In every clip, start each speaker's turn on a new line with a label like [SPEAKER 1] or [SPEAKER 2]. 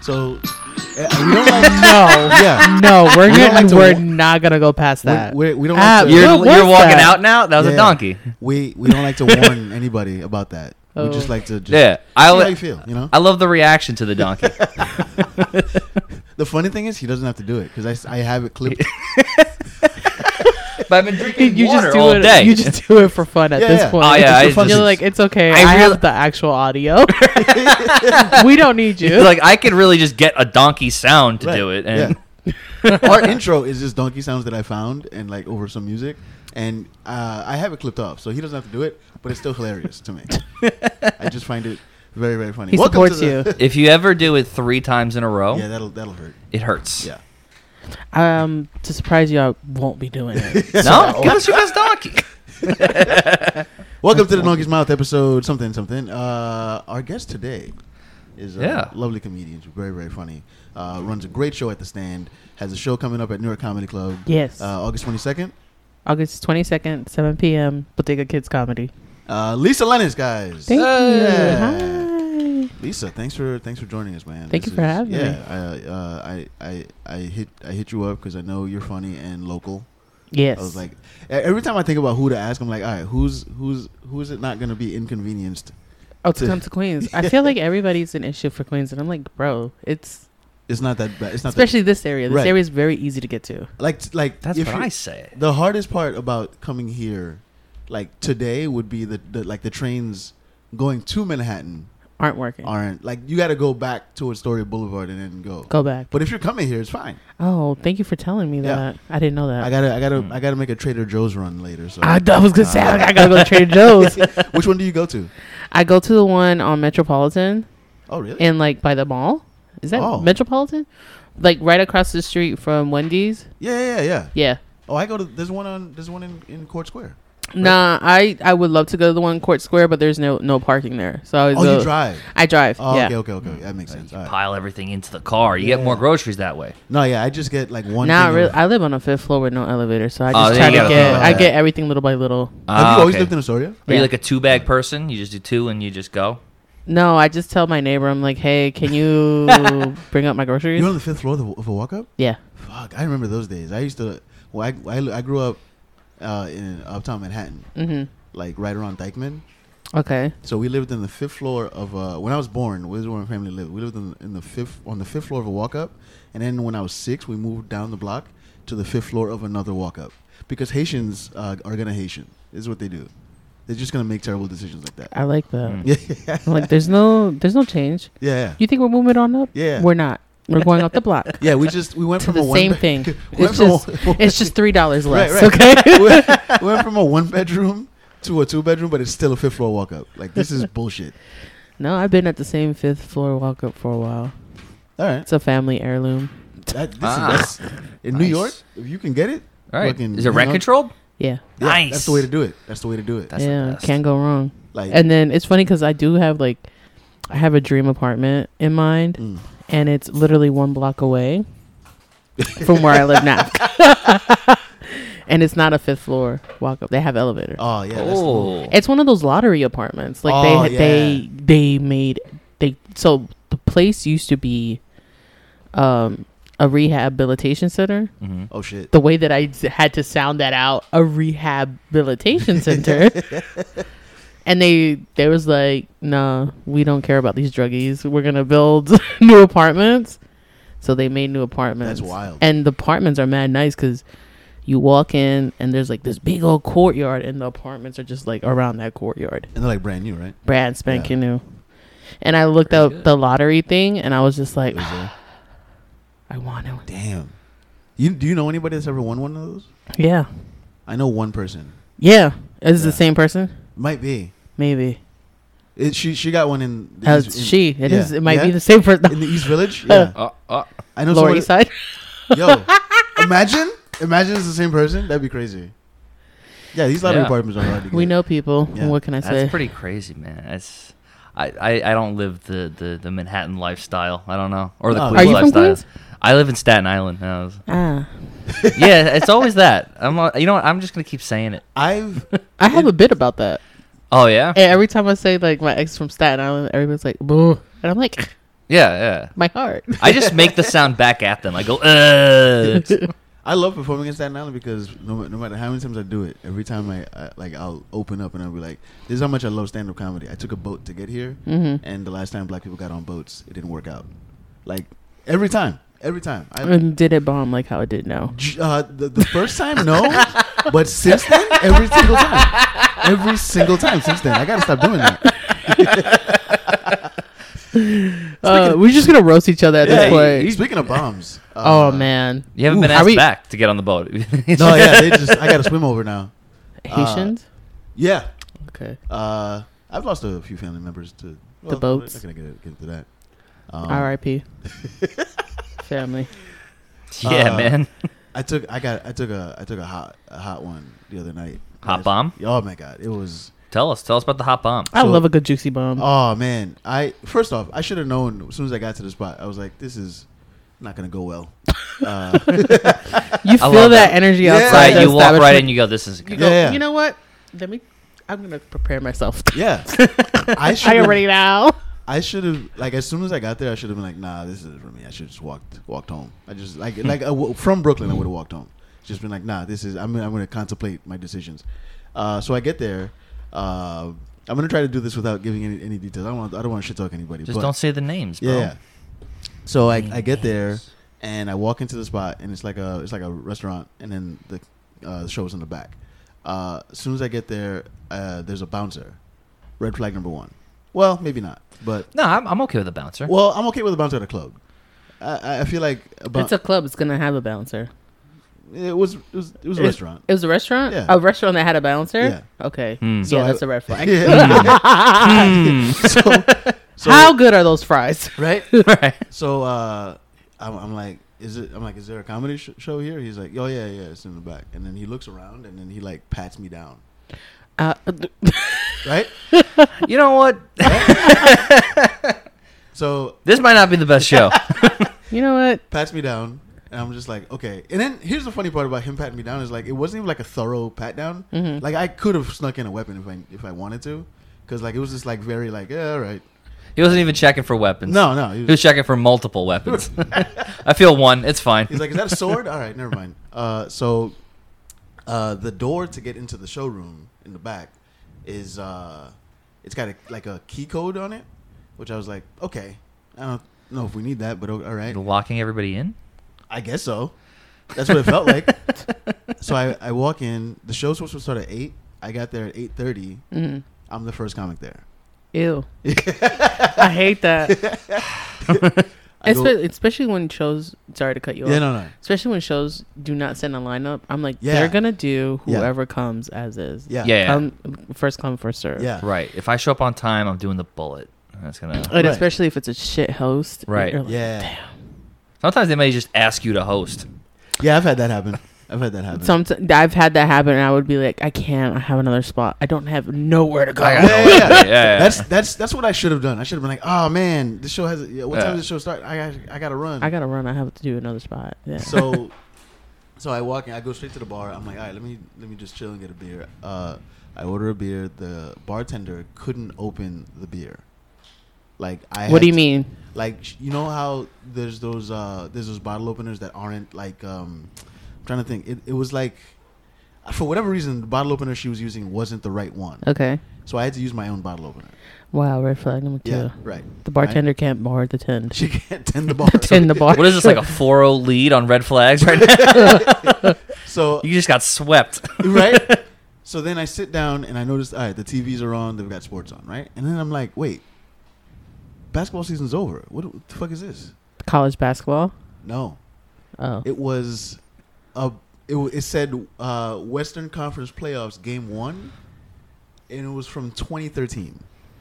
[SPEAKER 1] So Eh,
[SPEAKER 2] we don't like no.
[SPEAKER 1] yeah,
[SPEAKER 2] No, we're
[SPEAKER 1] We don't
[SPEAKER 2] gonna,
[SPEAKER 1] like to
[SPEAKER 2] we're
[SPEAKER 1] wa-
[SPEAKER 2] not gonna go past
[SPEAKER 1] We're-
[SPEAKER 2] that.
[SPEAKER 1] we're- we don't
[SPEAKER 2] Ah,
[SPEAKER 1] like to-
[SPEAKER 2] who
[SPEAKER 3] You're,
[SPEAKER 2] was
[SPEAKER 3] you're walking
[SPEAKER 2] that?
[SPEAKER 3] out now. That was
[SPEAKER 1] Yeah.
[SPEAKER 3] a donkey.
[SPEAKER 1] we we don't like to warn anybody about that.
[SPEAKER 2] Oh.
[SPEAKER 1] We just like to just
[SPEAKER 3] Yeah, I
[SPEAKER 1] see how
[SPEAKER 3] li-
[SPEAKER 1] you feel. You know,
[SPEAKER 3] I love the reaction to the donkey.
[SPEAKER 1] the funny thing is he doesn't have to do it because I, s- I have it clipped.
[SPEAKER 3] but I've been drinking
[SPEAKER 2] You
[SPEAKER 3] water
[SPEAKER 2] just do
[SPEAKER 3] all
[SPEAKER 2] it.
[SPEAKER 3] day.
[SPEAKER 2] You just do it for fun at
[SPEAKER 1] Yeah,
[SPEAKER 2] this
[SPEAKER 1] yeah.
[SPEAKER 2] point.
[SPEAKER 3] Oh, yeah, I
[SPEAKER 2] You're
[SPEAKER 3] just-
[SPEAKER 2] like, it's okay. I,
[SPEAKER 3] I real-
[SPEAKER 2] have the actual audio. we don't need you.
[SPEAKER 3] like I could really just get a donkey sound to
[SPEAKER 1] Right,
[SPEAKER 3] do it, and
[SPEAKER 1] yeah. Our intro is just donkey sounds that I found and like over some music, and uh, I have it clipped off, so he doesn't have to do it, but it's still hilarious to me. I just find it very very funny.
[SPEAKER 2] He
[SPEAKER 1] Welcome to
[SPEAKER 2] supports
[SPEAKER 1] the-
[SPEAKER 3] if you ever do it three times in a row,
[SPEAKER 1] yeah, that'll that'll hurt.
[SPEAKER 3] it hurts.
[SPEAKER 1] Yeah.
[SPEAKER 2] um, to surprise you, I won't be doing it.
[SPEAKER 3] No, gotta shoot this donkey.
[SPEAKER 1] Welcome to the Donkey's Mouth episode something something. Uh, our guest today is a
[SPEAKER 3] Yeah.
[SPEAKER 1] lovely comedian, She's very very funny. Uh, runs a great show at the Stand. Has a show coming up at New York Comedy Club.
[SPEAKER 2] Yes.
[SPEAKER 1] uh, August twenty second.
[SPEAKER 2] August twenty second, seven p.m. Bodega Kids Comedy.
[SPEAKER 1] Uh, Lisa Lennox, guys.
[SPEAKER 2] Thank
[SPEAKER 1] Yeah.
[SPEAKER 2] you. Hi.
[SPEAKER 1] Lisa, thanks for thanks for joining us, man.
[SPEAKER 2] Thank you for having
[SPEAKER 1] yeah,
[SPEAKER 2] me.
[SPEAKER 1] I, uh, I I I hit I hit you up because I know you're funny and local.
[SPEAKER 2] Yes.
[SPEAKER 1] I was like, e- every time I think about who to ask, I'm like, all right, who's who's who is it not going to be inconvenienced?
[SPEAKER 2] oh, to come to Queens. I feel like everybody's an issue for Queens, and I'm like, bro, it's
[SPEAKER 1] It's not that bad. It's not that-
[SPEAKER 2] especially this area. This
[SPEAKER 1] Right.
[SPEAKER 2] area is very easy to get to.
[SPEAKER 1] like like
[SPEAKER 3] That's
[SPEAKER 1] if
[SPEAKER 3] what
[SPEAKER 1] you-
[SPEAKER 3] I say.
[SPEAKER 1] The hardest part about coming here, like today, would be the, the like the trains going to Manhattan
[SPEAKER 2] Aren't working.
[SPEAKER 1] aren't like you got to go back to Astoria Boulevard and then go.
[SPEAKER 2] Go back.
[SPEAKER 1] But if you're coming here, it's fine.
[SPEAKER 2] Oh, thank you for telling me
[SPEAKER 1] Yeah.
[SPEAKER 2] that. I didn't know that.
[SPEAKER 1] I Ah. gotta, I gotta,
[SPEAKER 3] Mm.
[SPEAKER 1] I gotta make a Trader Joe's run later. So,
[SPEAKER 2] I, I was gonna say I gotta go to Trader Joe's.
[SPEAKER 1] which one do you go to?
[SPEAKER 2] I go to the one on Metropolitan
[SPEAKER 1] Oh, really?
[SPEAKER 2] and like by the mall. Is that
[SPEAKER 1] Oh.
[SPEAKER 2] Metropolitan? Like right across the street from Wendy's.
[SPEAKER 1] yeah, yeah, yeah, yeah.
[SPEAKER 2] Yeah.
[SPEAKER 1] Oh, I go to. There's one on. There's one in, in Court Square.
[SPEAKER 2] Nah, I I would love to go to the one in Court Square, but there's no no parking there. So I always
[SPEAKER 1] Oh,
[SPEAKER 2] go-
[SPEAKER 1] you drive.
[SPEAKER 2] I drive.
[SPEAKER 1] Oh,
[SPEAKER 2] yeah.
[SPEAKER 1] okay, okay, okay. That makes sense. All right.
[SPEAKER 3] Pile everything into the car. You get
[SPEAKER 1] Yeah.
[SPEAKER 3] more groceries that way.
[SPEAKER 1] No, yeah, I just get like one.
[SPEAKER 2] Not
[SPEAKER 1] thing
[SPEAKER 2] really.
[SPEAKER 1] of-
[SPEAKER 2] I live on a fifth floor with no elevator, so I
[SPEAKER 3] Oh,
[SPEAKER 2] just
[SPEAKER 3] then
[SPEAKER 2] try
[SPEAKER 3] you
[SPEAKER 2] to
[SPEAKER 3] gotta
[SPEAKER 2] get
[SPEAKER 1] think
[SPEAKER 2] I
[SPEAKER 1] about
[SPEAKER 2] get
[SPEAKER 1] that.
[SPEAKER 2] everything little by little.
[SPEAKER 1] Have
[SPEAKER 3] Ah,
[SPEAKER 1] you always
[SPEAKER 3] okay.
[SPEAKER 1] lived in Astoria?
[SPEAKER 3] Are you
[SPEAKER 2] Yeah.
[SPEAKER 3] like a two bag person? You just do two and you just go.
[SPEAKER 2] No, I just tell my neighbor, I'm like, hey, can you bring up my groceries?
[SPEAKER 1] You're on the fifth floor of, the, of a walk up.
[SPEAKER 2] yeah.
[SPEAKER 1] Fuck, I remember those days. I used to. Well, I, I, li- I grew up uh, in uptown Manhattan,
[SPEAKER 2] Mm-hmm.
[SPEAKER 1] like right around Dyckman.
[SPEAKER 2] Okay.
[SPEAKER 1] So we lived in the fifth floor of uh, when I was born. This is where my family lived. We lived in, in the fifth on the fifth floor of a walk up, and then when I was six, we moved down the block to the fifth floor of another walk up because Haitians uh, are gonna Haitian. This is what they do. They're just gonna make terrible decisions like that.
[SPEAKER 2] I like that.
[SPEAKER 1] Yeah,
[SPEAKER 2] I'm like there's no there's no change.
[SPEAKER 1] yeah, yeah.
[SPEAKER 2] You think we're moving on up?
[SPEAKER 1] Yeah.
[SPEAKER 2] We're not. We're going up the block.
[SPEAKER 1] yeah we just we went
[SPEAKER 2] to
[SPEAKER 1] from
[SPEAKER 2] the
[SPEAKER 1] a one
[SPEAKER 2] same
[SPEAKER 1] bed-
[SPEAKER 2] thing.
[SPEAKER 1] we went
[SPEAKER 2] It's
[SPEAKER 1] from a
[SPEAKER 2] just
[SPEAKER 1] one-
[SPEAKER 2] it's just three dollars
[SPEAKER 1] Right,
[SPEAKER 2] less.
[SPEAKER 1] right.
[SPEAKER 2] Okay.
[SPEAKER 1] we went- we went from a one bedroom to a two bedroom, but it's still a fifth floor walk up. Like this is bullshit.
[SPEAKER 2] No, I've been at the same fifth floor walk up for a while.
[SPEAKER 1] All right,
[SPEAKER 2] It's a family heirloom.
[SPEAKER 1] that, this
[SPEAKER 3] Ah.
[SPEAKER 1] is, that's, in New
[SPEAKER 3] Nice.
[SPEAKER 1] York. If you can get it,
[SPEAKER 3] All right.
[SPEAKER 1] fucking
[SPEAKER 3] Is it
[SPEAKER 1] hang
[SPEAKER 3] rent
[SPEAKER 1] on-
[SPEAKER 3] controlled?
[SPEAKER 2] Yeah.
[SPEAKER 1] Yeah,
[SPEAKER 3] Nice.
[SPEAKER 1] That's the way to do it. That's the way to do it.
[SPEAKER 3] That's the
[SPEAKER 2] yeah.
[SPEAKER 3] best.
[SPEAKER 2] Can't go wrong.
[SPEAKER 1] like
[SPEAKER 2] And then it's funny because I do have like I have a dream apartment in mind
[SPEAKER 1] mm.
[SPEAKER 2] and it's literally one block away from where I live now. and it's not a fifth floor walk up. They have elevator.
[SPEAKER 1] oh yeah. That's the move.
[SPEAKER 3] oh,
[SPEAKER 2] It's one of those lottery apartments. Like
[SPEAKER 1] Oh,
[SPEAKER 2] they they they made they so the place used to be um a rehabilitation center.
[SPEAKER 3] Mhm.
[SPEAKER 1] oh shit.
[SPEAKER 2] The way that I s- had to sound that out, a rehabilitation center. and they they was like, "Nah, we don't care about these druggies. We're going to build new apartments." So they made new apartments.
[SPEAKER 1] That's wild.
[SPEAKER 2] And the apartments are mad nice cuz you walk in and there's like this big old courtyard and the apartments are just like around that courtyard.
[SPEAKER 1] And they're like brand new, right?
[SPEAKER 2] Brad spanking new. And I looked
[SPEAKER 3] Pretty
[SPEAKER 2] up
[SPEAKER 3] good.
[SPEAKER 2] the lottery thing, and I was just like,
[SPEAKER 1] It was there.
[SPEAKER 2] I want it.
[SPEAKER 1] Damn. You do you know anybody that's ever won one of those?
[SPEAKER 2] Yeah,
[SPEAKER 1] I know one person.
[SPEAKER 2] yeah. Is it
[SPEAKER 1] Yeah.
[SPEAKER 2] the same person?
[SPEAKER 1] Might be.
[SPEAKER 2] Maybe.
[SPEAKER 1] It, she she got one in. the
[SPEAKER 2] Uh,
[SPEAKER 1] East- in-
[SPEAKER 2] she. It is.
[SPEAKER 1] yeah.
[SPEAKER 2] It might
[SPEAKER 1] Yeah?
[SPEAKER 2] be the same
[SPEAKER 1] in
[SPEAKER 2] person.
[SPEAKER 1] the East Village. Yeah,
[SPEAKER 3] Uh, uh,
[SPEAKER 1] I know.
[SPEAKER 2] Lower
[SPEAKER 1] somebody-
[SPEAKER 2] East Side.
[SPEAKER 1] Yo, imagine imagine it's the same person. That'd be crazy. Yeah, these lottery
[SPEAKER 3] Yeah.
[SPEAKER 1] apartments are hard to get.
[SPEAKER 2] We know people.
[SPEAKER 1] Yeah.
[SPEAKER 2] What can I
[SPEAKER 3] that's
[SPEAKER 2] say?
[SPEAKER 3] pretty crazy, man. That's I, I, I don't live the, the, the Manhattan lifestyle. I don't know or the
[SPEAKER 1] Oh,
[SPEAKER 3] Queens
[SPEAKER 1] Are you
[SPEAKER 2] from
[SPEAKER 3] lifestyle.
[SPEAKER 2] Queens?
[SPEAKER 3] I live in Staten Island. and I was-
[SPEAKER 2] ah,
[SPEAKER 3] yeah, it's always that. I'm al- you know what? I'm just gonna keep saying it.
[SPEAKER 1] I've
[SPEAKER 2] I have a bit about that.
[SPEAKER 3] Oh yeah.
[SPEAKER 2] And every time I say like my ex from Staten Island, everybody's like, "Boo," and I'm like,
[SPEAKER 3] Yeah, yeah.
[SPEAKER 2] my heart.
[SPEAKER 3] I just make the sound back at them. I go, uh.
[SPEAKER 1] I love performing in Staten Island because no, ma- no matter how many times I do it, every time I, I like I'll open up and I'll be like, "This is how much I love stand-up comedy." I took a boat to get here,
[SPEAKER 2] Mm-hmm.
[SPEAKER 1] and the last time black people got on boats, it didn't work out. Like every time, every time. I,
[SPEAKER 2] and did it bomb like how it did now?
[SPEAKER 1] j- uh, the, the first time, no, but since then, every single time, every single time since then, I gotta stop doing that.
[SPEAKER 2] Uh, we're just gonna roast each other at
[SPEAKER 1] Yeah,
[SPEAKER 2] this point.
[SPEAKER 1] Speaking of bombs,
[SPEAKER 2] oh
[SPEAKER 1] uh,
[SPEAKER 2] man,
[SPEAKER 3] You haven't
[SPEAKER 2] Ooh,
[SPEAKER 3] been
[SPEAKER 2] are
[SPEAKER 3] asked
[SPEAKER 2] we-
[SPEAKER 3] back to get on the boat.
[SPEAKER 1] no, yeah, they just I gotta swim over now. uh,
[SPEAKER 2] Haitians.
[SPEAKER 1] Yeah,
[SPEAKER 2] okay,
[SPEAKER 1] Uh, I've lost a few family members to well,
[SPEAKER 2] boats.
[SPEAKER 1] I'm not gonna get, get into that. Um,
[SPEAKER 2] R.I.P. Family.
[SPEAKER 3] yeah,
[SPEAKER 1] uh,
[SPEAKER 3] man.
[SPEAKER 1] I took I got I took a I took a hot a hot one the other night.
[SPEAKER 3] Hot
[SPEAKER 1] Last-
[SPEAKER 3] bomb?
[SPEAKER 1] Oh my god, it was.
[SPEAKER 3] Tell us. Tell us about the hot bomb.
[SPEAKER 2] I
[SPEAKER 1] So-
[SPEAKER 2] love a good juicy bomb.
[SPEAKER 1] Oh man, I first off I should have known as soon as I got to the spot. I was like, this is not gonna go well. Uh,
[SPEAKER 2] you feel
[SPEAKER 3] I
[SPEAKER 2] that,
[SPEAKER 3] love that.
[SPEAKER 2] energy
[SPEAKER 1] Yeah.
[SPEAKER 2] outside.
[SPEAKER 3] Right,
[SPEAKER 2] the
[SPEAKER 3] you walk right
[SPEAKER 2] establishment.
[SPEAKER 3] in, you go, this is
[SPEAKER 2] You
[SPEAKER 3] good.
[SPEAKER 2] go,
[SPEAKER 1] Yeah.
[SPEAKER 2] You know what? Let me. I'm gonna prepare myself.
[SPEAKER 1] yeah, I
[SPEAKER 2] I
[SPEAKER 1] should
[SPEAKER 2] already know.
[SPEAKER 1] I should have like as soon as I got there I should have been like, nah, this isn't for me. I should just walked walked home. I just like
[SPEAKER 3] Hmm.
[SPEAKER 1] like I w- from Brooklyn I would have walked home. Just been like, nah, this is I'm I'm gonna contemplate my decisions. Uh, so I get there. Uh, I'm gonna try to do this without giving any, any details. I don't want I don't want to shit talk anybody.
[SPEAKER 3] Just
[SPEAKER 1] but-
[SPEAKER 3] don't oh. say the names, bro.
[SPEAKER 1] yeah. yeah. So I,
[SPEAKER 3] Name
[SPEAKER 1] I get there
[SPEAKER 3] names.
[SPEAKER 1] and I walk into the spot and it's like a it's like a restaurant and then the uh, the show's in the back. Uh, as soon as I get there, uh, there's a bouncer. Red flag number one. Well, maybe not, but
[SPEAKER 3] No, I'm, I'm okay with the bouncer.
[SPEAKER 1] well, I'm okay with a bouncer at a club. I, I feel like a boun-
[SPEAKER 2] it's a club. It's gonna have a bouncer.
[SPEAKER 1] it was it was it was a
[SPEAKER 2] It-
[SPEAKER 1] restaurant.
[SPEAKER 2] It was a restaurant.
[SPEAKER 1] Yeah.
[SPEAKER 2] A restaurant that had a bouncer.
[SPEAKER 1] Yeah.
[SPEAKER 2] Okay.
[SPEAKER 3] Hmm.
[SPEAKER 2] Yeah,
[SPEAKER 1] So I-
[SPEAKER 2] that's a red flag.
[SPEAKER 1] so, so
[SPEAKER 2] How good are those fries?
[SPEAKER 1] right?
[SPEAKER 3] right.
[SPEAKER 1] So uh, I'm, I'm like, is it? I'm like, is there a comedy sh- show here? He's like, oh yeah, yeah, it's in the back. And then he looks around and then he like pats me down.
[SPEAKER 2] Uh,
[SPEAKER 1] Right.
[SPEAKER 3] You know what?
[SPEAKER 1] so
[SPEAKER 3] This might not be the best show.
[SPEAKER 2] you know what?
[SPEAKER 1] pats me down, and I'm just like, okay. And then here's the funny part about him patting me down is like it wasn't even like a thorough pat down. Like I could have snuck in a weapon if I if I wanted to, because like it was just like very like yeah, all right.
[SPEAKER 3] He wasn't even checking for weapons.
[SPEAKER 1] No, no.
[SPEAKER 3] He was checking for multiple weapons. I feel one. It's fine.
[SPEAKER 1] He's like, "Is that a sword?" All right, never mind. Uh, so, uh, the door to get into the showroom in the back is uh, it's got a, like a key code on it, which I was like, "Okay, I don't know if we need that, but o- all right,
[SPEAKER 3] locking everybody in.
[SPEAKER 1] I guess so." That's what it felt like. So I, I walk in. The show's supposed to start at eight. I got there at eight thirty.
[SPEAKER 2] Mm.
[SPEAKER 1] I'm the first comic there.
[SPEAKER 2] Ew. I hate that.
[SPEAKER 1] I go-
[SPEAKER 2] Espe- especially when shows. Sorry to cut you off.
[SPEAKER 1] yeah, no, no.
[SPEAKER 2] Especially when shows do not send a lineup. I'm like,
[SPEAKER 1] Yeah.
[SPEAKER 2] they're gonna do
[SPEAKER 1] Yeah.
[SPEAKER 2] whoever comes as is.
[SPEAKER 1] Yeah,
[SPEAKER 3] Yeah.
[SPEAKER 2] Come first come first serve.
[SPEAKER 1] yeah.
[SPEAKER 3] Right. If I show up on time, I'm doing the bullet. That's gonna.
[SPEAKER 2] And
[SPEAKER 1] Right.
[SPEAKER 2] especially if it's a shit host.
[SPEAKER 3] Right.
[SPEAKER 2] you're like,
[SPEAKER 1] Yeah.
[SPEAKER 3] Sometimes they may just ask you to host.
[SPEAKER 1] Yeah, I've had that happen. I've had that happen.
[SPEAKER 2] Some I've had that happen, and I would be like, I can't. I have another spot. I don't have nowhere to go.
[SPEAKER 3] I got
[SPEAKER 1] Yeah, yeah, yeah.
[SPEAKER 3] Yeah, yeah.
[SPEAKER 1] That's that's that's what I should have done. I should have been like, oh man, this show has. Yeah, what
[SPEAKER 3] Yeah.
[SPEAKER 1] time does the show start? I got I got to run.
[SPEAKER 2] I gotta run. I have to do another spot. Yeah.
[SPEAKER 1] so so I walk in. I go straight to the bar. I'm like, all right, let me let me just chill and get a beer. Uh, I order a beer. The bartender couldn't open the beer. Like I. had
[SPEAKER 2] what do you
[SPEAKER 1] to-
[SPEAKER 2] mean?
[SPEAKER 1] Like sh- you know how there's those uh there's those bottle openers that aren't like um I'm trying to think. It it was like for whatever reason the bottle opener she was using wasn't the right one.
[SPEAKER 2] Okay.
[SPEAKER 1] So I had to use my own bottle opener.
[SPEAKER 2] Wow. Red flag number two.
[SPEAKER 1] Yeah, right.
[SPEAKER 2] The
[SPEAKER 1] Right.
[SPEAKER 2] bartender can't bar the ten.
[SPEAKER 1] She can't tend the bar.
[SPEAKER 2] Tend the bar.
[SPEAKER 3] What is this like a 4-0 lead on red flags right now?
[SPEAKER 1] So
[SPEAKER 3] You just got swept.
[SPEAKER 1] right. So then I sit down and I notice, all right, the TVs are on. They've got sports on, right? And then I'm like, wait, basketball season's over. What, what the fuck is this?
[SPEAKER 2] college basketball?
[SPEAKER 1] No,
[SPEAKER 2] Oh.
[SPEAKER 1] it was a. It, wa- it said uh, Western Conference Playoffs Game One, and it was from 2013.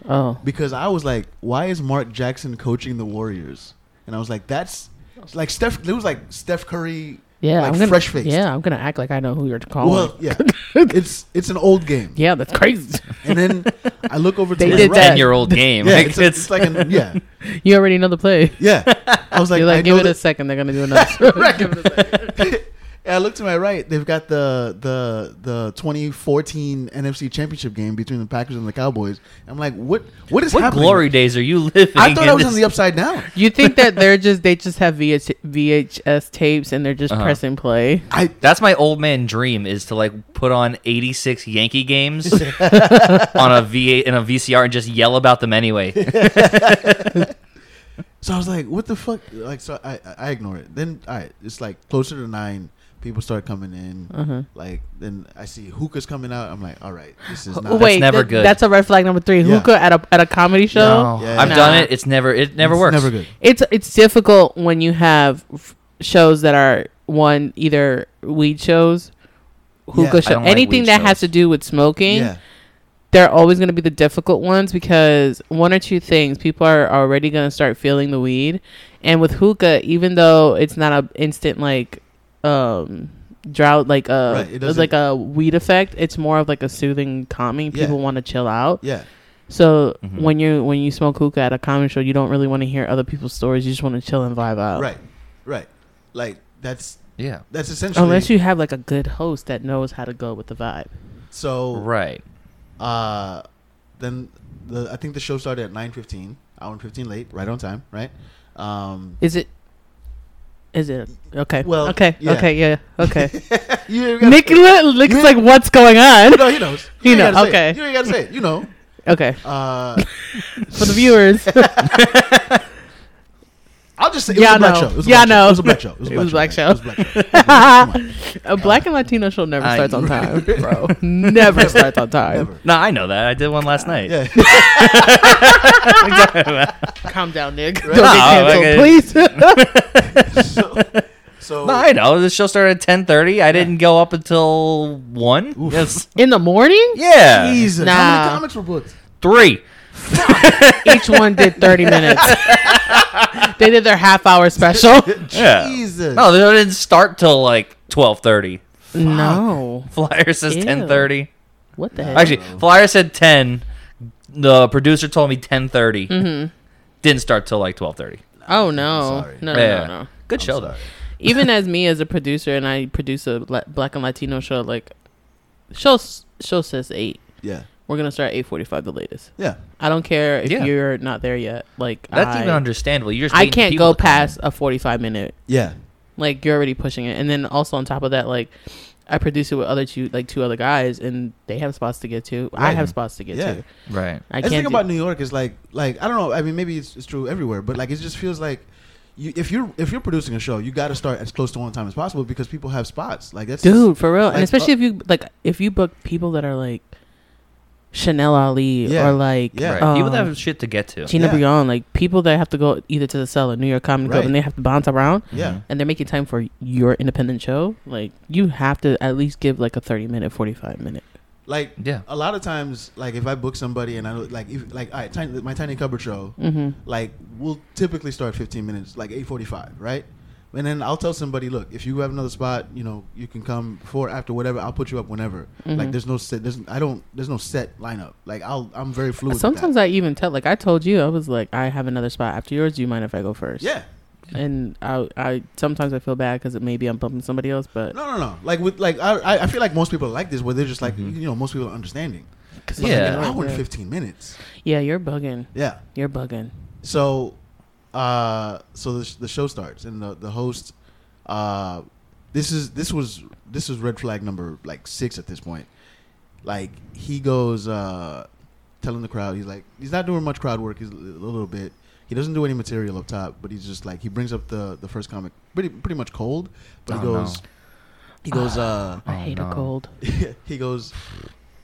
[SPEAKER 2] oh.
[SPEAKER 1] because I was like, why is Mark Jackson coaching the Warriors? And I was like, that's like Steph. It was like Steph Curry,
[SPEAKER 2] Yeah.
[SPEAKER 1] like
[SPEAKER 2] I'm gonna,
[SPEAKER 1] fresh faced.
[SPEAKER 2] Yeah. I'm gonna act like I know who you're calling.
[SPEAKER 1] Well, yeah. it's it's an old game.
[SPEAKER 2] yeah. That's crazy.
[SPEAKER 1] And then I look over to
[SPEAKER 2] They
[SPEAKER 1] my
[SPEAKER 2] did
[SPEAKER 1] right.
[SPEAKER 2] that.
[SPEAKER 3] 10-year-old game.
[SPEAKER 1] Yeah,
[SPEAKER 3] Like,
[SPEAKER 1] it's, a- it's like an yeah,
[SPEAKER 2] you already know the play.
[SPEAKER 1] yeah. I was like,
[SPEAKER 2] you're
[SPEAKER 1] I
[SPEAKER 2] like, give
[SPEAKER 1] know
[SPEAKER 2] it a
[SPEAKER 1] that-
[SPEAKER 2] second. They're gonna do another.
[SPEAKER 1] Right, give it a second. And I look to my right. They've got the the the 2014 NFC Championship game between the Packers and the Cowboys. I'm like, what what is
[SPEAKER 3] What
[SPEAKER 1] happening?
[SPEAKER 3] glory days are you living?
[SPEAKER 1] I thought
[SPEAKER 3] in
[SPEAKER 1] I was
[SPEAKER 3] this-
[SPEAKER 1] on the upside down.
[SPEAKER 2] You think that they're just they just have VH, VHS tapes and they're just
[SPEAKER 3] Uh-huh.
[SPEAKER 2] pressing play?
[SPEAKER 1] I
[SPEAKER 3] That's my old man dream is to like put on 86 Yankee games on a V8 and a VCR and just yell about them anyway.
[SPEAKER 1] so I was like, what the fuck? Like, so I I- I ignore it. Then I it's like closer to nine. People start coming in.
[SPEAKER 2] Uh-huh.
[SPEAKER 1] Like then I see hookahs coming out. I'm like, all right, this is not.
[SPEAKER 2] Wait,
[SPEAKER 3] never
[SPEAKER 2] that-
[SPEAKER 3] good.
[SPEAKER 2] That's a red flag number three.
[SPEAKER 1] Yeah.
[SPEAKER 2] Hookah at a at a comedy show.
[SPEAKER 3] No,
[SPEAKER 1] Yeah.
[SPEAKER 3] I've
[SPEAKER 1] Nah.
[SPEAKER 3] done it. It's never it never
[SPEAKER 1] it's
[SPEAKER 3] works.
[SPEAKER 1] Never good.
[SPEAKER 2] It's it's difficult when you have f- shows that are one either weed shows, hookah
[SPEAKER 1] Yeah. I
[SPEAKER 2] show,
[SPEAKER 3] don't like
[SPEAKER 2] anything
[SPEAKER 3] weed
[SPEAKER 2] that has
[SPEAKER 3] shows.
[SPEAKER 2] to do with smoking.
[SPEAKER 1] Yeah.
[SPEAKER 2] They're always going to be the difficult ones because one or two things people are already going to start feeling the weed, and with hookah, even though it's not a instant like um drought like a
[SPEAKER 1] Right, it
[SPEAKER 2] it's like a weed effect, it's more of like a soothing, calming.
[SPEAKER 1] Yeah.
[SPEAKER 2] People want to chill out.
[SPEAKER 1] Yeah.
[SPEAKER 2] So
[SPEAKER 3] Mhm.
[SPEAKER 2] when you when you smoke hookah at a comedy show, you don't really want to hear other people's stories. You just want to chill and vibe out.
[SPEAKER 1] Right. Right. Like that's
[SPEAKER 3] Yeah.
[SPEAKER 1] that's essentially.
[SPEAKER 2] Unless you have like a good host that knows how to go with the vibe.
[SPEAKER 1] so
[SPEAKER 3] Right.
[SPEAKER 1] Uh, then the I think the show started at nine fifteen, hour and fifteen late, right on time, right? Um,
[SPEAKER 2] Is it? Is it okay?
[SPEAKER 1] Well,
[SPEAKER 2] okay,
[SPEAKER 1] yeah.
[SPEAKER 2] okay, yeah, okay.
[SPEAKER 1] you ain't gotta-
[SPEAKER 2] Nicola looks
[SPEAKER 1] You-
[SPEAKER 2] like, what's going on?
[SPEAKER 1] no, he knows.
[SPEAKER 2] He
[SPEAKER 1] You ain't
[SPEAKER 2] knows,
[SPEAKER 1] gotta say it.
[SPEAKER 2] okay.
[SPEAKER 1] you ain't gotta say it. You know.
[SPEAKER 2] Okay,
[SPEAKER 1] Uh,
[SPEAKER 2] for the viewers,
[SPEAKER 1] I'll just say it
[SPEAKER 2] Y'all
[SPEAKER 1] was a black
[SPEAKER 2] know.
[SPEAKER 1] show. It was a
[SPEAKER 2] Y'all
[SPEAKER 1] black
[SPEAKER 2] know.
[SPEAKER 1] show. It was a black show.
[SPEAKER 2] It was black
[SPEAKER 1] man. It
[SPEAKER 2] show.
[SPEAKER 1] was a black show. Come on.
[SPEAKER 2] a black and Latino show never
[SPEAKER 3] I-
[SPEAKER 2] starts on time, bro. never starts on time.
[SPEAKER 1] Never.
[SPEAKER 3] No, I know that. I did one last night.
[SPEAKER 1] Yeah.
[SPEAKER 2] Calm down, Nick. Don't
[SPEAKER 3] No,
[SPEAKER 2] get
[SPEAKER 3] okay.
[SPEAKER 2] canceled, please.
[SPEAKER 1] so, so
[SPEAKER 3] No, I know. The show started at 10:30. I didn't go up until 1.
[SPEAKER 1] Oof.
[SPEAKER 3] Yes.
[SPEAKER 2] In the morning,
[SPEAKER 3] Yeah.
[SPEAKER 1] Jesus,
[SPEAKER 2] Nah.
[SPEAKER 1] how many comics were booked?
[SPEAKER 3] 3.
[SPEAKER 2] each one did 30 minutes. they did their half hour special.
[SPEAKER 3] Yeah.
[SPEAKER 1] Jesus.
[SPEAKER 3] No, they didn't start till like 12:30.
[SPEAKER 2] No.
[SPEAKER 3] Flyer says
[SPEAKER 2] Ew.
[SPEAKER 3] 10:30.
[SPEAKER 2] What
[SPEAKER 1] Oh.
[SPEAKER 2] the heck?
[SPEAKER 3] Actually, Flyer said 10. The producer told me 10:30.
[SPEAKER 2] Mhm.
[SPEAKER 3] Didn't start till like 12:30.
[SPEAKER 2] oh no.
[SPEAKER 1] sorry.
[SPEAKER 2] No, no,
[SPEAKER 3] Yeah.
[SPEAKER 2] no, no.
[SPEAKER 3] Good
[SPEAKER 1] I'm
[SPEAKER 3] show
[SPEAKER 1] sorry.
[SPEAKER 2] Even as me as a producer, and I produce a la- black and Latino show, like show s- show says eight.
[SPEAKER 1] Yeah.
[SPEAKER 2] We're gonna start at eight forty five the latest.
[SPEAKER 1] Yeah.
[SPEAKER 2] I don't care if
[SPEAKER 3] Yeah.
[SPEAKER 2] you're not there yet. Like
[SPEAKER 3] though. That's
[SPEAKER 2] I,
[SPEAKER 3] even understandable. You're just
[SPEAKER 2] I
[SPEAKER 3] waiting for
[SPEAKER 2] can't
[SPEAKER 3] people
[SPEAKER 2] go
[SPEAKER 3] to come in.
[SPEAKER 2] past a forty five minute.
[SPEAKER 1] Yeah.
[SPEAKER 2] Like you're already pushing it, and then also on top of that, like I produce it with other two, like two other guys, and they have spots to get to. I
[SPEAKER 1] Right.
[SPEAKER 2] have spots to get
[SPEAKER 1] Yeah.
[SPEAKER 2] to.
[SPEAKER 3] Right.
[SPEAKER 2] I
[SPEAKER 1] That's the
[SPEAKER 2] can't.
[SPEAKER 1] thing
[SPEAKER 2] do-
[SPEAKER 1] about New York is like like I don't know. I mean, maybe it's, it's true everywhere, but like it just feels like you, if you're if you're producing a show, you got to start as close to one time as possible because people have spots. Like that's
[SPEAKER 2] dude for real and
[SPEAKER 1] like, uh,
[SPEAKER 2] especially if you like if you book people that are like chanel ali
[SPEAKER 1] Yeah,
[SPEAKER 2] or like
[SPEAKER 1] yeah.
[SPEAKER 3] Right. People that
[SPEAKER 2] um,
[SPEAKER 3] have shit to get to.
[SPEAKER 2] Gina
[SPEAKER 1] Yeah.
[SPEAKER 2] Brion, like people that have to go either to the cellar, New York Comedy Club,
[SPEAKER 1] Right.
[SPEAKER 2] and they have to bounce around,
[SPEAKER 1] yeah,
[SPEAKER 3] Mm-hmm.
[SPEAKER 2] and they're making time for your independent show. Like you have to at least give like a thirty minute, forty five minute.
[SPEAKER 1] like
[SPEAKER 3] Yeah.
[SPEAKER 1] a lot of times, like if I book somebody and I know- like if, like all right, tiny, my tiny cupboard show,
[SPEAKER 2] Mm-hmm.
[SPEAKER 1] like we'll typically start 15 minutes, like 8:45, right? And then I'll tell somebody, look, if you have another spot, you know, you can come before, after, whatever. I'll put you up whenever.
[SPEAKER 2] Mm-hmm.
[SPEAKER 1] Like there's no set, there's I don't there's no set lineup. Like I'll I'm very fluid. with that.
[SPEAKER 2] Sometimes I even tell, like I told you, I was like, I have another spot after yours. Do you mind if I go first?
[SPEAKER 1] yeah.
[SPEAKER 2] And I, I sometimes I feel bad because maybe I'm bumping somebody else, but
[SPEAKER 1] No, no, no. Like with like, I- I I feel like most people are like this, where they're just like,
[SPEAKER 3] Mhm.
[SPEAKER 1] you know, most people are understanding.
[SPEAKER 2] 'cause
[SPEAKER 1] But
[SPEAKER 3] Yeah.
[SPEAKER 1] like an hour and
[SPEAKER 2] yeah.
[SPEAKER 1] fifteen minutes.
[SPEAKER 2] yeah, you're bugging,
[SPEAKER 1] Yeah.
[SPEAKER 2] you're bugging.
[SPEAKER 1] So, uh, so the, sh- the show starts, and the the host, uh, this is this was this was red flag number like six at this point. Like he goes, uh, telling the crowd, he's like, he's not doing much crowd work. He's a little bit. He doesn't do any material up top, but he's just like he brings up the the first comic pretty pretty much cold, but he
[SPEAKER 3] Oh, no.
[SPEAKER 1] goes, he goes, uh.
[SPEAKER 2] I
[SPEAKER 3] Oh,
[SPEAKER 2] hate a
[SPEAKER 3] no.
[SPEAKER 2] cold.
[SPEAKER 1] he goes,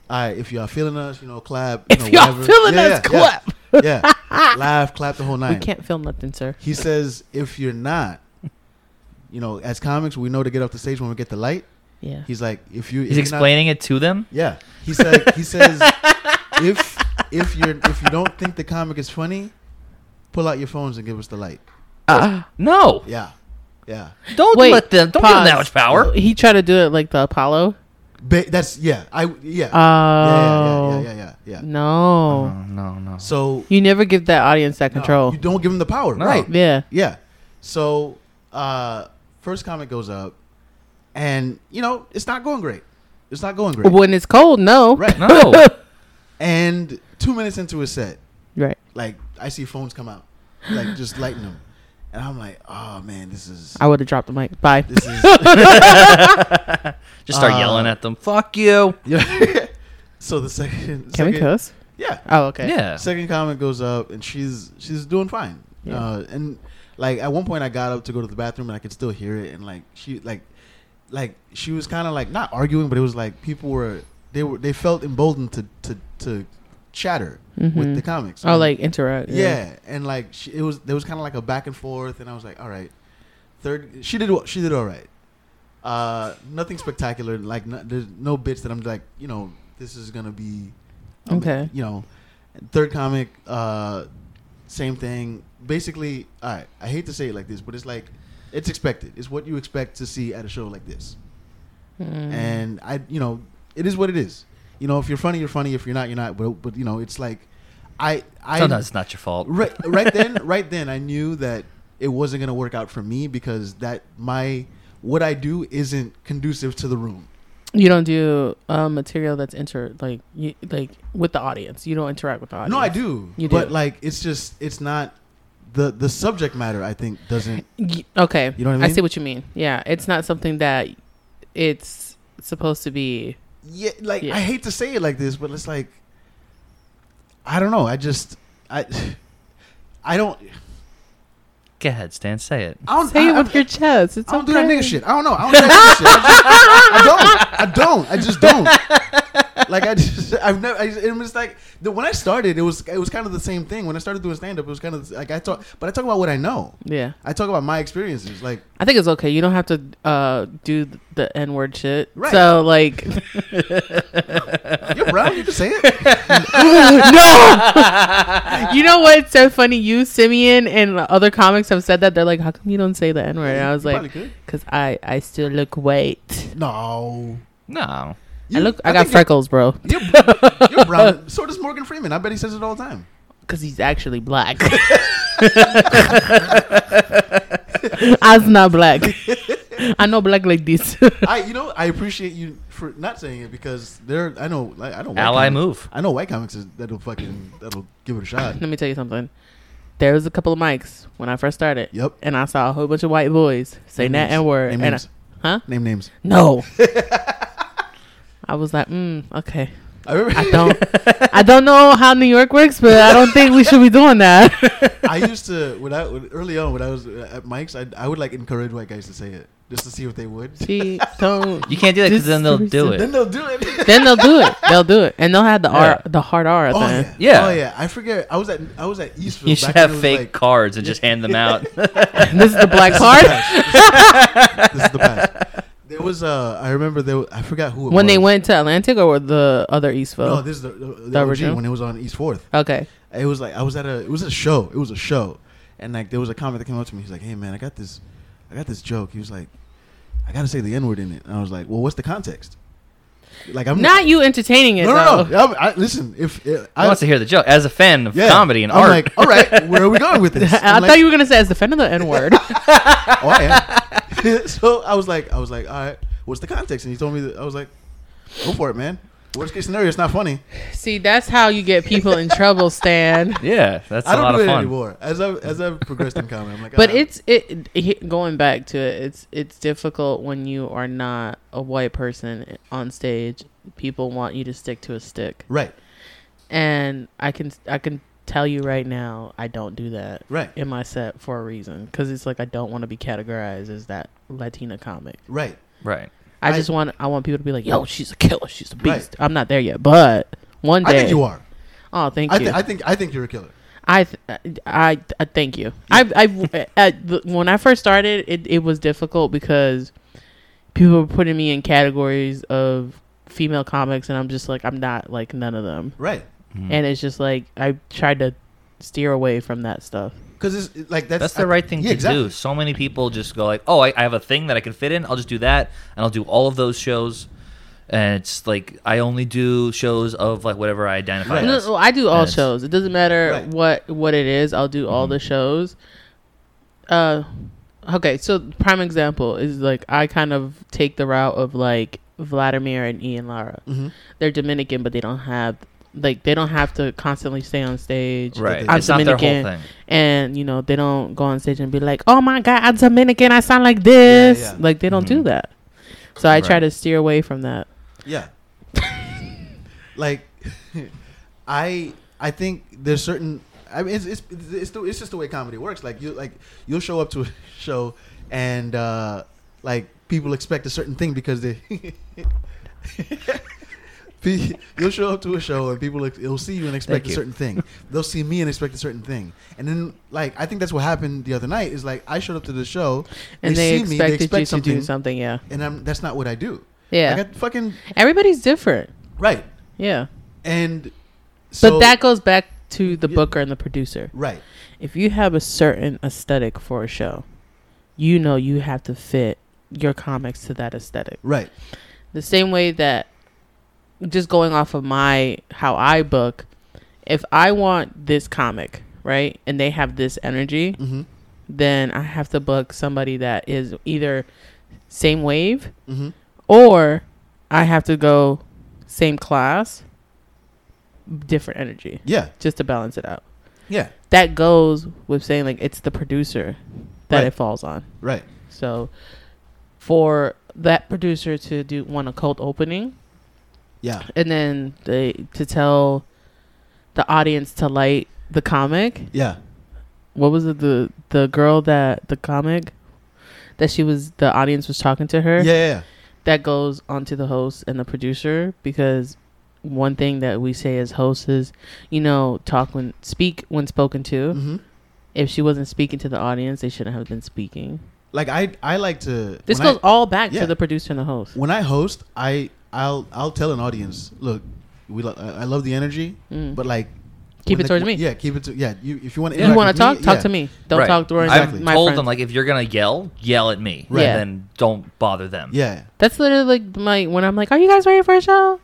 [SPEAKER 1] "All right, if y'all feeling us, you know, clap. You
[SPEAKER 2] If
[SPEAKER 1] know,
[SPEAKER 2] y'all
[SPEAKER 1] whatever."
[SPEAKER 2] feeling
[SPEAKER 1] Yeah,
[SPEAKER 2] us,
[SPEAKER 1] yeah,
[SPEAKER 2] clap.
[SPEAKER 1] Yeah, yeah. laugh, clap the whole
[SPEAKER 2] We
[SPEAKER 1] nine.
[SPEAKER 2] can't film nothing, sir.
[SPEAKER 1] He says, "If you're not, you know, as comics, we know to get off the stage when we get the light."
[SPEAKER 2] Yeah.
[SPEAKER 1] He's like, "If you, if
[SPEAKER 3] He's
[SPEAKER 1] you're
[SPEAKER 3] explaining it to them.
[SPEAKER 1] Not, yeah, he said. He says, "If if you're if you don't think the comic is funny, pull out your phones and give us the light."
[SPEAKER 3] No,
[SPEAKER 1] Yeah, yeah.
[SPEAKER 3] Ah, don't
[SPEAKER 2] Wait,
[SPEAKER 3] let them. Don't give them that
[SPEAKER 2] pause.
[SPEAKER 3] much power.
[SPEAKER 2] He tried to do it like the Apollo.
[SPEAKER 1] Ba- that's yeah. I yeah. yeah, yeah, yeah,
[SPEAKER 2] Oh.
[SPEAKER 1] yeah, yeah, yeah, yeah.
[SPEAKER 2] No.
[SPEAKER 3] no, no.
[SPEAKER 1] So
[SPEAKER 2] You never give that audience that
[SPEAKER 1] no,
[SPEAKER 2] control.
[SPEAKER 1] you don't give him the power,
[SPEAKER 3] No.
[SPEAKER 1] right?
[SPEAKER 2] yeah.
[SPEAKER 1] Yeah. So uh first comic goes up. and you know it's not going great. It's not going great.
[SPEAKER 2] When it's cold, no.
[SPEAKER 1] Right.
[SPEAKER 3] No.
[SPEAKER 1] And two minutes into a set,
[SPEAKER 2] Right.
[SPEAKER 1] like I see phones come out, like just lighting them, and I'm like, oh man, this is
[SPEAKER 2] I would have dropped the mic. Bye.
[SPEAKER 1] this is
[SPEAKER 3] Just start
[SPEAKER 1] Uh,
[SPEAKER 3] yelling at them. Fuck you.
[SPEAKER 1] yeah. so the second
[SPEAKER 2] Can we
[SPEAKER 1] second-
[SPEAKER 2] cuss?
[SPEAKER 1] Yeah,
[SPEAKER 2] Oh, okay.
[SPEAKER 3] Yeah.
[SPEAKER 1] second comment goes up and she's she's doing fine
[SPEAKER 2] Yeah.
[SPEAKER 1] uh, and like at one point i got up to go to the bathroom and i could still hear it and like she like like she was kind of like not arguing but it was like people were they were they felt emboldened to to to chatter with
[SPEAKER 2] Mhm.
[SPEAKER 1] the comics
[SPEAKER 2] Oh, like interact.
[SPEAKER 1] yeah, and like she, it was there was kind of like a back and forth and i was like all right third she did she did all right uh nothing spectacular like no, there's no bits that i'm like you know this is gonna be um,
[SPEAKER 2] Okay.
[SPEAKER 1] you know third comic uh same thing basically all right i hate to say it like this but it's like it's expected it's what you expect to see at a show like this
[SPEAKER 2] Mm.
[SPEAKER 1] and I, you know, it is what it is. You know, if you're funny, you're funny. If you're not, you're not. But, but you know, it's like, I, I,
[SPEAKER 3] Sometimes it's not your fault.
[SPEAKER 1] right, right then, right then, I knew that it wasn't gonna work out for me because that my what I do isn't conducive to the room.
[SPEAKER 2] you don't do uh, material that's inter like you, like with the audience. You don't interact with the audience.
[SPEAKER 1] No, I do.
[SPEAKER 2] You
[SPEAKER 1] but
[SPEAKER 2] do.
[SPEAKER 1] like, it's just, it's not the the subject matter. I think doesn't.
[SPEAKER 2] Y- okay.
[SPEAKER 1] You know what I
[SPEAKER 2] I
[SPEAKER 1] mean?
[SPEAKER 2] see what you mean. Yeah, it's not something that it's supposed to be.
[SPEAKER 1] Yeah, like
[SPEAKER 2] Yeah.
[SPEAKER 1] I hate to say it like this, but it's like, I don't know. I just, I, I don't.
[SPEAKER 3] Go ahead, Stan. Say it.
[SPEAKER 1] I don't.
[SPEAKER 2] Say
[SPEAKER 1] I,
[SPEAKER 2] it
[SPEAKER 1] I'm-
[SPEAKER 2] with your chest. It's
[SPEAKER 1] I don't
[SPEAKER 2] okay.
[SPEAKER 1] do that nigga shit. I don't know. I don't do that nigga shit. I, just, I don't. I don't. I just don't. Like I just, I've never. I just, it was like the, when I started, it was it was kind of the same thing. When I started doing stand up, it was kind of like I talk, but I talk about what I know.
[SPEAKER 2] Yeah,
[SPEAKER 1] I talk about my experiences. Like
[SPEAKER 2] I think it's okay. You don't have to uh, do th- the n word shit.
[SPEAKER 1] Right.
[SPEAKER 2] So like,
[SPEAKER 1] you're brown, you can say it.
[SPEAKER 2] you know what's so funny? You, Simeon, and other comics have said that they're like, "How come you don't say the n word?" And I was
[SPEAKER 1] You
[SPEAKER 2] like,
[SPEAKER 1] probably could.
[SPEAKER 2] "Cause I I still look white.
[SPEAKER 1] No,
[SPEAKER 3] No.
[SPEAKER 2] I
[SPEAKER 1] You-
[SPEAKER 2] look. I, got
[SPEAKER 1] think
[SPEAKER 2] freckles, bro.
[SPEAKER 1] You're, you're, you're brown. So does Morgan Freeman. I bet he says it all the time.
[SPEAKER 2] Cause he's actually black. I'm not black. I know black like this.
[SPEAKER 1] I, you know, I appreciate you for not saying it because there. I know, like, I know. white
[SPEAKER 3] Ally
[SPEAKER 1] comics-
[SPEAKER 3] move.
[SPEAKER 1] I know white comics is, that'll fucking that'll give it a shot.
[SPEAKER 2] Let me tell you something. There was a couple of mics when I first started.
[SPEAKER 1] Yep.
[SPEAKER 2] And I saw a whole bunch of white boys saying
[SPEAKER 1] Name
[SPEAKER 2] that
[SPEAKER 1] names.
[SPEAKER 2] N word.
[SPEAKER 1] Name
[SPEAKER 2] And I,
[SPEAKER 1] names.
[SPEAKER 2] huh?
[SPEAKER 1] Name names.
[SPEAKER 2] No. I was like, mm, okay.
[SPEAKER 1] I, remember,
[SPEAKER 2] I don't. I don't know how New York works, but I don't think we should be doing that.
[SPEAKER 1] I used to when I when, early on when I was uh, at Mike's, I, I would like encourage white guys to say it just to see if they would.
[SPEAKER 2] she don't.
[SPEAKER 3] You can't do that because then they'll do
[SPEAKER 1] Then
[SPEAKER 3] it.
[SPEAKER 1] they'll do it.
[SPEAKER 2] Then they'll do it. They'll do it, and they'll have the R,
[SPEAKER 3] Yeah.
[SPEAKER 2] the hard R at
[SPEAKER 1] oh
[SPEAKER 2] the end.
[SPEAKER 1] yeah.
[SPEAKER 3] Yeah.
[SPEAKER 1] Oh yeah. I forget. I was at I was at Eastville.
[SPEAKER 3] You
[SPEAKER 1] back
[SPEAKER 3] should
[SPEAKER 1] when it
[SPEAKER 3] have
[SPEAKER 1] was,
[SPEAKER 3] fake
[SPEAKER 1] like,
[SPEAKER 3] cards and just hand them out.
[SPEAKER 2] This is the black card.
[SPEAKER 1] this is the past. There was uh I remember there was, I forgot who it
[SPEAKER 2] when
[SPEAKER 1] was.
[SPEAKER 2] they went to Atlantic or the other
[SPEAKER 1] No,
[SPEAKER 2] Eastville.
[SPEAKER 1] this is the, the, the
[SPEAKER 2] The
[SPEAKER 1] OG,
[SPEAKER 2] original?
[SPEAKER 1] when it was on East Fourth.
[SPEAKER 2] okay.
[SPEAKER 1] it was like I was at a it was a show. It was a show, and like there was a comic that came up to me. He's like, "Hey man, I got this, I got this joke." He was like, "I got to say the N word in it," and I was like, "Well, what's the context?" Like I'm
[SPEAKER 2] Not you entertaining it
[SPEAKER 1] No, no,
[SPEAKER 2] though.
[SPEAKER 1] no. I'm- I, listen, if, if
[SPEAKER 3] I want to hear the joke. As a fan of
[SPEAKER 1] yeah.
[SPEAKER 3] comedy and
[SPEAKER 1] I'm
[SPEAKER 3] art,
[SPEAKER 1] like, all right, where are we going with this?
[SPEAKER 2] I
[SPEAKER 1] I'm
[SPEAKER 2] thought
[SPEAKER 1] like,
[SPEAKER 2] you were gonna say as the fan of the N word.
[SPEAKER 1] Oh, I am. so I was like, I was like, all right, what's the context? And he told me that I was like, go for it, man. Worst case scenario, it's not funny.
[SPEAKER 2] See, that's how you get people in trouble, Stan.
[SPEAKER 3] yeah, that's
[SPEAKER 1] I
[SPEAKER 3] a
[SPEAKER 1] don't
[SPEAKER 3] lot
[SPEAKER 1] do
[SPEAKER 3] of
[SPEAKER 1] it
[SPEAKER 3] fun.
[SPEAKER 1] anymore. As I as I've progressed in comedy, I'm like,
[SPEAKER 2] But
[SPEAKER 1] "Ah."
[SPEAKER 2] it's it he- going back to it. It's it's difficult when you are not a white person on stage. People want you to stick to a stick,
[SPEAKER 1] right,
[SPEAKER 2] and I can I can tell you right now, I don't do that
[SPEAKER 1] right,
[SPEAKER 2] in my set for a reason because it's like I don't want to be categorized as that Latina comic.
[SPEAKER 1] right.
[SPEAKER 3] Right.
[SPEAKER 2] I,
[SPEAKER 1] I-
[SPEAKER 2] just want I want people to be like, "Yo, she's a killer. She's a
[SPEAKER 1] Right.
[SPEAKER 2] beast." I'm not there yet, but one day.
[SPEAKER 1] I think you are.
[SPEAKER 2] Oh, thank
[SPEAKER 1] I,
[SPEAKER 2] you.
[SPEAKER 1] th- I think I think you're a killer.
[SPEAKER 2] I, th- I, I thank you. I, I, at the, when I first started, it, it was difficult because people were putting me in categories of female comics, and I'm just like, I'm not like none of them.
[SPEAKER 1] Right.
[SPEAKER 3] Mm-hmm.
[SPEAKER 2] And it's just like I tried to steer away from that stuff.
[SPEAKER 1] Because it's it- like that's,
[SPEAKER 3] That's the
[SPEAKER 1] I-
[SPEAKER 3] right thing
[SPEAKER 1] yeah,
[SPEAKER 3] to
[SPEAKER 1] exactly.
[SPEAKER 3] do. So many people just go like, "Oh, I, I have a thing that I can fit in. I'll just do that, and I'll do all of those shows." And it's like I only do shows of like whatever I identify
[SPEAKER 1] Right.
[SPEAKER 2] No,
[SPEAKER 3] as.
[SPEAKER 2] no, I do all
[SPEAKER 3] Yes. Mm-hmm.
[SPEAKER 2] shows. It doesn't matter
[SPEAKER 1] Right.
[SPEAKER 2] what what it is. I'll do all the shows. Uh, Okay, so prime example is like I kind of take the route of like Vladimir and Ian Lara.
[SPEAKER 1] Mhm.
[SPEAKER 2] They're Dominican, but they don't have like they don't have to constantly stay on stage.
[SPEAKER 3] Right.
[SPEAKER 2] I'm
[SPEAKER 3] it's not their whole
[SPEAKER 2] Dominican,
[SPEAKER 3] thing.
[SPEAKER 2] and you know they don't go on stage and be like, "Oh my God, I'm Dominican. I sound like this."
[SPEAKER 1] yeah.
[SPEAKER 2] Like they don't do
[SPEAKER 3] Mhm.
[SPEAKER 2] that. So I try
[SPEAKER 3] Right.
[SPEAKER 2] to steer away from that.
[SPEAKER 1] Yeah. like, I I think there's certain. I mean, it's it's it's, the, it's just the way comedy works. Like you like you'll show up to a show and uh, like people expect a certain thing because they. Pe- You'll show up to a show and people ex- will see you and expect
[SPEAKER 3] Thank
[SPEAKER 1] a
[SPEAKER 3] you.
[SPEAKER 1] certain thing. They'll see me and expect a certain thing. And then, like, I think that's what happened the other night. Is like I showed up to the show
[SPEAKER 2] And they,
[SPEAKER 1] see me,
[SPEAKER 2] expected you to do something. Yeah,
[SPEAKER 1] and I'm, that's not what I do.
[SPEAKER 2] yeah.
[SPEAKER 1] Like, I fucking
[SPEAKER 2] Everybody's different.
[SPEAKER 1] right.
[SPEAKER 2] Yeah,
[SPEAKER 1] And so,
[SPEAKER 2] but that goes back to the
[SPEAKER 1] Yeah.
[SPEAKER 2] booker and the producer.
[SPEAKER 1] right,
[SPEAKER 2] if you have a certain aesthetic for a show, you know you have to fit your comics to that aesthetic.
[SPEAKER 1] right,
[SPEAKER 2] The same way that just going off of my how I book, if I want this comic, right, and they have this energy,
[SPEAKER 1] mm-hmm,
[SPEAKER 2] then I have to book somebody that is either same wave
[SPEAKER 1] mm-hmm,
[SPEAKER 2] or I have to go same class, different energy,
[SPEAKER 1] yeah,
[SPEAKER 2] just to balance it out
[SPEAKER 1] yeah,
[SPEAKER 2] that goes with saying like it's the producer that
[SPEAKER 1] Right.
[SPEAKER 2] it falls on.
[SPEAKER 1] right,
[SPEAKER 2] So for that producer to do one occult opening
[SPEAKER 1] yeah,
[SPEAKER 2] and then they to tell the audience to like the comic.
[SPEAKER 1] yeah,
[SPEAKER 2] What was it the the girl that the comic that she was the audience was talking to her?
[SPEAKER 1] yeah, yeah,
[SPEAKER 2] That goes onto the host and the producer because one thing that we say as hosts is, you know, talk when speak when spoken to
[SPEAKER 1] mm-hmm.
[SPEAKER 2] if she wasn't speaking to the audience, they shouldn't have been speaking.
[SPEAKER 1] Like I, I like to.
[SPEAKER 2] This
[SPEAKER 1] when I-
[SPEAKER 2] goes all back
[SPEAKER 1] yeah.
[SPEAKER 2] to the producer and the host.
[SPEAKER 1] when I host, I, I'll, I'll tell an audience, look, we, lo- I I love the energy,
[SPEAKER 2] Mm.
[SPEAKER 1] but like,
[SPEAKER 2] Keep
[SPEAKER 1] when
[SPEAKER 2] it
[SPEAKER 1] the-
[SPEAKER 2] towards me.
[SPEAKER 1] Yeah, keep it to yeah. You, if you want to,
[SPEAKER 2] you want to talk? talk to me. Don't
[SPEAKER 3] Right.
[SPEAKER 2] talk during
[SPEAKER 1] Exactly.
[SPEAKER 2] my
[SPEAKER 3] Told
[SPEAKER 2] friends.
[SPEAKER 3] them like if you're gonna yell, yell at me.
[SPEAKER 2] Right.
[SPEAKER 3] And then don't bother them.
[SPEAKER 1] Yeah,
[SPEAKER 2] That's literally like my when I'm like, "Are you guys ready for a show?"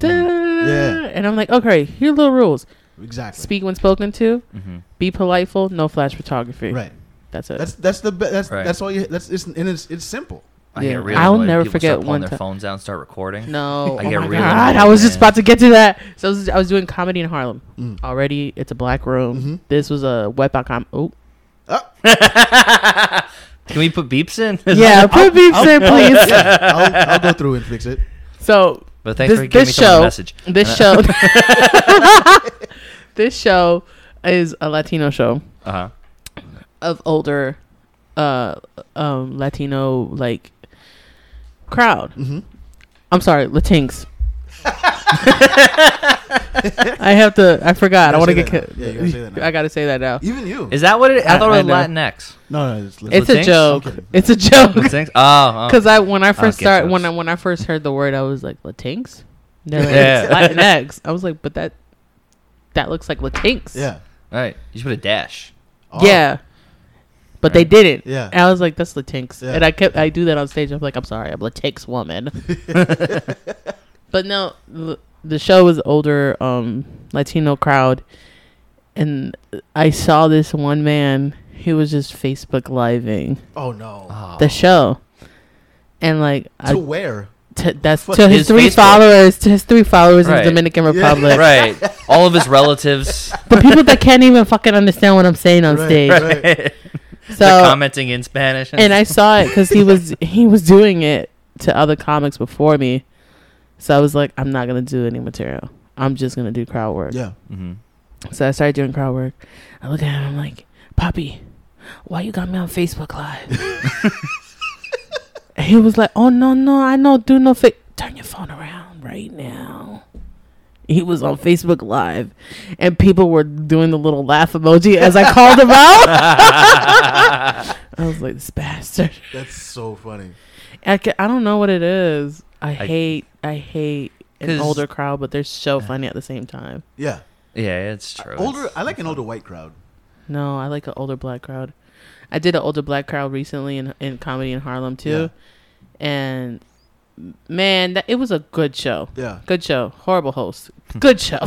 [SPEAKER 2] Da-
[SPEAKER 1] Yeah.
[SPEAKER 2] And I'm like, "Okay, here are the rules:
[SPEAKER 1] exactly.
[SPEAKER 2] speak when spoken to,
[SPEAKER 3] Mhm.
[SPEAKER 2] be politeful, no flash photography."
[SPEAKER 1] Right.
[SPEAKER 2] That's it.
[SPEAKER 1] That's that's the be- that's
[SPEAKER 3] Right.
[SPEAKER 1] that's all you. That's it's and it's it's simple.
[SPEAKER 3] I
[SPEAKER 2] Yeah.
[SPEAKER 3] get really
[SPEAKER 2] I'll
[SPEAKER 3] annoyed when
[SPEAKER 2] never
[SPEAKER 3] people
[SPEAKER 2] forget
[SPEAKER 3] start pulling
[SPEAKER 2] one
[SPEAKER 3] their
[SPEAKER 2] ti-
[SPEAKER 3] phones out and start recording.
[SPEAKER 2] no.
[SPEAKER 3] I
[SPEAKER 2] oh
[SPEAKER 3] get
[SPEAKER 2] my
[SPEAKER 3] really
[SPEAKER 2] god!
[SPEAKER 3] annoyed,
[SPEAKER 2] I was just
[SPEAKER 3] man.
[SPEAKER 2] about to get to that. So I was, I was doing comedy in Harlem.
[SPEAKER 1] Mm.
[SPEAKER 2] Already, it's a black room.
[SPEAKER 3] Mm-hmm.
[SPEAKER 1] Mhm.
[SPEAKER 2] This was a wet.com. com. Oh,
[SPEAKER 1] Ah,
[SPEAKER 3] Can we put beeps in?
[SPEAKER 2] yeah. Put
[SPEAKER 3] oh,
[SPEAKER 2] beeps in, please.
[SPEAKER 1] Yeah, I'll, I'll go through and fix it.
[SPEAKER 2] So
[SPEAKER 3] But thanks
[SPEAKER 2] This-
[SPEAKER 3] for giving me
[SPEAKER 2] this
[SPEAKER 3] someone's
[SPEAKER 2] show-
[SPEAKER 3] message. Uh, Uh-huh.
[SPEAKER 2] this show this show is a latino show
[SPEAKER 3] Uh huh.
[SPEAKER 2] of older uh um latino like crowd
[SPEAKER 1] Mm-hmm.
[SPEAKER 2] i'm sorry latinx i have to i forgot
[SPEAKER 1] You
[SPEAKER 2] i want to
[SPEAKER 1] gotta
[SPEAKER 2] get
[SPEAKER 1] say that
[SPEAKER 2] ki-
[SPEAKER 1] now. Yeah, you gotta say that now.
[SPEAKER 2] i gotta say that now
[SPEAKER 1] Even you.
[SPEAKER 3] Is that what it? I
[SPEAKER 2] I-
[SPEAKER 3] thought
[SPEAKER 2] I
[SPEAKER 3] it was
[SPEAKER 2] know.
[SPEAKER 3] Latinx.
[SPEAKER 1] no, no, it's,
[SPEAKER 2] it's a
[SPEAKER 3] Latinx?
[SPEAKER 2] joke
[SPEAKER 1] Okay.
[SPEAKER 2] it's a joke
[SPEAKER 3] Latinx. Oh, oh.
[SPEAKER 2] because i when i first
[SPEAKER 3] Okay,
[SPEAKER 2] started
[SPEAKER 3] folks.
[SPEAKER 2] when i when i first heard the word i was like latinx no
[SPEAKER 3] Yeah.
[SPEAKER 2] it's latinx i was like but that that looks like latinx
[SPEAKER 1] yeah.
[SPEAKER 3] All right. You should put a dash.
[SPEAKER 1] Oh,
[SPEAKER 2] Yeah. But they
[SPEAKER 3] Right.
[SPEAKER 2] didn't.
[SPEAKER 1] Yeah.
[SPEAKER 2] And I was like, that's Latinx.
[SPEAKER 1] Yeah.
[SPEAKER 2] And I kept I do that on stage. I'm like, I'm sorry, I'm Latinx woman. but no, l- the show was older um Latino crowd and I saw this one man who was just Facebook living
[SPEAKER 1] Oh no.
[SPEAKER 3] Oh.
[SPEAKER 2] the show. And like
[SPEAKER 1] to
[SPEAKER 2] Uh, I,
[SPEAKER 1] where?
[SPEAKER 2] t- that's
[SPEAKER 1] fuck
[SPEAKER 2] to his,
[SPEAKER 3] his
[SPEAKER 2] three
[SPEAKER 3] Facebook.
[SPEAKER 2] followers, to his three followers in
[SPEAKER 3] Right.
[SPEAKER 2] the Dominican
[SPEAKER 1] Yeah.
[SPEAKER 2] Republic.
[SPEAKER 3] right. All of his relatives.
[SPEAKER 2] The people that can't even fucking understand what I'm saying on
[SPEAKER 1] Right,
[SPEAKER 2] stage.
[SPEAKER 1] right.
[SPEAKER 3] They're
[SPEAKER 2] So
[SPEAKER 3] commenting in Spanish.
[SPEAKER 2] and I saw it because he was he was doing it to other comics before me. So I was like, I'm not gonna do any material. I'm just gonna do crowd work.
[SPEAKER 1] Yeah.
[SPEAKER 3] hmm
[SPEAKER 2] So I started doing crowd work. I look at him. I'm like, Poppy, why you got me on Facebook Live? he was like, Oh no no, I don't do no fake. Turn your phone around right now. He was on Facebook Live, and people were doing the little laugh emoji as I called him out. I was like, this bastard.
[SPEAKER 1] That's so funny.
[SPEAKER 2] I, ca- I don't know what it is. I,
[SPEAKER 3] I-
[SPEAKER 2] hate I hate an
[SPEAKER 3] 'Cause-
[SPEAKER 2] older crowd, but they're so funny at the same time.
[SPEAKER 1] Yeah.
[SPEAKER 3] Yeah, it's true.
[SPEAKER 1] Older. uh,
[SPEAKER 3] It's-
[SPEAKER 1] I like an older white crowd.
[SPEAKER 2] No, I like an older black crowd. I did an older black crowd recently in in comedy in Harlem too, and man, that, it was a good show.
[SPEAKER 1] Yeah.
[SPEAKER 2] Good show. Horrible host. Good show.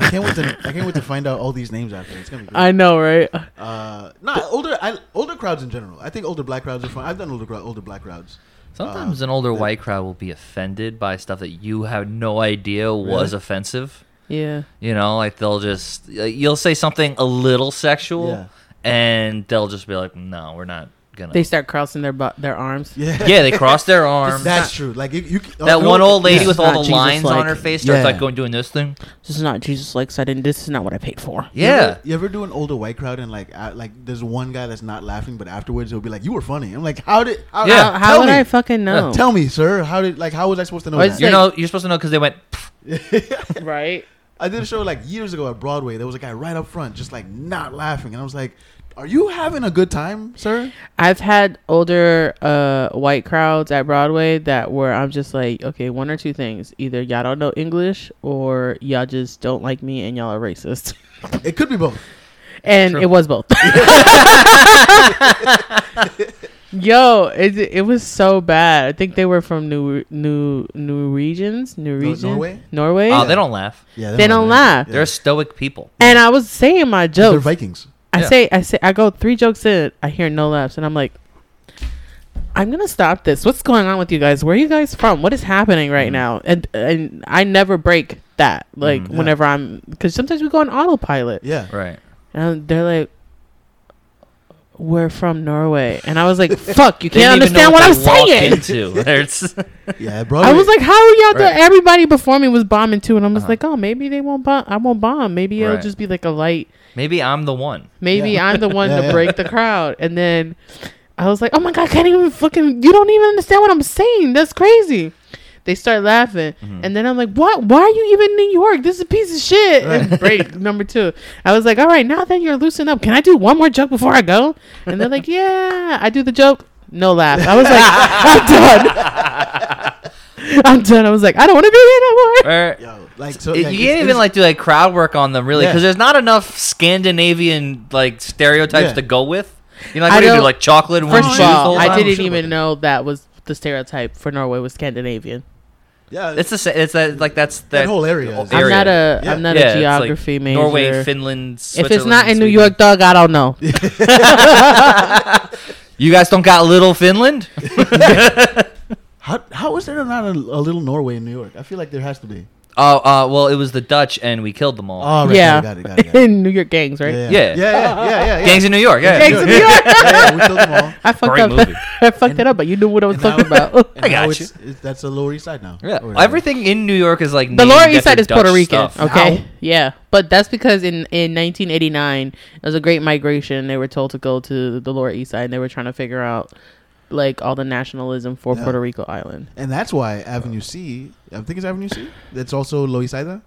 [SPEAKER 1] I can't wait to I can't wait to find out all these names after. It's gonna be great.
[SPEAKER 2] I know, right?
[SPEAKER 1] Uh, no, older I, older crowds in general. I think older black crowds are fun. I've done older crowd, older black crowds.
[SPEAKER 3] Sometimes an older white crowd will be offended by stuff that you have no idea was
[SPEAKER 1] Really?
[SPEAKER 3] offensive.
[SPEAKER 2] Yeah.
[SPEAKER 3] You know, like they'll just like, you'll say something a little sexual,
[SPEAKER 1] Yeah.
[SPEAKER 3] and they'll just be like, "No, we're not gonna."
[SPEAKER 2] They start crossing their bu- their arms.
[SPEAKER 1] Yeah,
[SPEAKER 3] yeah, they cross their arms.
[SPEAKER 1] that's true. Like you, oh, you
[SPEAKER 3] that one old lady
[SPEAKER 2] yeah.
[SPEAKER 3] with all
[SPEAKER 2] Not
[SPEAKER 3] the
[SPEAKER 2] Jesus
[SPEAKER 3] lines on
[SPEAKER 2] like.
[SPEAKER 3] her face starts
[SPEAKER 1] Yeah.
[SPEAKER 3] like going doing this thing.
[SPEAKER 2] This is not Jesus like so I didn't this is not what I paid for.
[SPEAKER 1] You ever-
[SPEAKER 3] Yeah,
[SPEAKER 1] you ever do an older white crowd and like uh, like there's one guy that's not laughing, but afterwards he'll be like, "You were funny." I'm like, "How did? How,
[SPEAKER 3] Yeah.
[SPEAKER 2] How, how
[SPEAKER 1] tell
[SPEAKER 2] would
[SPEAKER 1] me.
[SPEAKER 2] I fucking know?
[SPEAKER 1] Tell me, sir. How did? Like, how was I supposed to know
[SPEAKER 2] Why
[SPEAKER 1] that?"
[SPEAKER 2] is
[SPEAKER 3] you
[SPEAKER 2] like-
[SPEAKER 3] know, you're supposed to know because they went. "Pff."
[SPEAKER 2] right?
[SPEAKER 1] I did a show like years ago at Broadway. There was a guy right up front, just like not laughing, and I was like, "Are you having a good time, sir?"
[SPEAKER 2] I've had older uh, white crowds at Broadway that were I'm just like, okay, one or two things. Either y'all don't know English or y'all just don't like me and y'all are racist.
[SPEAKER 1] It could be both.
[SPEAKER 2] and
[SPEAKER 3] True.
[SPEAKER 2] it was both. Yo, it it was so bad. I think they were from New New New regions, New region,
[SPEAKER 1] Norway?
[SPEAKER 2] Norway.
[SPEAKER 3] Oh, they don't laugh.
[SPEAKER 1] Yeah,
[SPEAKER 2] They don't laugh.
[SPEAKER 3] They're stoic people.
[SPEAKER 2] and I was saying my
[SPEAKER 1] They're
[SPEAKER 2] jokes.
[SPEAKER 1] Vikings.
[SPEAKER 2] I
[SPEAKER 3] Yeah.
[SPEAKER 2] say I say I go three jokes in, I hear no laughs, and I'm like, I'm gonna stop this. What's going on with you guys? Where are you guys from? What is happening
[SPEAKER 3] Mm.
[SPEAKER 2] right now? And and I never break that. Like
[SPEAKER 3] Mhm.
[SPEAKER 1] Yeah.
[SPEAKER 2] whenever I'm, because sometimes we go on autopilot,
[SPEAKER 1] Yeah.
[SPEAKER 3] Right.
[SPEAKER 2] and they're like, "We're from Norway," and I was like, "Fuck, you
[SPEAKER 3] They
[SPEAKER 2] can't
[SPEAKER 3] didn't
[SPEAKER 2] understand
[SPEAKER 3] even know
[SPEAKER 2] what I'm
[SPEAKER 3] they walked
[SPEAKER 2] saying."
[SPEAKER 3] Into. There's-
[SPEAKER 1] Yeah, bro.
[SPEAKER 2] I was like, "How are y'all doing?"
[SPEAKER 3] Right.
[SPEAKER 2] Everybody before me was bombing too, and I was
[SPEAKER 3] Uh-huh.
[SPEAKER 2] like, "Oh, maybe they won't bomb. I won't bomb. Maybe it'll
[SPEAKER 3] Right.
[SPEAKER 2] just be like a light."
[SPEAKER 3] Maybe I'm the one.
[SPEAKER 2] Maybe
[SPEAKER 1] Yeah.
[SPEAKER 2] I'm the one
[SPEAKER 1] Yeah,
[SPEAKER 2] to
[SPEAKER 1] yeah.
[SPEAKER 2] break the crowd. And then I was like, oh my God, I can't even fucking, you don't even understand what I'm saying. That's crazy. They start laughing. And then I'm like, what? Why are you even in New York? This is a piece of shit. And break number two. I was like, all right, now that you're loosened up, can I do one more joke before I go? And they're like, yeah. I do the joke. No laugh. I was like, I'm done. I'm done. I was like, I don't want to be here no more.
[SPEAKER 3] Or-
[SPEAKER 1] Yo, like, so,
[SPEAKER 3] It-
[SPEAKER 1] like,
[SPEAKER 3] you can't
[SPEAKER 1] it's-
[SPEAKER 3] even like do like crowd work on them really
[SPEAKER 1] Yeah.
[SPEAKER 3] because there's not enough Scandinavian like stereotypes
[SPEAKER 1] Yeah.
[SPEAKER 3] to go with. You know, like,
[SPEAKER 2] I
[SPEAKER 3] what do you do
[SPEAKER 2] don't-
[SPEAKER 3] like chocolate and
[SPEAKER 2] First of
[SPEAKER 3] orange juice the
[SPEAKER 2] all,
[SPEAKER 3] whole
[SPEAKER 2] I
[SPEAKER 3] time?
[SPEAKER 2] didn't even know that was the stereotype for Norway was Scandinavian.
[SPEAKER 1] Yeah,
[SPEAKER 3] It's the sa- it's that like that's that,
[SPEAKER 1] that, whole area. is-
[SPEAKER 3] area.
[SPEAKER 2] I'm not a
[SPEAKER 1] Yeah.
[SPEAKER 2] am not
[SPEAKER 3] Yeah,
[SPEAKER 2] a
[SPEAKER 3] it's, like,
[SPEAKER 2] geography major.
[SPEAKER 3] Norway, Finland.
[SPEAKER 2] if
[SPEAKER 3] Switzerland,
[SPEAKER 2] it's not in New
[SPEAKER 3] Sweden.
[SPEAKER 2] York, dog, I don't know.
[SPEAKER 3] you guys don't got little Finland.
[SPEAKER 1] How how is there not a, a little Norway in New York? I feel like there has to be.
[SPEAKER 3] Oh, uh, well, it was the Dutch, and we killed them all.
[SPEAKER 1] Oh,
[SPEAKER 2] yeah,
[SPEAKER 1] got it, got it, got it.
[SPEAKER 2] in New York gangs, right?
[SPEAKER 1] Yeah,
[SPEAKER 3] Yeah.
[SPEAKER 1] yeah, yeah, yeah, yeah, yeah.
[SPEAKER 3] Gangs in New York. Yeah,
[SPEAKER 2] Gangs in New York.
[SPEAKER 1] yeah, yeah, we killed them all.
[SPEAKER 2] I fucked
[SPEAKER 3] Great
[SPEAKER 2] up.
[SPEAKER 3] movie.
[SPEAKER 2] I fucked
[SPEAKER 1] And-
[SPEAKER 2] it up, but you knew what I was
[SPEAKER 1] and now-
[SPEAKER 2] talking about.
[SPEAKER 1] And
[SPEAKER 3] I
[SPEAKER 1] now
[SPEAKER 3] got
[SPEAKER 1] it's- it's- that's the Lower East Side now.
[SPEAKER 3] Yeah,
[SPEAKER 1] Or-
[SPEAKER 3] everything in New York is like
[SPEAKER 2] the
[SPEAKER 3] named
[SPEAKER 2] Lower
[SPEAKER 3] after
[SPEAKER 2] East Side is
[SPEAKER 3] Dutch
[SPEAKER 2] Puerto Rican.
[SPEAKER 3] stuff.
[SPEAKER 2] Okay,
[SPEAKER 1] Ow.
[SPEAKER 2] yeah, but that's because in in 1989 there was a great migration. They were told to go to the Lower East Side, and they were trying to figure out like all the nationalism for
[SPEAKER 1] Yeah.
[SPEAKER 2] Puerto Rico Island.
[SPEAKER 1] And that's why Avenue C, I think it's Avenue C, that's also Lower East Side,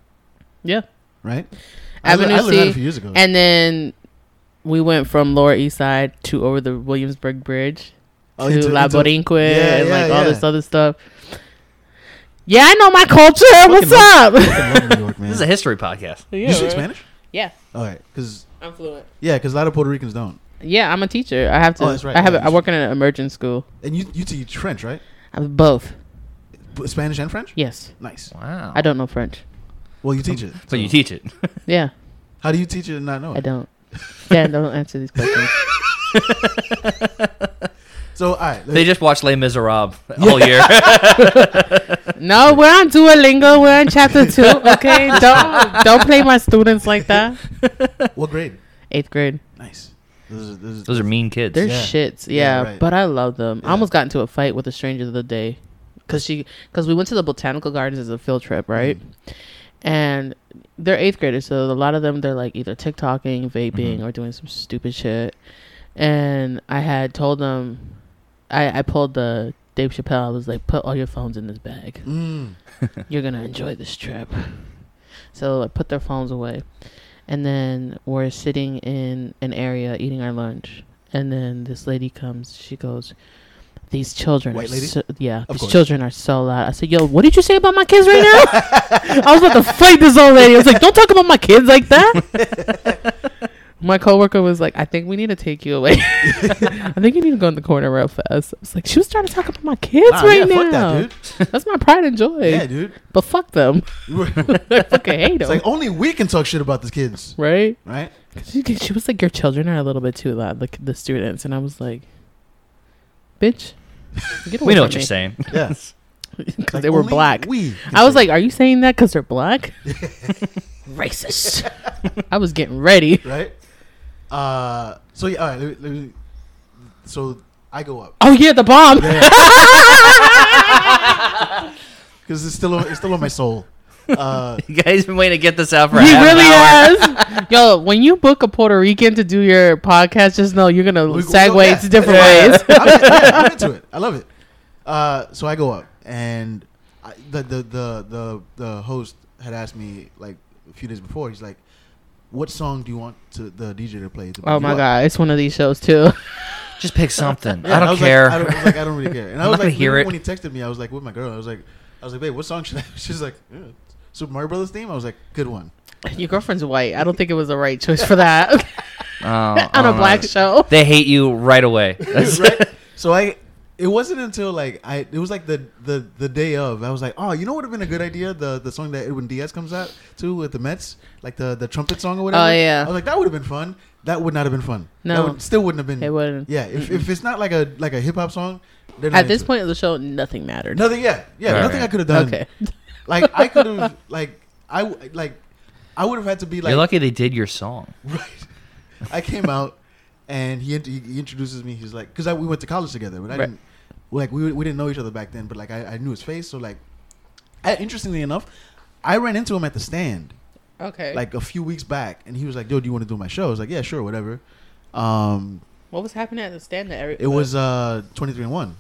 [SPEAKER 2] Yeah,
[SPEAKER 1] right? I lear-
[SPEAKER 2] Avenue
[SPEAKER 1] I learned that
[SPEAKER 2] C
[SPEAKER 1] a few years ago.
[SPEAKER 2] and then we went from Lower East Side to over the Williamsburg Bridge.
[SPEAKER 1] Oh,
[SPEAKER 2] to
[SPEAKER 1] into-
[SPEAKER 2] La
[SPEAKER 1] into-
[SPEAKER 2] Borinque
[SPEAKER 1] Yeah,
[SPEAKER 2] and
[SPEAKER 1] yeah,
[SPEAKER 2] like all
[SPEAKER 1] yeah.
[SPEAKER 2] this other stuff. Yeah, I know my culture. What's
[SPEAKER 1] love-
[SPEAKER 2] up?
[SPEAKER 1] I love New York, man.
[SPEAKER 3] This is a history podcast.
[SPEAKER 1] you speak Spanish?
[SPEAKER 2] Yeah,
[SPEAKER 1] All right, because
[SPEAKER 2] I'm fluent.
[SPEAKER 1] yeah, because a lot of Puerto Ricans don't.
[SPEAKER 2] Yeah, I'm a teacher. I have to.
[SPEAKER 1] Oh, that's right.
[SPEAKER 2] I have.
[SPEAKER 1] Yeah,
[SPEAKER 2] I work in an immersion school.
[SPEAKER 1] And you you teach French, right?
[SPEAKER 2] I'm both.
[SPEAKER 1] B- Spanish and French.
[SPEAKER 2] Yes,
[SPEAKER 1] Nice.
[SPEAKER 3] Wow.
[SPEAKER 2] I don't know French.
[SPEAKER 1] Well, you teach it.
[SPEAKER 3] But you teach it.
[SPEAKER 2] Yeah,
[SPEAKER 1] How do you teach it and not know?
[SPEAKER 2] I
[SPEAKER 1] It?
[SPEAKER 2] don't. Yeah, don't answer these questions.
[SPEAKER 1] So all right,
[SPEAKER 3] They just watch Les Miserables all year.
[SPEAKER 2] No, we're on Duolingo. We're on chapter two. Okay, don't don't play my students like that.
[SPEAKER 1] what grade?
[SPEAKER 2] Eighth grade.
[SPEAKER 1] Nice. This is, this is,
[SPEAKER 3] Those are mean kids.
[SPEAKER 2] They're
[SPEAKER 1] Yeah.
[SPEAKER 2] shits,
[SPEAKER 1] Yeah,
[SPEAKER 2] yeah.
[SPEAKER 1] right.
[SPEAKER 2] But I love them.
[SPEAKER 1] Yeah.
[SPEAKER 2] I almost got into a fight with a stranger the other day, cause she, cause we went to the botanical gardens as a field trip,
[SPEAKER 1] Mm-hmm.
[SPEAKER 2] right? And they're eighth graders, so a lot of them they're like either TikToking, vaping,
[SPEAKER 1] Mm-hmm.
[SPEAKER 2] or doing some stupid shit. And I had told them, I I pulled the Dave Chappelle. I was like, put all your phones in this bag.
[SPEAKER 1] Mm.
[SPEAKER 2] You're gonna enjoy this trip. So I put their phones away. And then we're sitting in an area eating our lunch. And then this lady comes. She goes, These children.
[SPEAKER 1] White
[SPEAKER 2] are
[SPEAKER 1] lady?
[SPEAKER 2] So, yeah. these
[SPEAKER 1] course.
[SPEAKER 2] children are so loud. I said, Yo, what did you say about my kids right now? I was about to fight this old lady. I was like, Don't talk about my kids like that. My coworker was like, I think we need to take you away. I think you need to go in the corner real fast. I was like, she was trying to talk about my kids
[SPEAKER 1] Nah,
[SPEAKER 2] right
[SPEAKER 1] yeah,
[SPEAKER 2] now.
[SPEAKER 1] fuck that, dude.
[SPEAKER 2] That's my pride and joy.
[SPEAKER 1] yeah, dude.
[SPEAKER 2] But fuck them. I fucking hate
[SPEAKER 1] it's
[SPEAKER 2] them.
[SPEAKER 1] like oh. only we can talk shit about these kids,
[SPEAKER 2] right?
[SPEAKER 1] right?
[SPEAKER 2] She, she was like, your children are a little bit too loud, like the students. And I was like, bitch, get away
[SPEAKER 3] We
[SPEAKER 2] from
[SPEAKER 3] know what
[SPEAKER 2] me.
[SPEAKER 3] you're saying.
[SPEAKER 1] Yes.
[SPEAKER 2] Because they were black.
[SPEAKER 1] We.
[SPEAKER 2] I was like, are you saying that because they're black? Racist. I was getting ready.
[SPEAKER 1] right? Uh, so yeah, all right. Let me, let me, so I go up
[SPEAKER 2] Oh, yeah, the bomb.
[SPEAKER 1] because it's still it's still on my soul. Uh,
[SPEAKER 3] You guys been waiting to get this out for
[SPEAKER 2] He
[SPEAKER 3] half
[SPEAKER 2] really
[SPEAKER 3] an hour.
[SPEAKER 2] has. Yo, when you book a Puerto Rican to do your podcast, just know you're gonna
[SPEAKER 1] We- we-
[SPEAKER 2] segue
[SPEAKER 1] yeah.
[SPEAKER 2] to different ways.
[SPEAKER 1] I'm, yeah, I'm into it. I love it. Uh, so I go up, and I, the, the the the the host had asked me like a few days before. He's like, "What song do you want to the DJ to play?" To
[SPEAKER 2] Oh
[SPEAKER 1] bring
[SPEAKER 2] my
[SPEAKER 1] you up?"
[SPEAKER 2] god, it's one of these shows too.
[SPEAKER 3] Just pick something.
[SPEAKER 1] Yeah,
[SPEAKER 3] I
[SPEAKER 1] and
[SPEAKER 3] don't
[SPEAKER 1] was
[SPEAKER 3] care.
[SPEAKER 1] Like, I, don't, I was like, I don't really care. And I
[SPEAKER 3] I'm
[SPEAKER 1] was
[SPEAKER 3] not gonna
[SPEAKER 1] like,
[SPEAKER 3] hear
[SPEAKER 1] when,
[SPEAKER 3] it.
[SPEAKER 1] when he texted me, I was like, with my girl, I was like, I was like, babe, what song should I? She's like, "Yeah, Super Mario Brothers theme. I was like, good one.
[SPEAKER 2] Your girlfriend's white. I don't think it was the right choice for that
[SPEAKER 3] Oh,
[SPEAKER 2] on
[SPEAKER 3] oh,
[SPEAKER 2] a
[SPEAKER 3] no.
[SPEAKER 2] black show.
[SPEAKER 3] They hate you right away. That's-
[SPEAKER 1] right? So I, it wasn't until like I, it was like the the the day of. I was like, oh, you know what would have been a good idea? The the song that Edwin Diaz comes out to with the Mets, like the the trumpet song or whatever.
[SPEAKER 2] Oh, yeah.
[SPEAKER 1] I was like, that would have been fun. That would not have been fun.
[SPEAKER 2] No.
[SPEAKER 1] that would, still wouldn't have been.
[SPEAKER 2] It wouldn't.
[SPEAKER 1] Yeah, if, if it's not like a like a hip hop song, they're not
[SPEAKER 2] At this
[SPEAKER 1] into it.
[SPEAKER 2] point of the show, nothing mattered.
[SPEAKER 1] nothing. Yeah, yeah,
[SPEAKER 3] Right,
[SPEAKER 1] nothing
[SPEAKER 3] right.
[SPEAKER 1] I could have done.
[SPEAKER 2] Okay.
[SPEAKER 1] Like I could have like I w- like I would have had to be like
[SPEAKER 3] You're lucky they did your song.
[SPEAKER 1] right. I came out and he, int- he he introduces me. He's like, because we went to college together, but I
[SPEAKER 2] Right.
[SPEAKER 1] didn't like we we didn't know each other back then. But like I, I knew his face, so like I, interestingly enough, I ran into him at the stand
[SPEAKER 2] Okay.
[SPEAKER 1] like a few weeks back, and he was like, "Yo, do you want to do my show?" I was like, "Yeah, sure, whatever." Um,
[SPEAKER 2] what was happening at the stand? That every-
[SPEAKER 1] it was uh twenty three and one.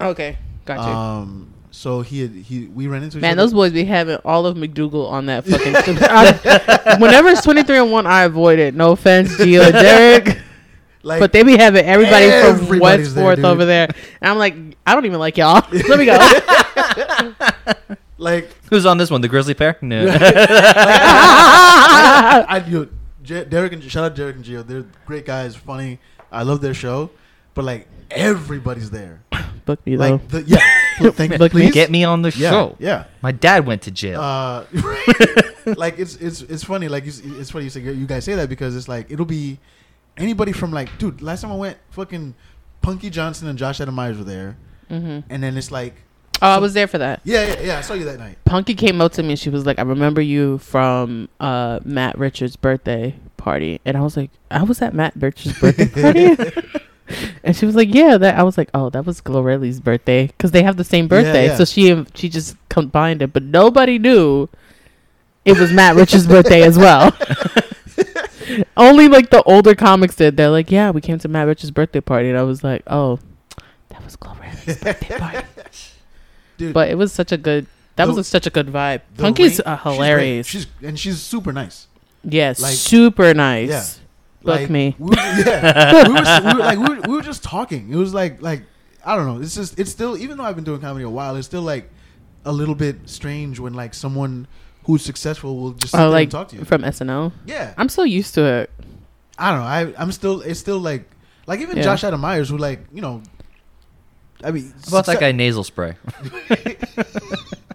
[SPEAKER 2] okay. Gotcha.
[SPEAKER 1] Um, so he had, he we ran into each
[SPEAKER 2] Man,
[SPEAKER 1] other.
[SPEAKER 2] those boys be having all of McDougal on that fucking. I- whenever it's twenty three and one, I avoid it. No offense, Gio and Derek.
[SPEAKER 1] like
[SPEAKER 2] but they be having everybody from
[SPEAKER 1] Everybody's
[SPEAKER 2] West
[SPEAKER 1] there,
[SPEAKER 2] Fourth
[SPEAKER 1] dude.
[SPEAKER 2] over there. And I'm like, I don't even like y'all. Let me go.
[SPEAKER 1] like
[SPEAKER 3] Who's on this one? The Grizzly Pair? No.
[SPEAKER 1] I, I, you know, Jer- Derek and shout out Derek and Gio. They're great guys, funny. I love their show, but like everybody's there.
[SPEAKER 2] Book me though.
[SPEAKER 1] Like the, yeah, Pl- thank
[SPEAKER 2] Look,
[SPEAKER 1] please.
[SPEAKER 3] Get me on the
[SPEAKER 1] Yeah,
[SPEAKER 3] show.
[SPEAKER 1] yeah.
[SPEAKER 3] My dad went to jail.
[SPEAKER 1] Uh, like it's it's it's funny. Like you, s- it's funny you say you guys say that because it's like it'll be anybody from like dude. Last time I went, fucking Punky Johnson and Josh Adam Myers were there, and then it's like
[SPEAKER 2] Mm-hmm. oh, I was there for that.
[SPEAKER 1] yeah, yeah, yeah. I saw you that night.
[SPEAKER 2] Punky came up to me and she was like, "I remember you from uh, Matt Richards' birthday party," and I was like, "I was at Matt Richards' birthday party." And she was like, "Yeah, that." I was like, "Oh, that was Glorelli's birthday because they have the same birthday."
[SPEAKER 1] yeah.
[SPEAKER 2] So she she just combined it, but nobody knew it was Matt Richards' birthday as well. Only like the older comics did. They're like, "Yeah, we came to Matt Richards' birthday party," and I was like, "Oh, that was Glorelli's birthday party."
[SPEAKER 1] Dude.
[SPEAKER 2] but it was such a good. That
[SPEAKER 1] The-
[SPEAKER 2] was such a good vibe.
[SPEAKER 1] The ring-
[SPEAKER 2] Punky's uh,
[SPEAKER 1] she's great.
[SPEAKER 2] hilarious.
[SPEAKER 1] She's, and she's super nice.
[SPEAKER 2] yes,
[SPEAKER 1] like-
[SPEAKER 2] super nice. Oh,
[SPEAKER 1] Yeah.
[SPEAKER 2] Book me.
[SPEAKER 1] We, yeah, we were, we were like we were, we were just talking. It was like like I don't know. It's just it's still even though I've been doing comedy a while, it's still like a little bit strange when like someone who's successful will just sit
[SPEAKER 2] Oh,
[SPEAKER 1] there
[SPEAKER 2] like
[SPEAKER 1] and talk to you.
[SPEAKER 2] from SNL.
[SPEAKER 1] yeah, I'm,
[SPEAKER 2] I'm so used to it.
[SPEAKER 1] I don't know. I I'm still it's still like like even
[SPEAKER 2] Yeah.
[SPEAKER 1] Josh Adam Myers who like you know. I mean,
[SPEAKER 3] How about that
[SPEAKER 1] success-
[SPEAKER 3] guy nasal spray?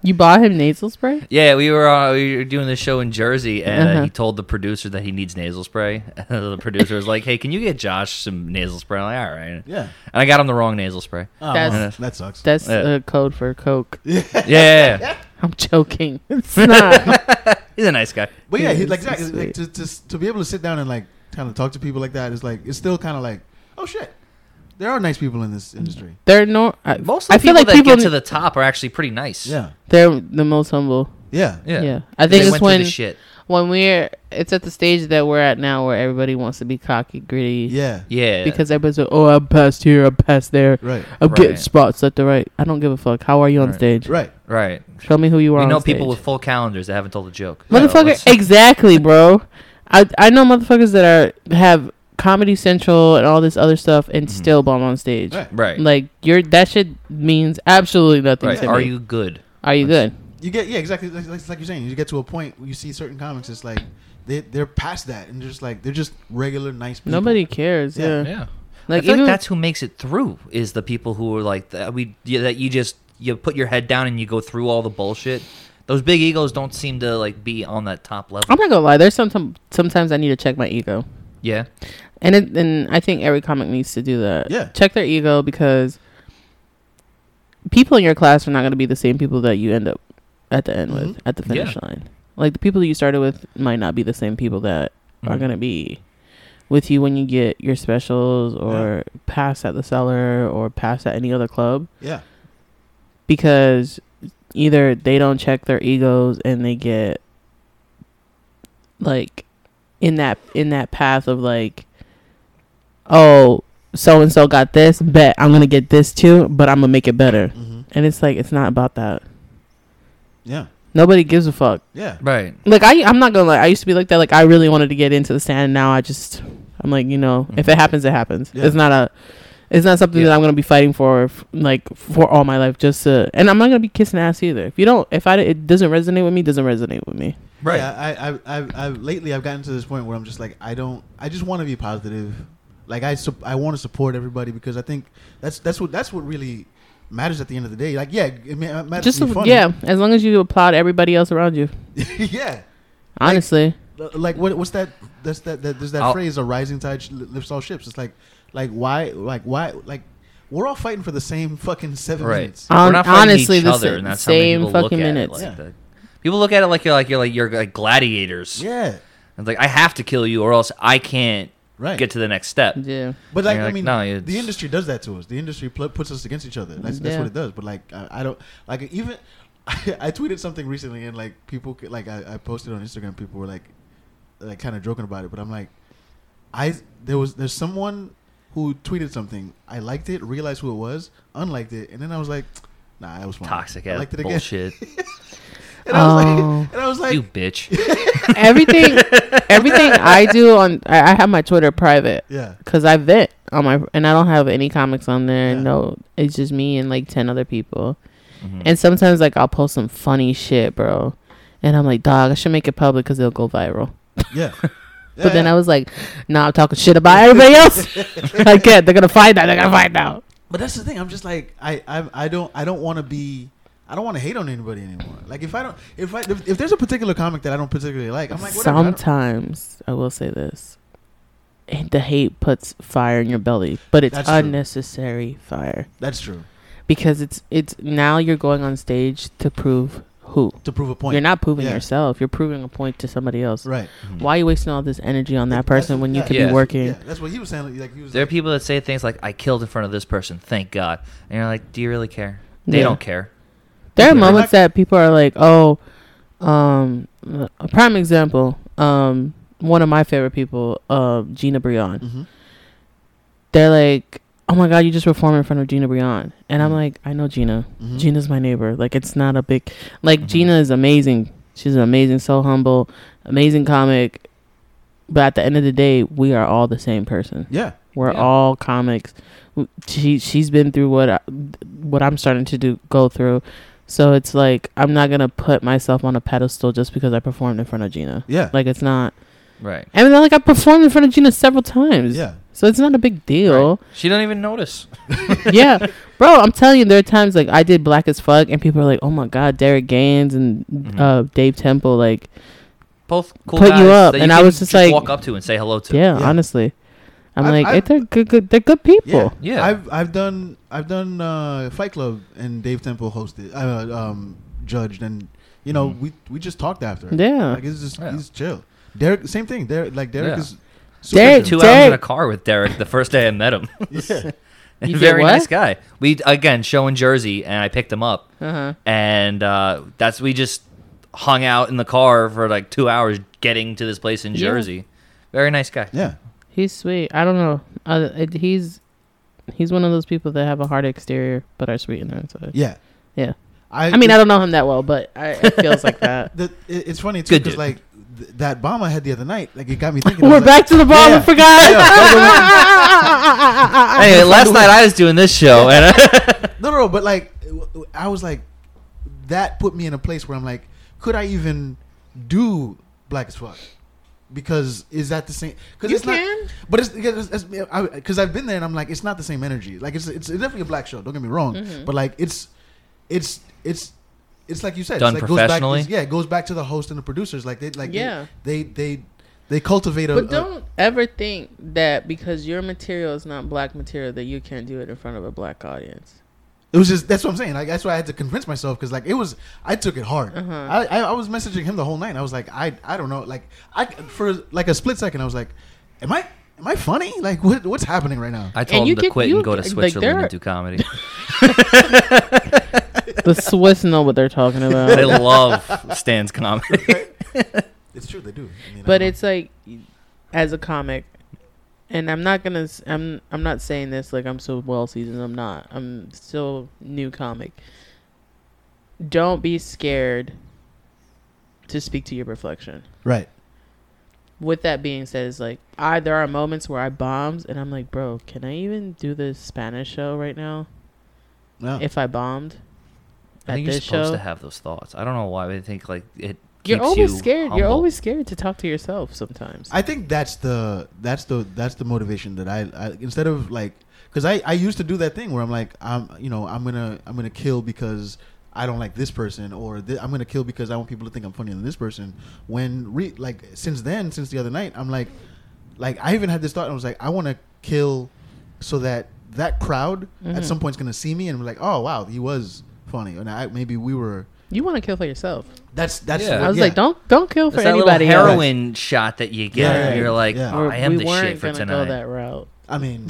[SPEAKER 2] You bought him nasal spray.
[SPEAKER 3] Yeah, we were uh, we were doing this show in Jersey, and uh,
[SPEAKER 2] Uh-huh.
[SPEAKER 3] he told the producer that he needs nasal spray. the producer was like, "Hey, can you get Josh some nasal spray?" I'm like, all right.
[SPEAKER 1] Yeah,
[SPEAKER 3] And I got him the wrong nasal spray.
[SPEAKER 1] oh,
[SPEAKER 2] That's-
[SPEAKER 1] well, that sucks.
[SPEAKER 2] That's
[SPEAKER 3] Yeah.
[SPEAKER 2] uh, code for Coke.
[SPEAKER 3] Yeah, yeah, yeah.
[SPEAKER 2] I'm joking. It's not.
[SPEAKER 3] he's a nice guy.
[SPEAKER 1] But yeah,
[SPEAKER 2] Yeah,
[SPEAKER 1] he,
[SPEAKER 2] it's
[SPEAKER 1] like
[SPEAKER 2] so
[SPEAKER 1] Zach, is, like,
[SPEAKER 2] sweet.
[SPEAKER 1] to, to to be able to sit down and like kind of talk to people like that is like it's still kind of like oh shit, there are nice people in this industry.
[SPEAKER 2] They're no. I,
[SPEAKER 3] Most
[SPEAKER 2] I
[SPEAKER 3] of the
[SPEAKER 2] feel
[SPEAKER 3] people
[SPEAKER 2] like
[SPEAKER 3] that
[SPEAKER 2] people.
[SPEAKER 3] get to the top are actually pretty
[SPEAKER 2] Mm.
[SPEAKER 3] nice.
[SPEAKER 1] Yeah,
[SPEAKER 2] they're the most humble.
[SPEAKER 1] yeah,
[SPEAKER 3] yeah.
[SPEAKER 2] Yeah. I
[SPEAKER 3] They
[SPEAKER 2] think
[SPEAKER 3] went
[SPEAKER 2] it's
[SPEAKER 3] through
[SPEAKER 2] when
[SPEAKER 3] the shit.
[SPEAKER 2] when we're it's at the stage that we're at now where everybody wants to be cocky, gritty.
[SPEAKER 1] yeah,
[SPEAKER 3] Yeah,
[SPEAKER 2] Because everybody's like, oh, I'm past here, I'm past there.
[SPEAKER 1] right,
[SPEAKER 2] I'm getting
[SPEAKER 3] Right.
[SPEAKER 2] spots left to right. I don't give a fuck. How are you on
[SPEAKER 3] Right.
[SPEAKER 2] stage?
[SPEAKER 1] right.
[SPEAKER 3] right.
[SPEAKER 2] Show me who you are.
[SPEAKER 3] We
[SPEAKER 2] on
[SPEAKER 3] know
[SPEAKER 2] stage.
[SPEAKER 3] people with full calendars that haven't told a joke. So
[SPEAKER 2] motherfucker.
[SPEAKER 3] let's-
[SPEAKER 2] exactly, bro. I I know motherfuckers that are have Comedy Central and all this other stuff and
[SPEAKER 3] Mm-hmm.
[SPEAKER 2] still bomb on stage.
[SPEAKER 1] Right.
[SPEAKER 3] right.
[SPEAKER 2] Like your that shit means absolutely nothing
[SPEAKER 3] right.
[SPEAKER 2] to
[SPEAKER 3] Are
[SPEAKER 2] me.
[SPEAKER 3] you good?
[SPEAKER 2] are you good?
[SPEAKER 1] You get yeah, exactly. Like, like, like you're saying, you get to a point where you see certain comics. It's like they they're past that and just like they're just regular nice people.
[SPEAKER 2] Nobody cares.
[SPEAKER 1] Yeah.
[SPEAKER 2] Yeah.
[SPEAKER 3] Yeah.
[SPEAKER 2] Like,
[SPEAKER 3] I feel
[SPEAKER 2] even-
[SPEAKER 3] like that's who makes it through is the people who are like that we yeah, that you just you put your head down and you go through all the bullshit. Those big egos don't seem to like be on that top level.
[SPEAKER 2] I'm not gonna lie. There's sometimes sometimes I need to check my ego,
[SPEAKER 3] Yeah.
[SPEAKER 2] and it, and I think every comic needs to do that.
[SPEAKER 1] Yeah.
[SPEAKER 2] check their ego because people in your class are not gonna be the same people that you end up at the end with at the finish
[SPEAKER 3] Yeah.
[SPEAKER 2] line. Like the people that you started with might not be the same people that are
[SPEAKER 3] Mhm.
[SPEAKER 2] gonna be with you when you get your specials or pass at the cellar or pass at any other club.
[SPEAKER 1] Yeah.
[SPEAKER 2] because either they don't check their egos and they get like in that in that path of like oh so and so got this bet i'm gonna get this too but i'm gonna make it better
[SPEAKER 1] hmm
[SPEAKER 2] and it's like it's not about that
[SPEAKER 1] Yeah.
[SPEAKER 2] nobody gives a fuck
[SPEAKER 1] Yeah.
[SPEAKER 3] Right.
[SPEAKER 2] like i i'm not gonna lie i used to be like that like i really wanted to get into the stand now i just i'm like you know if it happens it happens
[SPEAKER 1] Mm-hmm. Yeah.
[SPEAKER 2] it's not a it's not something
[SPEAKER 3] Yeah.
[SPEAKER 2] that i'm gonna be fighting for f- like for all my life just to and i'm not gonna be kissing ass either if you don't if i it doesn't resonate with me it doesn't resonate with me
[SPEAKER 3] Right.
[SPEAKER 1] Yeah, I, I, I, I, lately I've gotten to this point where I'm just like, I don't, I just want to be positive. Like I, sup- I want to support everybody because I think that's that's what that's what really matters at the end of the day. Like, yeah, it ma- it matters
[SPEAKER 2] just
[SPEAKER 1] to be funny.
[SPEAKER 2] yeah as long as you applaud everybody else around you
[SPEAKER 1] yeah.
[SPEAKER 2] honestly
[SPEAKER 1] L- Uh, Like what? What's that? That's that. that there's that
[SPEAKER 3] I'll-
[SPEAKER 1] phrase: "A rising tide sh- li- lifts all ships." It's like, like why? Like why? Like we're all fighting for the same fucking seven
[SPEAKER 3] Right.
[SPEAKER 1] minutes.
[SPEAKER 2] Um,
[SPEAKER 3] We're not fighting
[SPEAKER 2] honestly,
[SPEAKER 3] each
[SPEAKER 2] the
[SPEAKER 3] other,
[SPEAKER 2] sa-
[SPEAKER 3] and that's
[SPEAKER 2] same
[SPEAKER 3] how many people
[SPEAKER 2] fucking
[SPEAKER 3] look at it,
[SPEAKER 2] minutes.
[SPEAKER 3] like
[SPEAKER 1] Yeah.
[SPEAKER 3] that. people look at it like you're like you're like you're like gladiators.
[SPEAKER 1] Yeah.
[SPEAKER 3] It's like I have to kill you or else I can't
[SPEAKER 1] Right.
[SPEAKER 3] get to the next step.
[SPEAKER 2] yeah
[SPEAKER 1] But like,
[SPEAKER 3] you're
[SPEAKER 1] I
[SPEAKER 3] like,
[SPEAKER 1] mean,
[SPEAKER 3] "No,
[SPEAKER 1] the
[SPEAKER 3] it's-
[SPEAKER 1] industry does that to us. The industry pl- puts us against each other. That's, that's
[SPEAKER 2] Yeah.
[SPEAKER 1] what it does. But like, I, I don't like even. I, tweeted something recently, and like people, c- like I, I posted on Instagram. People were like, like kind of joking about it. But I'm like, I there was there's someone who tweeted something. I liked it, realized who it was, unliked it, and then I was like, Nah, that was fine.
[SPEAKER 3] Toxic
[SPEAKER 1] I
[SPEAKER 3] ass
[SPEAKER 1] liked it again.
[SPEAKER 3] bullshit.
[SPEAKER 1] And I was
[SPEAKER 2] Oh.
[SPEAKER 1] like, and I was like,
[SPEAKER 3] you bitch.
[SPEAKER 2] everything everything i do on I, I have my twitter private
[SPEAKER 1] yeah,
[SPEAKER 2] because I vet on my and I don't have any comics on there.
[SPEAKER 1] Yeah.
[SPEAKER 2] No, it's just me and like ten other people.
[SPEAKER 3] Mhm.
[SPEAKER 1] Mm-hmm.
[SPEAKER 2] And sometimes like I'll post some funny shit, bro, and I'm like, dog, I should make it public because it'll go viral.
[SPEAKER 1] yeah.
[SPEAKER 2] but then I was like, nah, I'm talking shit about everybody else. I can't. They're gonna find out. They're gonna find out.
[SPEAKER 1] But that's the thing. I'm just like I I, I don't I don't want to be I don't want to hate on anybody anymore. Like if I don't if I if, if there's a particular comic that I don't particularly like, I'm like whatever. I don't-
[SPEAKER 2] sometimes I will say this. and The hate puts fire in your belly, but it's
[SPEAKER 1] That's true.
[SPEAKER 2] unnecessary fire
[SPEAKER 1] that's true
[SPEAKER 2] because it's it's now you're going on stage to prove who.
[SPEAKER 1] to prove a point.
[SPEAKER 2] You're not proving
[SPEAKER 1] Yeah.
[SPEAKER 2] yourself. You're proving a point to somebody else.
[SPEAKER 1] right.
[SPEAKER 2] Why are you wasting all this energy on that
[SPEAKER 1] That's
[SPEAKER 2] person
[SPEAKER 1] what-
[SPEAKER 2] when you
[SPEAKER 1] yeah,
[SPEAKER 2] could
[SPEAKER 3] yeah.
[SPEAKER 2] be working?
[SPEAKER 1] Yeah, that's what he was saying. Like he was.
[SPEAKER 3] There are
[SPEAKER 1] Like,
[SPEAKER 3] people that say things like, "I killed in front of this person, thank God," and you're like, "Do you really care?" They
[SPEAKER 2] Yeah.
[SPEAKER 3] don't care.
[SPEAKER 2] There are
[SPEAKER 1] Yeah.
[SPEAKER 2] moments that people are like, "Oh, um, a prime example, um, one of my favorite people, uh, Gina Brion.
[SPEAKER 1] Mhm.
[SPEAKER 2] They're like, "Oh my God, you just performed in front of Gina Brion,"
[SPEAKER 1] Mm-hmm.
[SPEAKER 2] and I'm like, "I know Gina.
[SPEAKER 1] Mhm.
[SPEAKER 2] Gina's my neighbor. Like, it's not a big like.
[SPEAKER 1] Mm-hmm.
[SPEAKER 3] Mhm.
[SPEAKER 2] Gina is amazing. She's an amazing, so humble, amazing comic. But at the end of the day, we are all the same person."
[SPEAKER 1] Yeah.
[SPEAKER 2] We're
[SPEAKER 3] Yeah.
[SPEAKER 2] all comics. W- She she's been through what I, what I'm starting to do go through, so it's like I'm not gonna put myself on a pedestal just because I performed in front of Gina.
[SPEAKER 1] Yeah.
[SPEAKER 2] Like it's not.
[SPEAKER 3] Right.
[SPEAKER 2] I mean, like I performed in front of Gina several times.
[SPEAKER 1] yeah.
[SPEAKER 2] So it's not a big deal.
[SPEAKER 3] She don't even notice.
[SPEAKER 2] yeah, bro. I'm telling you, there are times like I did Black as Fuck, and people are like, "Oh my God, Derek Gaines and
[SPEAKER 1] Mm-hmm.
[SPEAKER 3] Mhm.
[SPEAKER 2] uh, Dave Temple." Like,
[SPEAKER 3] Both cool
[SPEAKER 2] Put you
[SPEAKER 3] guys
[SPEAKER 2] up,
[SPEAKER 3] that
[SPEAKER 2] and I
[SPEAKER 3] can
[SPEAKER 2] was just like-
[SPEAKER 3] walk up to and say hello to.
[SPEAKER 2] yeah,
[SPEAKER 1] Yeah.
[SPEAKER 2] honestly, I'm
[SPEAKER 1] I've-
[SPEAKER 2] like,
[SPEAKER 1] I've-
[SPEAKER 2] they're good, good. They're good people.
[SPEAKER 1] Yeah.
[SPEAKER 3] Yeah.
[SPEAKER 1] I've I've done I've done uh, Fight Club and Dave Temple hosted uh, um judged and you know
[SPEAKER 3] Mhm.
[SPEAKER 1] we we just talked after.
[SPEAKER 2] Yeah.
[SPEAKER 1] Like it's just
[SPEAKER 3] Yeah.
[SPEAKER 1] he's chill. Derek same thing. Derek like Derek
[SPEAKER 3] Yeah.
[SPEAKER 1] is. super
[SPEAKER 2] Derek-
[SPEAKER 1] chill.
[SPEAKER 3] Two hours in a
[SPEAKER 2] Derek-
[SPEAKER 3] car with Derek the first day I met him.
[SPEAKER 1] Yeah.
[SPEAKER 2] You did
[SPEAKER 3] Very
[SPEAKER 2] what?
[SPEAKER 3] nice guy. We again show in Jersey, and I picked him up,
[SPEAKER 2] Uh-huh.
[SPEAKER 3] and uh, that's we just hung out in the car for like two hours getting to this place in
[SPEAKER 2] Yeah.
[SPEAKER 3] Jersey. Very nice guy.
[SPEAKER 1] Yeah.
[SPEAKER 2] He's sweet. I don't know. Uh, it, he's he's one of those people that have a hard exterior but are sweet in their inside.
[SPEAKER 1] Yeah.
[SPEAKER 2] Yeah. I mean, I don't know him that well, but I, it feels like that.
[SPEAKER 1] The, it, it's funny too
[SPEAKER 3] Good
[SPEAKER 1] because
[SPEAKER 3] dude.
[SPEAKER 1] like th- that bomb I had the other night, like it got me thinking. I
[SPEAKER 2] We're
[SPEAKER 1] was like,
[SPEAKER 2] back to the bomb.
[SPEAKER 1] Yeah.
[SPEAKER 2] I forgot.
[SPEAKER 3] Anyway, last night I was doing this show, and
[SPEAKER 1] no, no, no, but like w- w- I was like, that put me in a place where I'm like, could I even do black as fuck? because is that the same? Because
[SPEAKER 2] You
[SPEAKER 1] it's
[SPEAKER 2] can.
[SPEAKER 1] not. But it's because I've been there and I'm like, it's not the same energy. Like it's it's definitely a black show. Don't get me wrong.
[SPEAKER 2] Mm-hmm.
[SPEAKER 1] But like it's it's it's. It's like you said,
[SPEAKER 3] Done
[SPEAKER 1] it's like goes back-
[SPEAKER 3] professionally?
[SPEAKER 1] it's- yeah, it goes back to the host and the producers. Like they, like they-
[SPEAKER 2] Yeah.
[SPEAKER 1] they, they, they, cultivate a.
[SPEAKER 2] But
[SPEAKER 1] a-
[SPEAKER 2] don't ever think that because your material is not black material that you can't do it in front of a black audience.
[SPEAKER 1] it was just that's what I'm saying. Like that's why I had to convince myself because like it was I took it hard.
[SPEAKER 2] Uh-huh.
[SPEAKER 1] I, I I was messaging him the whole night. I was like I I don't know. Like I for like a split second I was like, am I am I funny? Like what what's happening right now?
[SPEAKER 3] I told
[SPEAKER 2] you
[SPEAKER 3] him to
[SPEAKER 2] can-
[SPEAKER 3] quit
[SPEAKER 2] you
[SPEAKER 3] and go to
[SPEAKER 2] can- like,
[SPEAKER 3] Switzerland
[SPEAKER 2] there-
[SPEAKER 3] and do comedy.
[SPEAKER 2] The Swiss know what they're talking
[SPEAKER 3] I
[SPEAKER 2] about.
[SPEAKER 3] love Stan's comedy.
[SPEAKER 1] It's true they do. I mean, I
[SPEAKER 2] but
[SPEAKER 1] don't
[SPEAKER 2] it's like as a comic and i'm not gonna s- i'm i'm not saying this like i'm so well seasoned i'm not i'm still new comic don't be scared to speak to your reflection
[SPEAKER 1] know. right.
[SPEAKER 2] with that being said is like i there are moments where i bombs and i'm like bro can i even do this spanish show right now
[SPEAKER 1] No.
[SPEAKER 2] if i bombed
[SPEAKER 3] I
[SPEAKER 2] at
[SPEAKER 3] think you're
[SPEAKER 2] this
[SPEAKER 3] supposed
[SPEAKER 2] show
[SPEAKER 3] to have those thoughts. I don't know why. but I think like it.
[SPEAKER 2] you're
[SPEAKER 3] keeps
[SPEAKER 2] always
[SPEAKER 3] you
[SPEAKER 2] scared you're
[SPEAKER 3] humble.
[SPEAKER 2] always scared to talk to yourself sometimes
[SPEAKER 1] I think that's the that's the that's the motivation that I, I instead of like because I I used to do that thing where I'm like I'm you know I'm gonna I'm gonna kill because I don't like this person or th- I'm gonna kill because I want people to think I'm funnier than this person. When re- like since then since the other night I'm like like I even had this thought and I was like I want to kill so that that crowd
[SPEAKER 2] Mm.
[SPEAKER 1] at some point's gonna see me and be like oh wow he was funny and I maybe we were
[SPEAKER 2] you want to kill for yourself
[SPEAKER 1] that's that's
[SPEAKER 3] Uh, Yeah.
[SPEAKER 1] what-
[SPEAKER 2] I was
[SPEAKER 1] yeah.
[SPEAKER 2] like, don't don't kill for
[SPEAKER 3] It's that little
[SPEAKER 2] anybody else.
[SPEAKER 3] heroin shot that you get.
[SPEAKER 1] Yeah,
[SPEAKER 3] and you're like,
[SPEAKER 1] yeah.
[SPEAKER 3] "Oh, I am
[SPEAKER 2] we
[SPEAKER 3] the
[SPEAKER 2] weren't
[SPEAKER 3] shit for
[SPEAKER 2] gonna go
[SPEAKER 3] tonight.
[SPEAKER 2] that route.
[SPEAKER 1] I mean.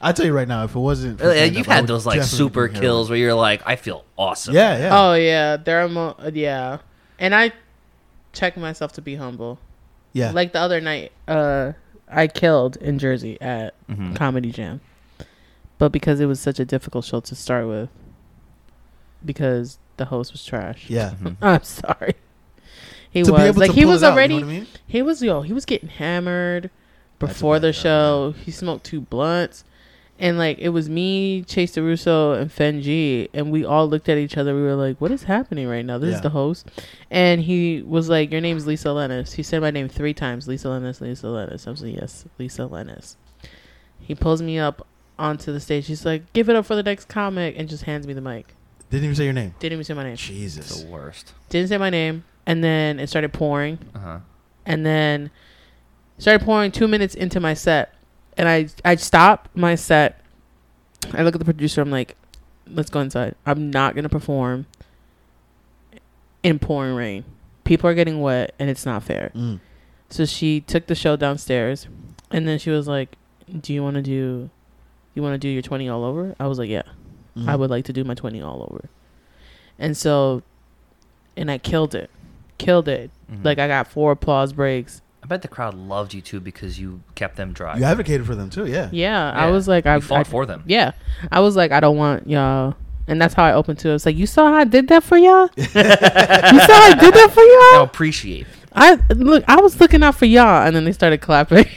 [SPEAKER 1] I tell you right now, if it wasn't, for
[SPEAKER 3] Uh,
[SPEAKER 1] stand-up,
[SPEAKER 3] You've
[SPEAKER 1] I
[SPEAKER 3] had
[SPEAKER 1] would
[SPEAKER 3] those like
[SPEAKER 1] definitely
[SPEAKER 3] super
[SPEAKER 1] do heroin.
[SPEAKER 3] kills where you're like, I feel awesome.
[SPEAKER 1] Yeah, yeah.
[SPEAKER 2] Oh yeah, there are mo- yeah, and I check myself to be humble.
[SPEAKER 1] Yeah.
[SPEAKER 2] Like the other night, uh, I killed in Jersey at
[SPEAKER 1] Mm-hmm.
[SPEAKER 3] Mhm.
[SPEAKER 2] Comedy Jam, but because it was such a difficult show to start with, because the host was trash.
[SPEAKER 1] yeah.
[SPEAKER 3] Mhm.
[SPEAKER 2] I'm sorry. He
[SPEAKER 1] To be
[SPEAKER 2] was
[SPEAKER 1] able
[SPEAKER 2] like
[SPEAKER 1] to
[SPEAKER 2] he
[SPEAKER 1] pull
[SPEAKER 2] was
[SPEAKER 1] it out, you know
[SPEAKER 2] already
[SPEAKER 1] what I mean?
[SPEAKER 2] he was yo he was getting hammered
[SPEAKER 1] That's a
[SPEAKER 2] before
[SPEAKER 1] bad
[SPEAKER 2] the
[SPEAKER 1] job,
[SPEAKER 2] show. He smoked two blunts, and like it was me, Chase DeRusso, and Fenji, and we all looked at each other. We were like, "What is happening right now?" This
[SPEAKER 1] Yeah.
[SPEAKER 2] is the host, and he was like, "Your name's Lisa Lennis." He said my name three times: Lisa Lennis, Lisa Lennis. I was like, "Yes, Lisa Lennis." He pulls me up onto the stage. He's like, "Give it up for the next comic," and just hands me the mic.
[SPEAKER 1] Didn't even say your name.
[SPEAKER 2] Didn't even say my name.
[SPEAKER 1] Jesus.
[SPEAKER 3] The worst.
[SPEAKER 2] Didn't say my name, and then it started pouring
[SPEAKER 3] Uh-huh.
[SPEAKER 2] and then started pouring two minutes into my set and i i stop my set i look at the producer i'm like let's go inside i'm not gonna perform in pouring rain people are getting wet and it's not fair
[SPEAKER 1] Mm.
[SPEAKER 2] so she took the show downstairs and then she was like do you want to do you want to do your 20 all over i was like yeah
[SPEAKER 1] Mm.
[SPEAKER 2] I would like to do my 20 all over. And so, and I killed it. Killed it.
[SPEAKER 3] Mhm.
[SPEAKER 2] Like, I got four applause breaks.
[SPEAKER 3] I bet the crowd loved you too because you kept them dry.
[SPEAKER 1] You advocated for them too, yeah.
[SPEAKER 2] Yeah. I
[SPEAKER 3] Yeah.
[SPEAKER 2] was like,
[SPEAKER 3] You
[SPEAKER 2] I
[SPEAKER 3] fought
[SPEAKER 2] I-
[SPEAKER 3] for them.
[SPEAKER 2] Yeah. I was like, I don't want y'all. And that's how I opened to it. It's like, you saw how I did that for y'all? you saw how I did that for
[SPEAKER 3] Now
[SPEAKER 2] y'all?
[SPEAKER 3] appreciate.
[SPEAKER 2] I look, I was looking out for y'all. And then they started clapping.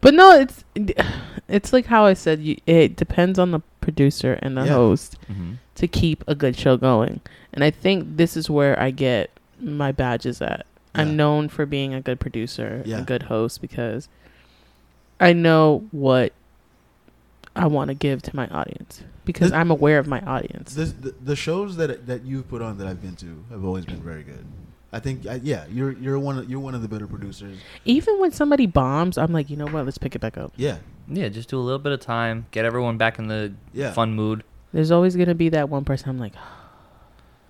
[SPEAKER 2] But no, it's it's like how I said, you, it depends on the producer and the
[SPEAKER 1] Yeah.
[SPEAKER 2] host.
[SPEAKER 3] Mhm.
[SPEAKER 2] to keep a good show going. And I think this is where I get my badges at.
[SPEAKER 1] Yeah.
[SPEAKER 2] I'm known for being a good producer,
[SPEAKER 1] Yeah.
[SPEAKER 2] a good host because I know what I want to give to my audience because
[SPEAKER 1] Th-
[SPEAKER 2] I'm aware of my audience.
[SPEAKER 1] This, the, the shows that that you've put on that I've been to have always been very good. I think uh, yeah, you're you're one of, you're one of the better producers.
[SPEAKER 2] Even when somebody bombs, I'm like, you know what? Let's pick it back up.
[SPEAKER 1] Yeah.
[SPEAKER 3] Yeah, just do a little bit of time, get everyone back in the
[SPEAKER 1] Yeah.
[SPEAKER 3] fun mood.
[SPEAKER 2] There's always going to be that one person I'm like,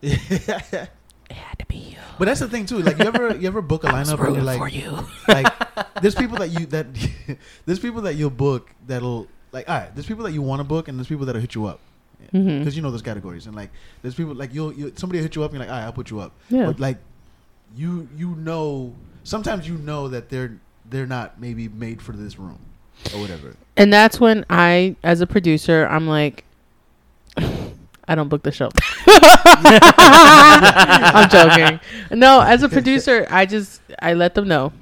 [SPEAKER 1] but
[SPEAKER 2] it had to be you.
[SPEAKER 1] that's the thing too. Like you ever you ever book a
[SPEAKER 2] I was
[SPEAKER 1] lineup and
[SPEAKER 2] rooting
[SPEAKER 1] you're
[SPEAKER 2] for
[SPEAKER 1] like
[SPEAKER 2] you.
[SPEAKER 1] like there's people that you that there's people that you'll book that'll like all right, there's people that you want to book and there's people that'll hit you up.
[SPEAKER 2] Mhm.
[SPEAKER 1] Cuz you know those categories and like there's people like you'll, you'll somebody will hit you up and you're like, "All right, I'll put you up."
[SPEAKER 2] Yeah.
[SPEAKER 1] But like you you know sometimes you know that they're they're not maybe made for this room or whatever.
[SPEAKER 2] And that's when I, as a producer, I'm like, I don't book the show. I'm joking. No, as a producer, I just I let them know.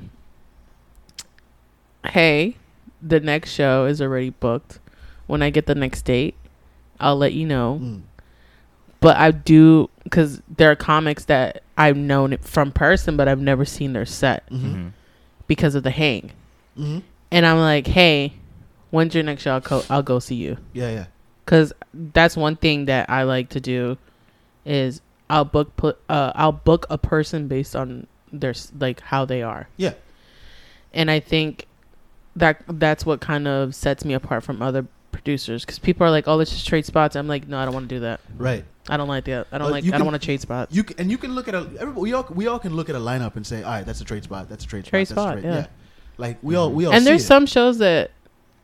[SPEAKER 2] Hey, the next show is already booked.
[SPEAKER 1] Mm-hmm.
[SPEAKER 2] When I get the next date, I'll let you know.
[SPEAKER 1] Mm.
[SPEAKER 2] But I do because there are comics that I've known from person, but I've never seen their set
[SPEAKER 1] Mm-hmm.
[SPEAKER 2] because of the hang.
[SPEAKER 1] Mm-hmm.
[SPEAKER 2] And I'm like, hey, when's your next show? I'll, co- I'll go see you.
[SPEAKER 1] Yeah, yeah.
[SPEAKER 2] because that's one thing that I like to do is I'll book put uh, I'll book a person based on their s- like how they are.
[SPEAKER 1] Yeah.
[SPEAKER 2] and I think that that's what kind of sets me apart from other producers because people are like, "Oh, let's just trade spots." I'm like, "No, I don't want to do that.
[SPEAKER 1] Right.
[SPEAKER 2] I don't like that. I don't
[SPEAKER 1] Well,
[SPEAKER 2] like.
[SPEAKER 1] you
[SPEAKER 2] I
[SPEAKER 1] can-
[SPEAKER 2] don't want to trade spots."
[SPEAKER 1] You can, and you can look at a everybody, we all we all can look at a lineup and say, all right, that's a trade spot. That's a trade,
[SPEAKER 2] Trade
[SPEAKER 1] spot. that's a
[SPEAKER 2] spot, yeah.
[SPEAKER 1] Like we all we all
[SPEAKER 2] and
[SPEAKER 1] see
[SPEAKER 2] there's
[SPEAKER 1] it.
[SPEAKER 2] some shows that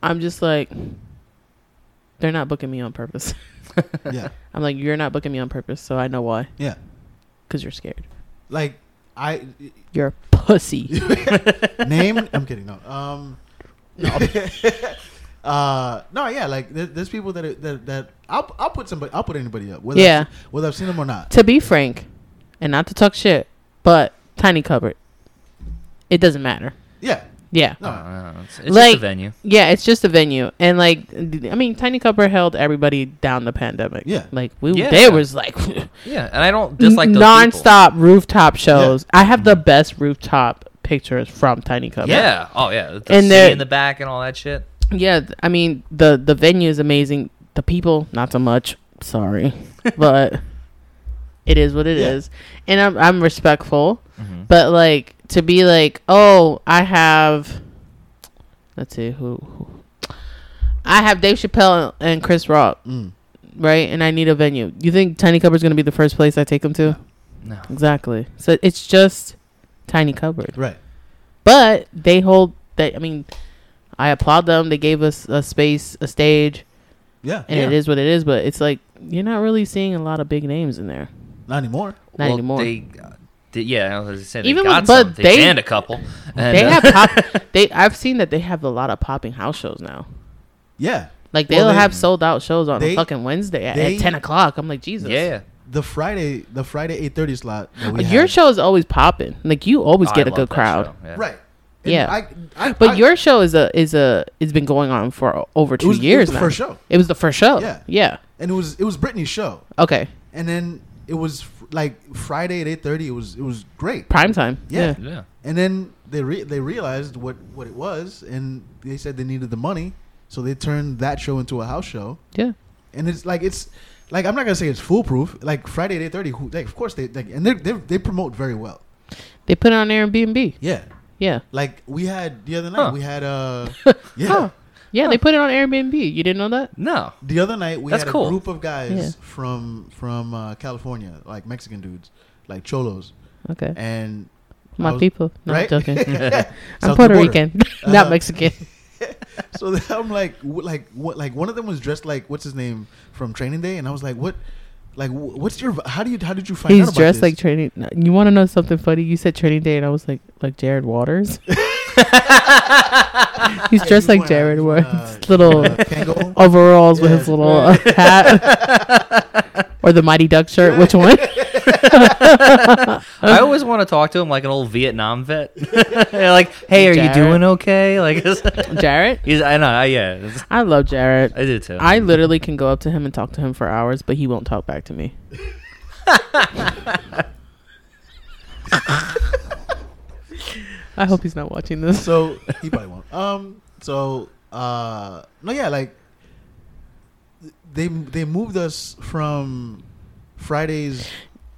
[SPEAKER 2] I'm just like, they're not booking me on purpose.
[SPEAKER 1] yeah
[SPEAKER 2] I'm like, you're not booking me on purpose, so I know why.
[SPEAKER 1] yeah
[SPEAKER 2] Because you're scared.
[SPEAKER 1] like I
[SPEAKER 2] You're a pussy.
[SPEAKER 1] name I'm kidding no um no uh no yeah like there, there's people that are, that that I'll I'll put somebody I'll put anybody up whether
[SPEAKER 2] Yeah.
[SPEAKER 1] I've, whether I've seen them or not
[SPEAKER 2] to be frank, and not to talk shit, but tiny cupboard. It doesn't matter.
[SPEAKER 1] yeah
[SPEAKER 2] Yeah.
[SPEAKER 1] no
[SPEAKER 3] I don't know. It's, it's just
[SPEAKER 2] Like-
[SPEAKER 3] a venue.
[SPEAKER 2] Yeah, it's just a venue. And like I mean, Tiny Cupboard held everybody down the pandemic.
[SPEAKER 1] Yeah.
[SPEAKER 2] Like we
[SPEAKER 3] Yeah.
[SPEAKER 2] there was like
[SPEAKER 3] Yeah, and I don't dislike those people.
[SPEAKER 2] nonstop rooftop shows. I have
[SPEAKER 1] Mm-hmm.
[SPEAKER 2] the best rooftop pictures from Tiny Cupboard.
[SPEAKER 3] Yeah. Oh yeah. The
[SPEAKER 2] And
[SPEAKER 3] and
[SPEAKER 2] they're-
[SPEAKER 3] in the back and all that shit.
[SPEAKER 2] Yeah, th- I mean the the venue is amazing. The people, not so much. Sorry, but it is what it is,
[SPEAKER 1] Yeah.
[SPEAKER 2] and I'm I'm respectful.
[SPEAKER 3] Mhm.
[SPEAKER 2] But like to be like, oh, I have, let's see who, who I have Dave Chappelle and Chris Rock,
[SPEAKER 1] Mm.
[SPEAKER 2] right? And I need a venue. You think Tiny Cupboard's gonna be the first place I take them to?
[SPEAKER 3] No.
[SPEAKER 2] Exactly. So it's just Tiny Cupboard
[SPEAKER 1] right
[SPEAKER 2] but they hold that i mean i applaud them they gave us a space a stage
[SPEAKER 1] yeah
[SPEAKER 2] and it
[SPEAKER 3] Yeah.
[SPEAKER 2] is what it is but it's like you're not really seeing a lot of big names in there
[SPEAKER 1] not anymore
[SPEAKER 2] Not anymore.
[SPEAKER 3] They, uh, they- yeah, I was gonna say they
[SPEAKER 2] Even
[SPEAKER 3] got
[SPEAKER 2] with- but
[SPEAKER 3] some. They,
[SPEAKER 2] they-
[SPEAKER 3] banned a couple. And,
[SPEAKER 2] they
[SPEAKER 3] uh,
[SPEAKER 2] have pop they i've seen that they have a lot of popping house shows now
[SPEAKER 1] yeah
[SPEAKER 2] like
[SPEAKER 1] Well,
[SPEAKER 2] they'll
[SPEAKER 1] they-
[SPEAKER 2] have sold out shows on a
[SPEAKER 1] they-
[SPEAKER 2] fucking wednesday at,
[SPEAKER 1] they-
[SPEAKER 2] at 10 o'clock i'm like jesus
[SPEAKER 3] yeah.
[SPEAKER 1] the Friday the Friday eight thirty slot that we
[SPEAKER 2] Uh, your
[SPEAKER 1] had-
[SPEAKER 2] show is always popping like you always
[SPEAKER 3] Oh,
[SPEAKER 2] get
[SPEAKER 3] I
[SPEAKER 2] a good
[SPEAKER 3] love that
[SPEAKER 2] crowd
[SPEAKER 3] show, yeah.
[SPEAKER 1] right
[SPEAKER 2] Yeah.
[SPEAKER 1] I, I,
[SPEAKER 2] but
[SPEAKER 1] I-
[SPEAKER 2] your show is a is a it's been going on for over two
[SPEAKER 1] was- it was
[SPEAKER 2] years
[SPEAKER 1] the
[SPEAKER 2] now
[SPEAKER 1] first show.
[SPEAKER 2] it was the first show
[SPEAKER 1] Yeah.
[SPEAKER 2] yeah
[SPEAKER 1] and it was it was Britney's show
[SPEAKER 2] okay
[SPEAKER 1] and then it was fr- like Friday at eight thirty it was it was great
[SPEAKER 2] prime time
[SPEAKER 1] Yeah.
[SPEAKER 3] Yeah.
[SPEAKER 1] And then they re- they realized what, what it was, and they said they needed the money, so they turned that show into a house show.
[SPEAKER 2] yeah, yeah.
[SPEAKER 1] And it's like it's like I'm not gonna say it's foolproof. Like Friday at eight thirty, like of course they like, and they they they promote very well.
[SPEAKER 2] they put it on airbnb
[SPEAKER 1] Yeah,
[SPEAKER 2] yeah
[SPEAKER 1] like we had the other night
[SPEAKER 3] Huh.
[SPEAKER 1] we had uh yeah
[SPEAKER 2] Huh. Yeah, they put it on Airbnb. You didn't know that?
[SPEAKER 3] No.
[SPEAKER 1] the other night we
[SPEAKER 3] That's
[SPEAKER 1] had
[SPEAKER 3] cool.
[SPEAKER 1] a group of guys
[SPEAKER 2] Yeah.
[SPEAKER 1] from from uh, California, like Mexican dudes, like cholos,
[SPEAKER 2] Okay.
[SPEAKER 1] and I
[SPEAKER 2] My
[SPEAKER 1] was-
[SPEAKER 2] people. No,
[SPEAKER 1] right?
[SPEAKER 2] I'm joking.
[SPEAKER 1] South
[SPEAKER 2] I'm
[SPEAKER 1] of
[SPEAKER 2] Puerto
[SPEAKER 1] the border.
[SPEAKER 2] Rican,
[SPEAKER 1] Uh,
[SPEAKER 2] not Mexican.
[SPEAKER 1] So then I'm like, wh- like, what, like one of them was dressed like what's his name from Training Day, and I was like, what, like, wh- what's your, how do you, how did you find out
[SPEAKER 2] He's
[SPEAKER 1] about
[SPEAKER 2] dressed
[SPEAKER 1] this?
[SPEAKER 2] like training. no, You want to know something funny? You said training day, and I was like, like Jared Waters. He's
[SPEAKER 1] Yeah,
[SPEAKER 2] dressed
[SPEAKER 1] you
[SPEAKER 2] like
[SPEAKER 1] wanna-
[SPEAKER 2] Jared
[SPEAKER 1] you
[SPEAKER 2] Waters.
[SPEAKER 1] wanna-
[SPEAKER 2] little Oh.
[SPEAKER 1] uh, Kango?
[SPEAKER 2] overalls with
[SPEAKER 1] Yeah.
[SPEAKER 2] his little uh, hat, or the Mighty Duck shirt. Which one?
[SPEAKER 3] I always want to talk to him like an old Vietnam vet. like, hey, are
[SPEAKER 2] Jarrett.
[SPEAKER 3] you doing okay? Like, it's-
[SPEAKER 2] Jarrett.
[SPEAKER 3] he's. I know. I, yeah, it's-
[SPEAKER 2] I love Jarrett.
[SPEAKER 3] I do too.
[SPEAKER 2] I literally can go up to him and talk to him for hours, but he won't talk back to me. I hope he's not watching this.
[SPEAKER 1] So he probably won't. Um, so uh, no, yeah, like they they moved us from Fridays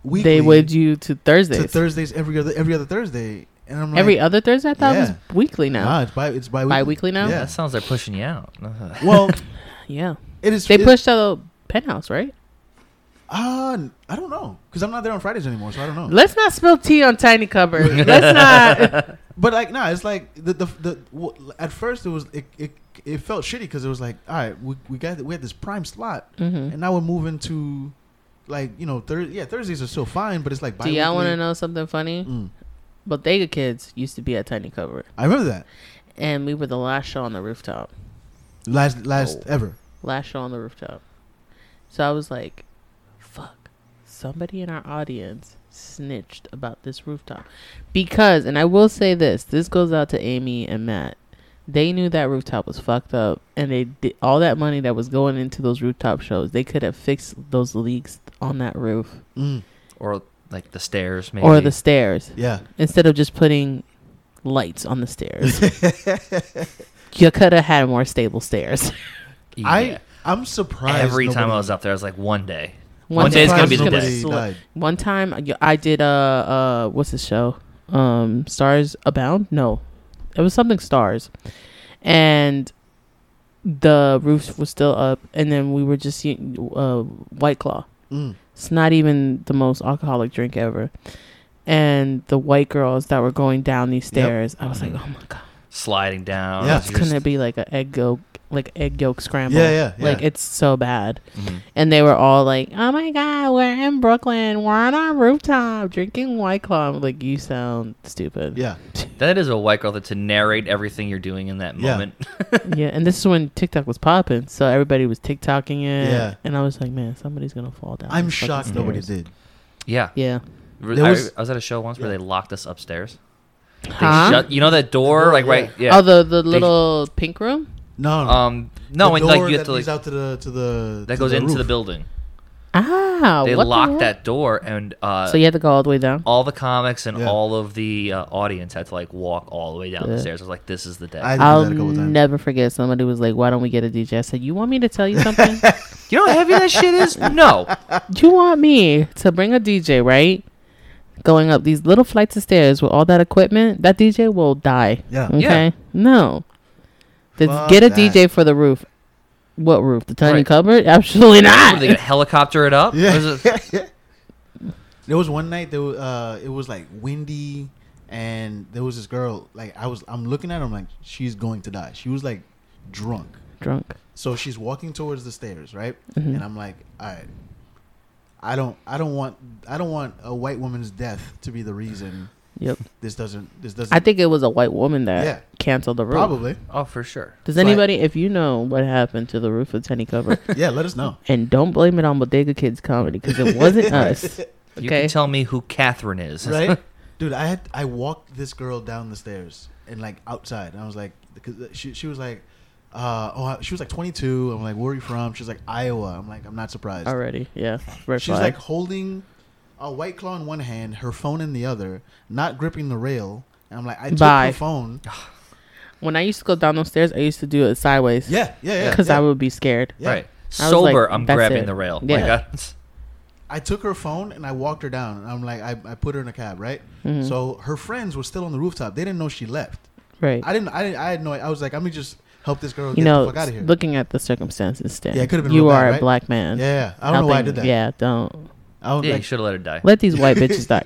[SPEAKER 1] weekly
[SPEAKER 2] They would you to Thursdays.
[SPEAKER 1] to Thursdays every other every other Thursday, and I'm like,
[SPEAKER 2] Every other Thursday, I thought it
[SPEAKER 1] Yeah.
[SPEAKER 2] was weekly now.
[SPEAKER 1] nah, it's bi it's bi
[SPEAKER 2] Bi-weekly now?
[SPEAKER 1] Yeah.
[SPEAKER 3] That sounds like pushing you out.
[SPEAKER 1] well,
[SPEAKER 2] yeah,
[SPEAKER 1] it is.
[SPEAKER 2] they
[SPEAKER 1] it-
[SPEAKER 2] pushed out Penthouse, right?
[SPEAKER 1] Uh, I don't know because I'm not there on Fridays anymore, so I don't know.
[SPEAKER 2] Let's not spill tea on Tiny Cupboard. Let's not.
[SPEAKER 1] But like, nah, it's like the the, the w- at first it was it it, it felt shitty because it was like, all right, we, we got we had this prime slot,
[SPEAKER 2] Mhm.
[SPEAKER 1] and now we're moving to like you know Thursday. Yeah, Thursdays are still fine, but it's like.
[SPEAKER 2] Do y'all want to
[SPEAKER 1] bi-weekly.
[SPEAKER 2] know something funny?
[SPEAKER 1] Mm.
[SPEAKER 2] Bodega Kids used to be at Tiny Cupboard,
[SPEAKER 1] I remember that
[SPEAKER 2] and we were the last show on the rooftop.
[SPEAKER 1] last last
[SPEAKER 2] Oh.
[SPEAKER 1] ever.
[SPEAKER 2] last show on the rooftop. So I was like, fuck, somebody in our audience snitched about this rooftop. Because, and I will say this, this goes out to Amy and Matt. they knew that rooftop was fucked up, and they did all that money that was going into those rooftop shows. They could have fixed those leaks on that roof
[SPEAKER 1] Mm,
[SPEAKER 3] or like the stairs, maybe.
[SPEAKER 2] or the stairs
[SPEAKER 1] yeah.
[SPEAKER 2] instead of just putting lights on the stairs. you could have had more stable stairs.
[SPEAKER 3] Yeah.
[SPEAKER 1] I I'm surprised.
[SPEAKER 3] every time I
[SPEAKER 1] nobody-
[SPEAKER 3] was up there, I was like, one day,
[SPEAKER 2] One
[SPEAKER 3] one,
[SPEAKER 2] day
[SPEAKER 3] day is gonna be
[SPEAKER 1] surprised
[SPEAKER 3] the
[SPEAKER 2] gonna
[SPEAKER 1] nobody
[SPEAKER 3] day.
[SPEAKER 2] sl-
[SPEAKER 1] died.
[SPEAKER 2] One time I- I did uh uh what's the show? Um Stars Abound? No. It was something Stars. And the roof was still up and then we were just seeing uh White Claw.
[SPEAKER 1] Mm.
[SPEAKER 2] It's not even the most alcoholic drink ever. And the white girls that were going down these
[SPEAKER 1] Yep.
[SPEAKER 2] stairs, I was like, "Oh my god,
[SPEAKER 3] sliding down.
[SPEAKER 1] Yeah.
[SPEAKER 2] it's gonna be like a egg yolk, like egg yolk scramble.
[SPEAKER 1] Yeah, yeah, yeah.
[SPEAKER 2] Like it's so bad."
[SPEAKER 3] Mhm.
[SPEAKER 2] And they were all like, "Oh my god, we're in Brooklyn. We're on our rooftop drinking White Claw." I'm like, you sound stupid.
[SPEAKER 1] yeah.
[SPEAKER 3] That is a white girl that to narrate everything you're doing in that
[SPEAKER 1] Yeah.
[SPEAKER 3] moment.
[SPEAKER 2] Yeah, And this is when TikTok was popping, so everybody was TikToking it.
[SPEAKER 1] Yeah.
[SPEAKER 2] And I was like, man, somebody's gonna fall down.
[SPEAKER 1] I'm
[SPEAKER 2] these fucking
[SPEAKER 1] shocked nobody
[SPEAKER 2] stairs."
[SPEAKER 1] did.
[SPEAKER 3] Yeah,
[SPEAKER 2] Yeah.
[SPEAKER 1] There
[SPEAKER 3] I,
[SPEAKER 1] was-
[SPEAKER 3] I was at a show once where
[SPEAKER 1] Yeah.
[SPEAKER 3] they locked us upstairs. They
[SPEAKER 2] Huh?
[SPEAKER 3] shut, you know that door, like
[SPEAKER 1] Yeah.
[SPEAKER 3] right? Yeah.
[SPEAKER 2] Oh, the the little pink room.
[SPEAKER 1] No, no.
[SPEAKER 3] um, no,
[SPEAKER 1] the
[SPEAKER 3] and
[SPEAKER 1] door
[SPEAKER 3] like you have
[SPEAKER 1] that
[SPEAKER 3] to
[SPEAKER 1] leads
[SPEAKER 3] like
[SPEAKER 1] out to the to the
[SPEAKER 3] that
[SPEAKER 1] to
[SPEAKER 3] goes
[SPEAKER 1] the
[SPEAKER 3] into
[SPEAKER 1] roof.
[SPEAKER 3] the building.
[SPEAKER 2] Ah.
[SPEAKER 3] They
[SPEAKER 2] what the
[SPEAKER 3] locked
[SPEAKER 2] heck?
[SPEAKER 3] that door, and uh,
[SPEAKER 2] So you had to go all the way down.
[SPEAKER 3] all the comics and
[SPEAKER 1] Yeah.
[SPEAKER 3] all of the uh, audience had to like walk all the way down
[SPEAKER 2] Yeah.
[SPEAKER 3] the stairs. I was like, this is the day.
[SPEAKER 1] I did
[SPEAKER 2] I'll
[SPEAKER 1] that a couple times.
[SPEAKER 2] never forget. Somebody was like, "Why don't we get a DJ?" I said, "You want me to tell you something?
[SPEAKER 3] you know how heavy that shit is? No.
[SPEAKER 2] you want me to bring a DJ, right? Going up these little flights of stairs with all that equipment, that DJ will die.
[SPEAKER 1] Yeah.
[SPEAKER 2] Okay.
[SPEAKER 3] Yeah.
[SPEAKER 2] No. To
[SPEAKER 1] Fuck
[SPEAKER 2] get a
[SPEAKER 1] that.
[SPEAKER 2] DJ for the roof. What roof? The tiny
[SPEAKER 3] Right.
[SPEAKER 2] cupboard? Absolutely
[SPEAKER 3] What, are they
[SPEAKER 2] not.
[SPEAKER 3] gonna helicopter it up?
[SPEAKER 1] Yeah.
[SPEAKER 3] What is it?
[SPEAKER 1] There was one night there was, uh it was like windy and there was this girl like I was I'm looking at her I'm like she's going to die. She was like drunk.
[SPEAKER 2] Drunk.
[SPEAKER 1] So she's walking towards the stairs, right? And I'm like, all right. I don't I don't want I don't want a white woman's death to be the reason
[SPEAKER 2] Yep.
[SPEAKER 1] this doesn't this doesn't
[SPEAKER 2] I think it was a white woman that
[SPEAKER 1] Yeah.
[SPEAKER 2] canceled the roof.
[SPEAKER 1] probably.
[SPEAKER 3] Oh, for sure.
[SPEAKER 2] Does
[SPEAKER 1] But-
[SPEAKER 2] anybody, if you know what happened to the roof of Tiny Cupboard,
[SPEAKER 1] Yeah, let us know.
[SPEAKER 2] and don't blame it on Bodega Kids comedy because it wasn't us.
[SPEAKER 3] You
[SPEAKER 2] Okay.
[SPEAKER 3] can tell me who Catherine is.
[SPEAKER 1] right? Dude, I had I walked this girl down the stairs and like outside, and I was like, because she she was like, uh, oh, I- she was like 22. I'm like, where are you from? She's like Iowa. I'm like, I'm not surprised.
[SPEAKER 2] Already. Yeah. Red
[SPEAKER 1] She's
[SPEAKER 2] flag.
[SPEAKER 1] like holding a white claw in one hand, her phone in the other, not gripping the rail. And I'm like, I took
[SPEAKER 2] Bye.
[SPEAKER 1] her phone.
[SPEAKER 2] when I used to go down those stairs, I used to do it sideways.
[SPEAKER 1] Yeah, yeah, yeah.
[SPEAKER 2] Because
[SPEAKER 1] yeah.
[SPEAKER 2] I would be scared.
[SPEAKER 1] Yeah.
[SPEAKER 3] Right.
[SPEAKER 2] I was like,
[SPEAKER 3] Sober, I'm
[SPEAKER 2] that's
[SPEAKER 3] grabbing
[SPEAKER 2] it.
[SPEAKER 3] the rail.
[SPEAKER 2] Yeah.
[SPEAKER 3] Like, that's-
[SPEAKER 1] I took her phone and I walked her down. And I'm like, I, I put her in a cab, right?
[SPEAKER 2] Mm-hmm.
[SPEAKER 1] So her friends were still on the rooftop. They didn't know she left.
[SPEAKER 2] Right.
[SPEAKER 1] I didn't. I didn't. I had no. I was like, let me just help this girl
[SPEAKER 2] you
[SPEAKER 1] get
[SPEAKER 2] know,
[SPEAKER 1] the fuck out of here.
[SPEAKER 2] looking at the circumstances, Stan,
[SPEAKER 1] Yeah, it could've been
[SPEAKER 2] you
[SPEAKER 1] real
[SPEAKER 2] are
[SPEAKER 1] bad,
[SPEAKER 2] a
[SPEAKER 1] right?
[SPEAKER 2] black man.
[SPEAKER 1] Yeah, I don't know why I did that.
[SPEAKER 2] Yeah, don't
[SPEAKER 1] I was
[SPEAKER 3] yeah, you
[SPEAKER 1] like,
[SPEAKER 3] should have let her die.
[SPEAKER 2] let these white bitches die.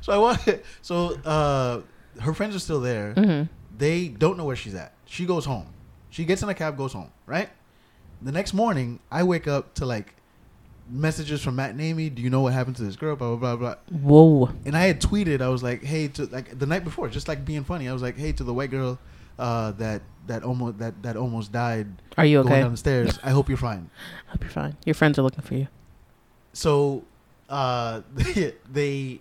[SPEAKER 1] so I wa- So uh, her friends are still there.
[SPEAKER 2] Mm-hmm.
[SPEAKER 1] They don't know where she's at. She goes home. She gets in a cab, goes home. Right. The next morning, I wake up to like messages from Matt and Amy. Do you know what happened to this girl? Blah blah blah blah.
[SPEAKER 2] Whoa,
[SPEAKER 1] And I had tweeted. I was like, hey, to like the night before, just like being funny. I was like, hey, to the white girl uh, that that almost that that almost died
[SPEAKER 2] are you
[SPEAKER 1] going
[SPEAKER 2] okay?
[SPEAKER 1] down the stairs. I hope you're fine.
[SPEAKER 2] Hope you're fine. Your friends are looking for you.
[SPEAKER 1] So uh, they,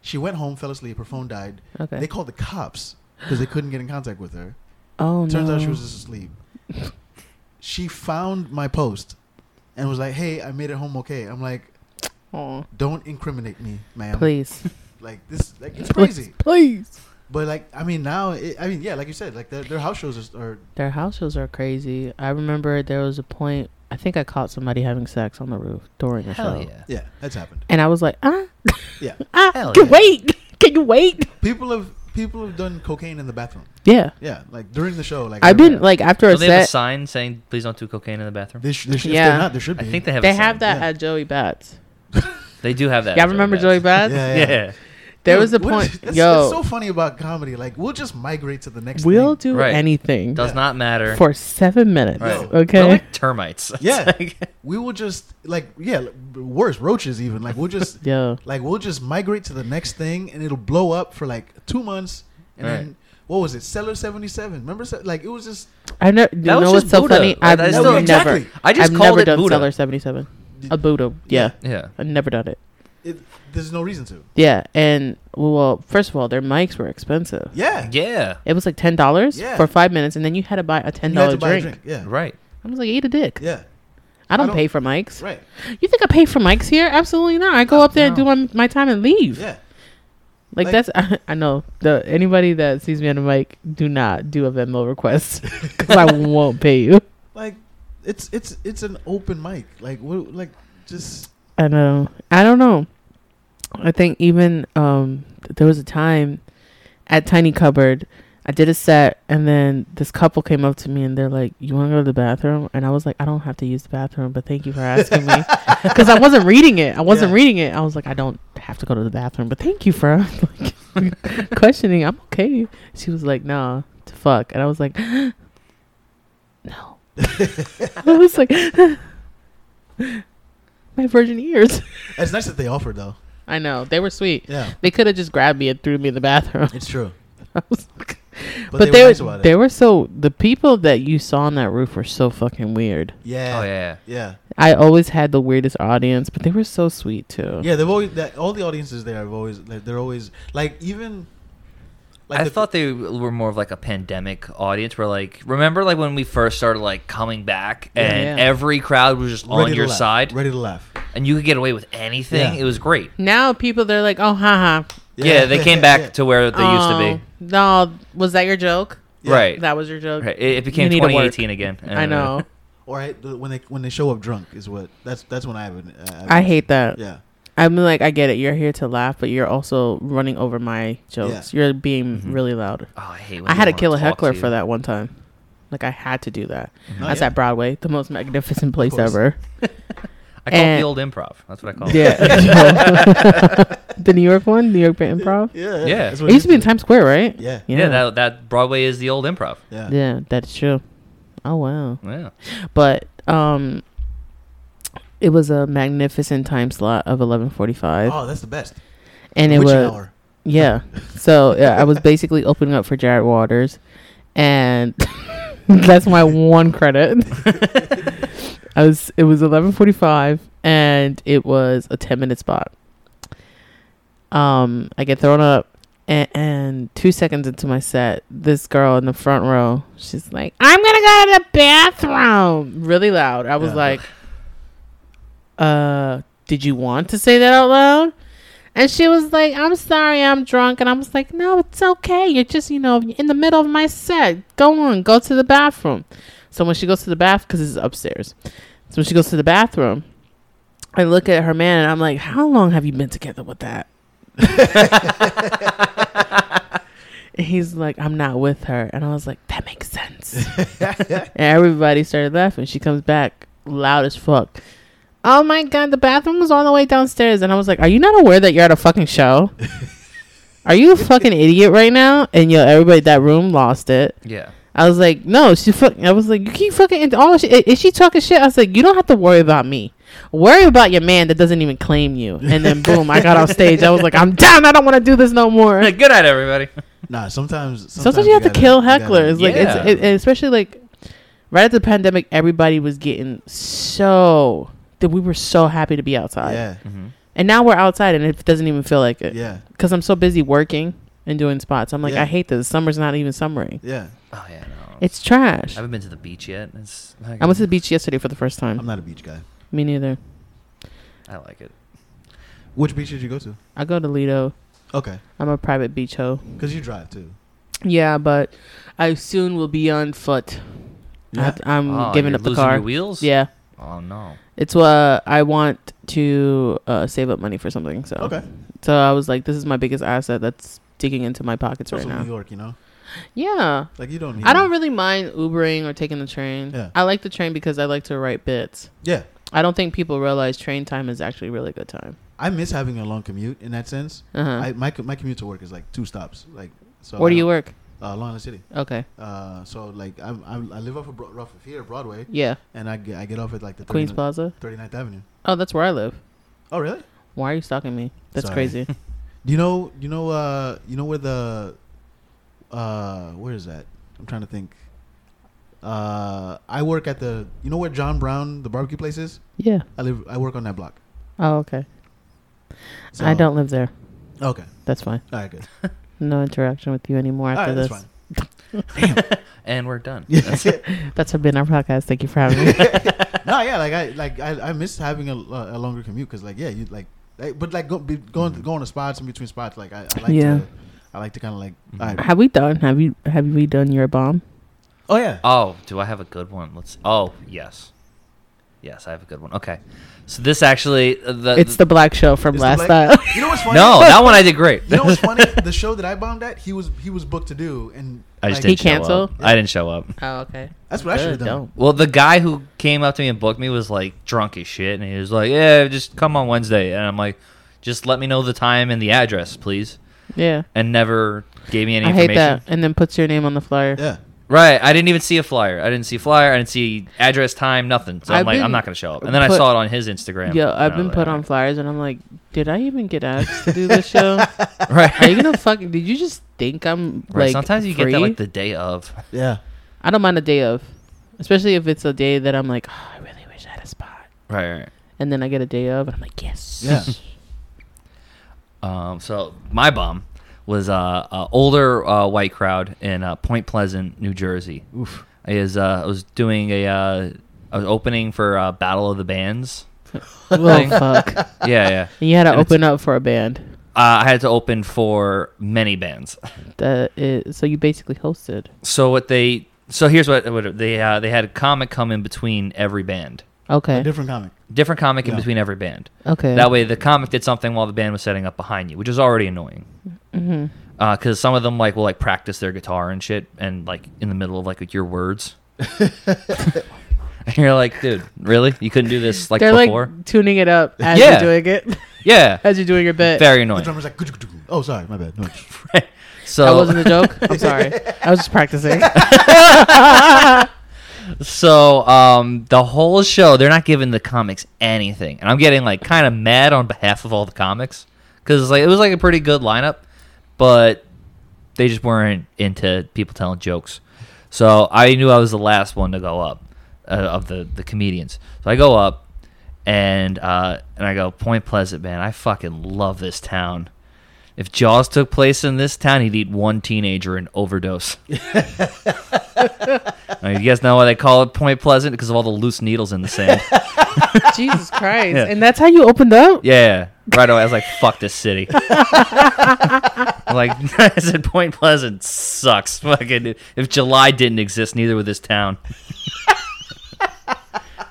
[SPEAKER 1] she went home, fell asleep. Her phone died.
[SPEAKER 2] Okay.
[SPEAKER 1] They called the cops because they couldn't get in contact with her.
[SPEAKER 2] oh no.
[SPEAKER 1] Turns out she was just asleep. she found my post and was like, "Hey, I made it home okay." I'm like,
[SPEAKER 2] Aw,
[SPEAKER 1] "Don't incriminate me, ma'am."
[SPEAKER 2] please,
[SPEAKER 1] Like this, like it's crazy.
[SPEAKER 2] please.
[SPEAKER 1] but like, I mean, now, it, I mean, yeah, like you said, like their, their house shows are, are
[SPEAKER 2] Their house shows are crazy. I remember there was a point. I think I caught somebody having sex on the roof during the
[SPEAKER 3] Hell
[SPEAKER 2] show,
[SPEAKER 3] yeah.
[SPEAKER 1] yeah, that's happened.
[SPEAKER 2] and I was like, ah,
[SPEAKER 1] Yeah,
[SPEAKER 2] ah,
[SPEAKER 3] Hell
[SPEAKER 2] can
[SPEAKER 3] yeah.
[SPEAKER 2] wait, can you wait?
[SPEAKER 1] people have people have done cocaine in the bathroom.
[SPEAKER 2] Yeah,
[SPEAKER 1] Yeah, like during the show, like
[SPEAKER 2] I've been like after
[SPEAKER 3] Do
[SPEAKER 2] a
[SPEAKER 3] they have a
[SPEAKER 2] set.
[SPEAKER 3] sign saying, please don't do cocaine in the bathroom?
[SPEAKER 1] They sh- they sh- if
[SPEAKER 2] Yeah.
[SPEAKER 1] they're not, there should
[SPEAKER 3] I
[SPEAKER 1] be.
[SPEAKER 3] think they have
[SPEAKER 2] They
[SPEAKER 3] a sign.
[SPEAKER 2] have that
[SPEAKER 1] Yeah.
[SPEAKER 2] at Joey Bats.
[SPEAKER 3] They do have that.
[SPEAKER 2] Y'all remember Joey Bats?
[SPEAKER 1] Yeah,
[SPEAKER 3] Yeah.
[SPEAKER 2] There
[SPEAKER 1] Dude,
[SPEAKER 2] was a
[SPEAKER 1] what
[SPEAKER 2] point.
[SPEAKER 1] is- that's,
[SPEAKER 2] yo,
[SPEAKER 1] that's so funny about comedy. Like we'll just migrate to the next.
[SPEAKER 2] we'll
[SPEAKER 1] thing.
[SPEAKER 2] do
[SPEAKER 3] Right.
[SPEAKER 2] anything
[SPEAKER 3] Does not matter.
[SPEAKER 2] for seven minutes.
[SPEAKER 1] Right.
[SPEAKER 2] Okay.
[SPEAKER 3] They're like termites. It's
[SPEAKER 1] Yeah.
[SPEAKER 3] like-
[SPEAKER 1] we will just like yeah, like, worse roaches even. Like we'll just
[SPEAKER 2] yeah.
[SPEAKER 1] like we'll just migrate to the next thing, and it'll blow up for like two months, and then
[SPEAKER 3] Right.
[SPEAKER 1] what was it? Cellar seventy seven. Remember, se- like it was just
[SPEAKER 2] I know. You
[SPEAKER 3] was
[SPEAKER 2] know what's
[SPEAKER 3] just
[SPEAKER 2] so
[SPEAKER 3] Buddha.
[SPEAKER 2] funny?
[SPEAKER 3] Like,
[SPEAKER 2] I've
[SPEAKER 3] that is
[SPEAKER 1] still-
[SPEAKER 2] never.
[SPEAKER 1] Exactly.
[SPEAKER 3] I just
[SPEAKER 2] I've
[SPEAKER 3] called
[SPEAKER 2] never
[SPEAKER 3] it
[SPEAKER 2] done
[SPEAKER 3] Buddha.
[SPEAKER 2] Seller Seventy Seven. A Buddha. Yeah.
[SPEAKER 3] Yeah.
[SPEAKER 2] I never done it.
[SPEAKER 1] it, there's no reason to.
[SPEAKER 2] Yeah, and well, first of all, their mics were expensive.
[SPEAKER 1] Yeah.
[SPEAKER 3] Yeah.
[SPEAKER 2] It was like ten dollars
[SPEAKER 1] Yeah.
[SPEAKER 2] for five minutes, and then you had to buy a ten
[SPEAKER 1] You had
[SPEAKER 2] dollar
[SPEAKER 1] to buy a drink.
[SPEAKER 2] drink.
[SPEAKER 1] Yeah.
[SPEAKER 3] Right.
[SPEAKER 2] I was like, eat a dick.
[SPEAKER 1] Yeah.
[SPEAKER 2] I, don't
[SPEAKER 1] I don't-
[SPEAKER 2] pay for mics.
[SPEAKER 1] Right.
[SPEAKER 2] You think I pay for mics here? Absolutely not. I go up there and do
[SPEAKER 3] No.
[SPEAKER 2] my, my time and leave.
[SPEAKER 1] Yeah.
[SPEAKER 2] Like,
[SPEAKER 1] Like-
[SPEAKER 2] that's I, I know the anybody that sees me on the mic, do not do a Venmo request because I won't pay you.
[SPEAKER 1] Like it's it's it's an open mic. Like what like just
[SPEAKER 2] I know. I don't know. I think even um th- there was a time at Tiny Cupboard, I did a set and then this couple came up to me and they're like, "You want to go to the bathroom?" And I was like, "I don't have to use the bathroom, but thank you for asking me." Cuz I wasn't reading it. I wasn't
[SPEAKER 1] Yeah.
[SPEAKER 2] reading it. I was like, "I don't have to go to the bathroom, but thank you for like questioning. I'm okay." She was like, "Nah, to fuck." And I was like, "No." I was like my virgin ears.
[SPEAKER 1] it's nice that they offered though.
[SPEAKER 2] I know they were sweet.
[SPEAKER 1] Yeah.
[SPEAKER 2] They could have just grabbed me and threw me in the bathroom.
[SPEAKER 1] It's true.
[SPEAKER 2] I was like-
[SPEAKER 1] But,
[SPEAKER 2] but,
[SPEAKER 1] they,
[SPEAKER 2] they,
[SPEAKER 1] were
[SPEAKER 2] were
[SPEAKER 1] nice about
[SPEAKER 2] they
[SPEAKER 1] it.
[SPEAKER 2] were so the people that you saw on that roof were so fucking weird.
[SPEAKER 1] Yeah.
[SPEAKER 3] Oh
[SPEAKER 1] yeah.
[SPEAKER 3] yeah.
[SPEAKER 1] Yeah.
[SPEAKER 2] I always had the weirdest audience, but they were so sweet too.
[SPEAKER 1] Yeah, they've always that, all the audiences there have always like, they're always like even
[SPEAKER 3] I
[SPEAKER 1] the-
[SPEAKER 3] thought they were more of like a pandemic audience where like remember like when we first started like coming back
[SPEAKER 2] Yeah.
[SPEAKER 3] and
[SPEAKER 2] Yeah.
[SPEAKER 3] every crowd was just
[SPEAKER 1] ready
[SPEAKER 3] on
[SPEAKER 1] to
[SPEAKER 3] your
[SPEAKER 1] laugh,
[SPEAKER 3] side
[SPEAKER 1] ready to laugh.
[SPEAKER 3] and you could get away with anything.
[SPEAKER 1] Yeah.
[SPEAKER 3] It was great.
[SPEAKER 2] Now people they're like, oh haha.
[SPEAKER 3] Yeah, they came back to where they used to
[SPEAKER 2] be. No, was that your joke?
[SPEAKER 1] Yeah.
[SPEAKER 3] be. Right.
[SPEAKER 2] That was your joke.
[SPEAKER 3] Right. It, it became
[SPEAKER 2] need to work.
[SPEAKER 3] 2018 again.
[SPEAKER 2] I know.
[SPEAKER 1] Or I, when they when they show up drunk is what that's that's when I have an. Uh,
[SPEAKER 2] I hate that.
[SPEAKER 1] Yeah.
[SPEAKER 2] I'm like, I get it. You're here to laugh, but you're also running over my jokes. You're being
[SPEAKER 3] Mhm.
[SPEAKER 2] really loud.
[SPEAKER 3] Oh, I hate. When
[SPEAKER 2] I had
[SPEAKER 3] they
[SPEAKER 2] to kill a
[SPEAKER 3] wanna talk
[SPEAKER 2] heckler
[SPEAKER 3] to
[SPEAKER 2] for
[SPEAKER 3] you.
[SPEAKER 2] that one time. Like I had to do that.
[SPEAKER 1] Oh,
[SPEAKER 2] That's
[SPEAKER 1] yeah.
[SPEAKER 2] at Broadway, the most magnificent place
[SPEAKER 1] course.
[SPEAKER 2] ever.
[SPEAKER 3] I call it
[SPEAKER 2] And-
[SPEAKER 3] the old improv. That's what I call it.
[SPEAKER 2] Yeah. the New York one, New York Improv.
[SPEAKER 1] Yeah.
[SPEAKER 3] Yeah.
[SPEAKER 1] that's
[SPEAKER 2] It
[SPEAKER 1] what
[SPEAKER 2] used to be in Times Square, right?
[SPEAKER 1] Yeah.
[SPEAKER 3] Yeah. that that Broadway is the old improv.
[SPEAKER 1] Yeah.
[SPEAKER 2] yeah, that's true. Oh wow.
[SPEAKER 3] Yeah.
[SPEAKER 2] But um it was a magnificent time slot of 11:45
[SPEAKER 1] Oh, that's the best.
[SPEAKER 2] and it
[SPEAKER 1] Witching
[SPEAKER 2] was
[SPEAKER 1] hour.
[SPEAKER 2] Yeah. So yeah, I was basically opening up for Jared Waters, and that's my one credit. I was. It was eleven forty-five, and it was a ten-minute spot. Um, I get thrown up, and, and two seconds into my set, this girl in the front row, she's like, "I'm gonna go to the bathroom," really loud. I was
[SPEAKER 1] Yeah.
[SPEAKER 2] like, "Uh, did you want to say that out loud?" And she was like, I'm sorry, I'm drunk. And I was like, no, it's okay. You're just, you know, in the middle of my set. Go on, go to the bathroom. So when she goes to the bath, because it's upstairs. So when she goes to the bathroom, I look at her man and I'm like, how long have you been together with that? and he's like, I'm not with her. And I was like, that makes sense. and everybody started laughing. She comes back loud as fuck. Oh my god, the bathroom was all the way downstairs, and I was like, "Are you not aware that you're at a fucking show? Are you a fucking idiot right now?" And yo, everybody that room lost it.
[SPEAKER 3] Yeah.
[SPEAKER 2] I was like, "No, she fuck." I was like, "You keep fucking into all she- i- is she talking shit?" I was like, "You don't have to worry about me. Worry about your man that doesn't even claim you." And then boom, I got off stage. I was like, "I'm done. I don't want to do this no more."
[SPEAKER 3] Good night, everybody.
[SPEAKER 1] Nah, sometimes.
[SPEAKER 2] Sometimes, you have to
[SPEAKER 1] gotta-
[SPEAKER 2] kill
[SPEAKER 1] you gotta-
[SPEAKER 2] hecklers, like
[SPEAKER 3] Yeah.
[SPEAKER 2] it's it, and especially like right at the pandemic, everybody was getting so that we were so happy to be outside.
[SPEAKER 1] yeah.
[SPEAKER 3] hmm
[SPEAKER 2] And now we're outside and it doesn't even feel like it.
[SPEAKER 1] Yeah.
[SPEAKER 2] Because I'm so busy working and doing spots. I'm like,
[SPEAKER 1] Yeah.
[SPEAKER 2] I hate this. Summer's not even summering.
[SPEAKER 1] Yeah.
[SPEAKER 3] Oh yeah. No.
[SPEAKER 2] It's trash.
[SPEAKER 3] I haven't been to the beach yet. It's.
[SPEAKER 2] I went to the beach yesterday for the first time.
[SPEAKER 1] I'm not a beach guy.
[SPEAKER 2] Me neither.
[SPEAKER 3] I like it.
[SPEAKER 1] Which beach did you go to?
[SPEAKER 2] I go to Lido.
[SPEAKER 1] Okay,
[SPEAKER 2] I'm a private beach hoe.
[SPEAKER 1] because you drive too.
[SPEAKER 2] Yeah, but I soon will be on foot. I have to- I'm
[SPEAKER 3] Oh,
[SPEAKER 2] giving
[SPEAKER 3] you're
[SPEAKER 2] up the
[SPEAKER 3] losing
[SPEAKER 2] car.
[SPEAKER 3] Your wheels.
[SPEAKER 2] Yeah.
[SPEAKER 3] Oh no.
[SPEAKER 2] It's uh, I want to uh, save up money for something. So
[SPEAKER 1] Okay.
[SPEAKER 2] so I was like, this is my biggest asset that's digging into my
[SPEAKER 1] It's
[SPEAKER 2] pockets
[SPEAKER 1] also
[SPEAKER 2] right
[SPEAKER 1] New
[SPEAKER 2] now.
[SPEAKER 1] York, you know.
[SPEAKER 2] Yeah.
[SPEAKER 1] Like you don't. Need
[SPEAKER 2] I don't really mind Ubering or taking the train.
[SPEAKER 1] Yeah.
[SPEAKER 2] I like the train because I like to write bits.
[SPEAKER 1] yeah,
[SPEAKER 2] I don't think people realize train time is actually really good time.
[SPEAKER 1] I miss having a long commute in that sense.
[SPEAKER 2] Uh-huh.
[SPEAKER 1] I my co- my commute to work is like two stops. Like so.
[SPEAKER 2] Where
[SPEAKER 1] I
[SPEAKER 2] do you
[SPEAKER 1] don't-
[SPEAKER 2] work?
[SPEAKER 1] Uh, Long Island City.
[SPEAKER 2] Okay.
[SPEAKER 1] Uh, so like I'm, I'm I live off of, Bro- off of here Broadway,
[SPEAKER 2] Yeah.
[SPEAKER 1] and I get I get off at like the
[SPEAKER 2] Queens
[SPEAKER 1] 39
[SPEAKER 2] Plaza.
[SPEAKER 1] 39th Avenue.
[SPEAKER 2] Oh, that's where I live.
[SPEAKER 1] Oh really?
[SPEAKER 2] Why are you stalking me? That's
[SPEAKER 1] Sorry.
[SPEAKER 2] crazy.
[SPEAKER 1] Do you know you know uh you know where the uh where is that? I'm trying to think. Uh, I work at the you know where John Brown the barbecue place is.
[SPEAKER 2] yeah.
[SPEAKER 1] I live I work on that block.
[SPEAKER 2] Oh, okay. I
[SPEAKER 1] So-
[SPEAKER 2] don't live there.
[SPEAKER 1] Okay.
[SPEAKER 2] That's fine.
[SPEAKER 1] All right. Good.
[SPEAKER 2] No interaction with you anymore
[SPEAKER 1] All
[SPEAKER 2] after
[SPEAKER 1] right.
[SPEAKER 2] this.
[SPEAKER 1] That's fine.
[SPEAKER 3] and we're done.
[SPEAKER 2] That's been our podcast. Thank you for having me.
[SPEAKER 1] no, yeah, like I like I, I miss having a, a longer commute because like yeah, you like, like but like go, be, going going to spots in between spots like I, I like
[SPEAKER 2] Yeah.
[SPEAKER 1] to I like to kind of like all right.
[SPEAKER 2] have we done? Have you? Have we done your bomb?
[SPEAKER 1] oh yeah
[SPEAKER 3] Oh, do I have a good one? Let's. Oh, yes, yes, I have a good one. Okay, so this actually uh, the
[SPEAKER 2] it's the black show from
[SPEAKER 1] It's the
[SPEAKER 2] last
[SPEAKER 1] black-
[SPEAKER 2] time.
[SPEAKER 1] you know what's funny
[SPEAKER 3] no that one I did great.
[SPEAKER 1] you know what's funny the show that I bombed at he was he was booked to do and
[SPEAKER 3] I just
[SPEAKER 2] He
[SPEAKER 1] like,
[SPEAKER 3] didn't show
[SPEAKER 2] canceled?
[SPEAKER 3] up. I didn't show up.
[SPEAKER 2] oh, okay.
[SPEAKER 1] that's what I should have
[SPEAKER 2] Good,
[SPEAKER 1] done
[SPEAKER 2] dope.
[SPEAKER 3] Well, the guy who came up to me and booked me was like drunk as shit, and he was like, "Yeah, just come on Wednesday," and I'm like, "Just let me know the time and the address, please,"
[SPEAKER 2] Yeah.
[SPEAKER 3] and never gave me any
[SPEAKER 2] I hate
[SPEAKER 3] information.
[SPEAKER 2] that. And then puts your name on the flyer.
[SPEAKER 1] yeah
[SPEAKER 3] Right, I didn't even see a flyer. I didn't see flyer. I didn't see address, time, nothing. So i am
[SPEAKER 2] I've
[SPEAKER 3] like, I'm
[SPEAKER 2] been
[SPEAKER 3] not gonna show up. And then I
[SPEAKER 2] put-
[SPEAKER 3] saw it on his Instagram.
[SPEAKER 2] Yo, I've
[SPEAKER 3] and I
[SPEAKER 2] been
[SPEAKER 3] was
[SPEAKER 2] put
[SPEAKER 3] like,
[SPEAKER 2] on flyers, and I'm like, did I even get asked to do this show?
[SPEAKER 3] Right.
[SPEAKER 2] Are you gonna fucking? Did you just think I'm
[SPEAKER 3] Right,
[SPEAKER 2] like?
[SPEAKER 3] sometimes you get
[SPEAKER 2] free?
[SPEAKER 3] that like the day of.
[SPEAKER 1] yeah
[SPEAKER 2] I don't mind a day of, especially if it's a day that I'm like, oh, I really wish I had a spot,
[SPEAKER 3] Right, right.
[SPEAKER 2] and then I get a day of, and I'm like, yes.
[SPEAKER 1] yeah
[SPEAKER 3] Um, so my bomb was uh, a older uh, white crowd in uh, Point Pleasant, New Jersey.
[SPEAKER 1] oof
[SPEAKER 3] I was, uh, I was doing a uh, I was opening for uh, Battle of the Bands.
[SPEAKER 2] well, Oh, fuck.
[SPEAKER 3] Yeah, yeah.
[SPEAKER 2] And you had to
[SPEAKER 3] And it's-
[SPEAKER 2] open up for a band.
[SPEAKER 3] Uh, I had to open for many bands.
[SPEAKER 2] That is, so you basically hosted.
[SPEAKER 3] So what they so here's what, what they uh, they had a comic come in between every band.
[SPEAKER 2] Okay.
[SPEAKER 1] a different comic
[SPEAKER 3] Different comic in
[SPEAKER 1] Yeah.
[SPEAKER 3] between every band.
[SPEAKER 2] Okay.
[SPEAKER 3] That way, the comic did something while the band was setting up behind you, which is already annoying.
[SPEAKER 2] hmm
[SPEAKER 3] Because some of them like will like practice their guitar and shit, and like in the middle of like your words, and you're like, dude, really? You couldn't do this like
[SPEAKER 2] They're
[SPEAKER 3] before?
[SPEAKER 2] like tuning it up as
[SPEAKER 3] Yeah.
[SPEAKER 2] you're doing it,
[SPEAKER 3] yeah,
[SPEAKER 2] as you're doing your bit.
[SPEAKER 3] very
[SPEAKER 1] the
[SPEAKER 3] annoying.
[SPEAKER 1] drummer's like oh sorry my bad no.
[SPEAKER 3] So
[SPEAKER 2] That wasn't a joke. I'm sorry. I was just practicing.
[SPEAKER 3] So um, the whole show, they're not giving the comics anything, and I'm getting like kind of mad on behalf of all the comics because like it was like a pretty good lineup, but they just weren't into people telling jokes. So I knew I was the last one to go up uh, of the the comedians. So I go up and uh, and I go Point Pleasant, man. I fucking love this town. If Jaws took place in this town, he'd eat one teenager and overdose. Uh, you guys know why they call it Point Pleasant because of all the loose needles in the sand.
[SPEAKER 2] Jesus Christ!
[SPEAKER 3] Yeah.
[SPEAKER 2] And that's how you opened up.
[SPEAKER 3] yeah, right away I was like, "Fuck this city." I'm like I said, Point Pleasant sucks. Fucking if July didn't exist, neither would this town.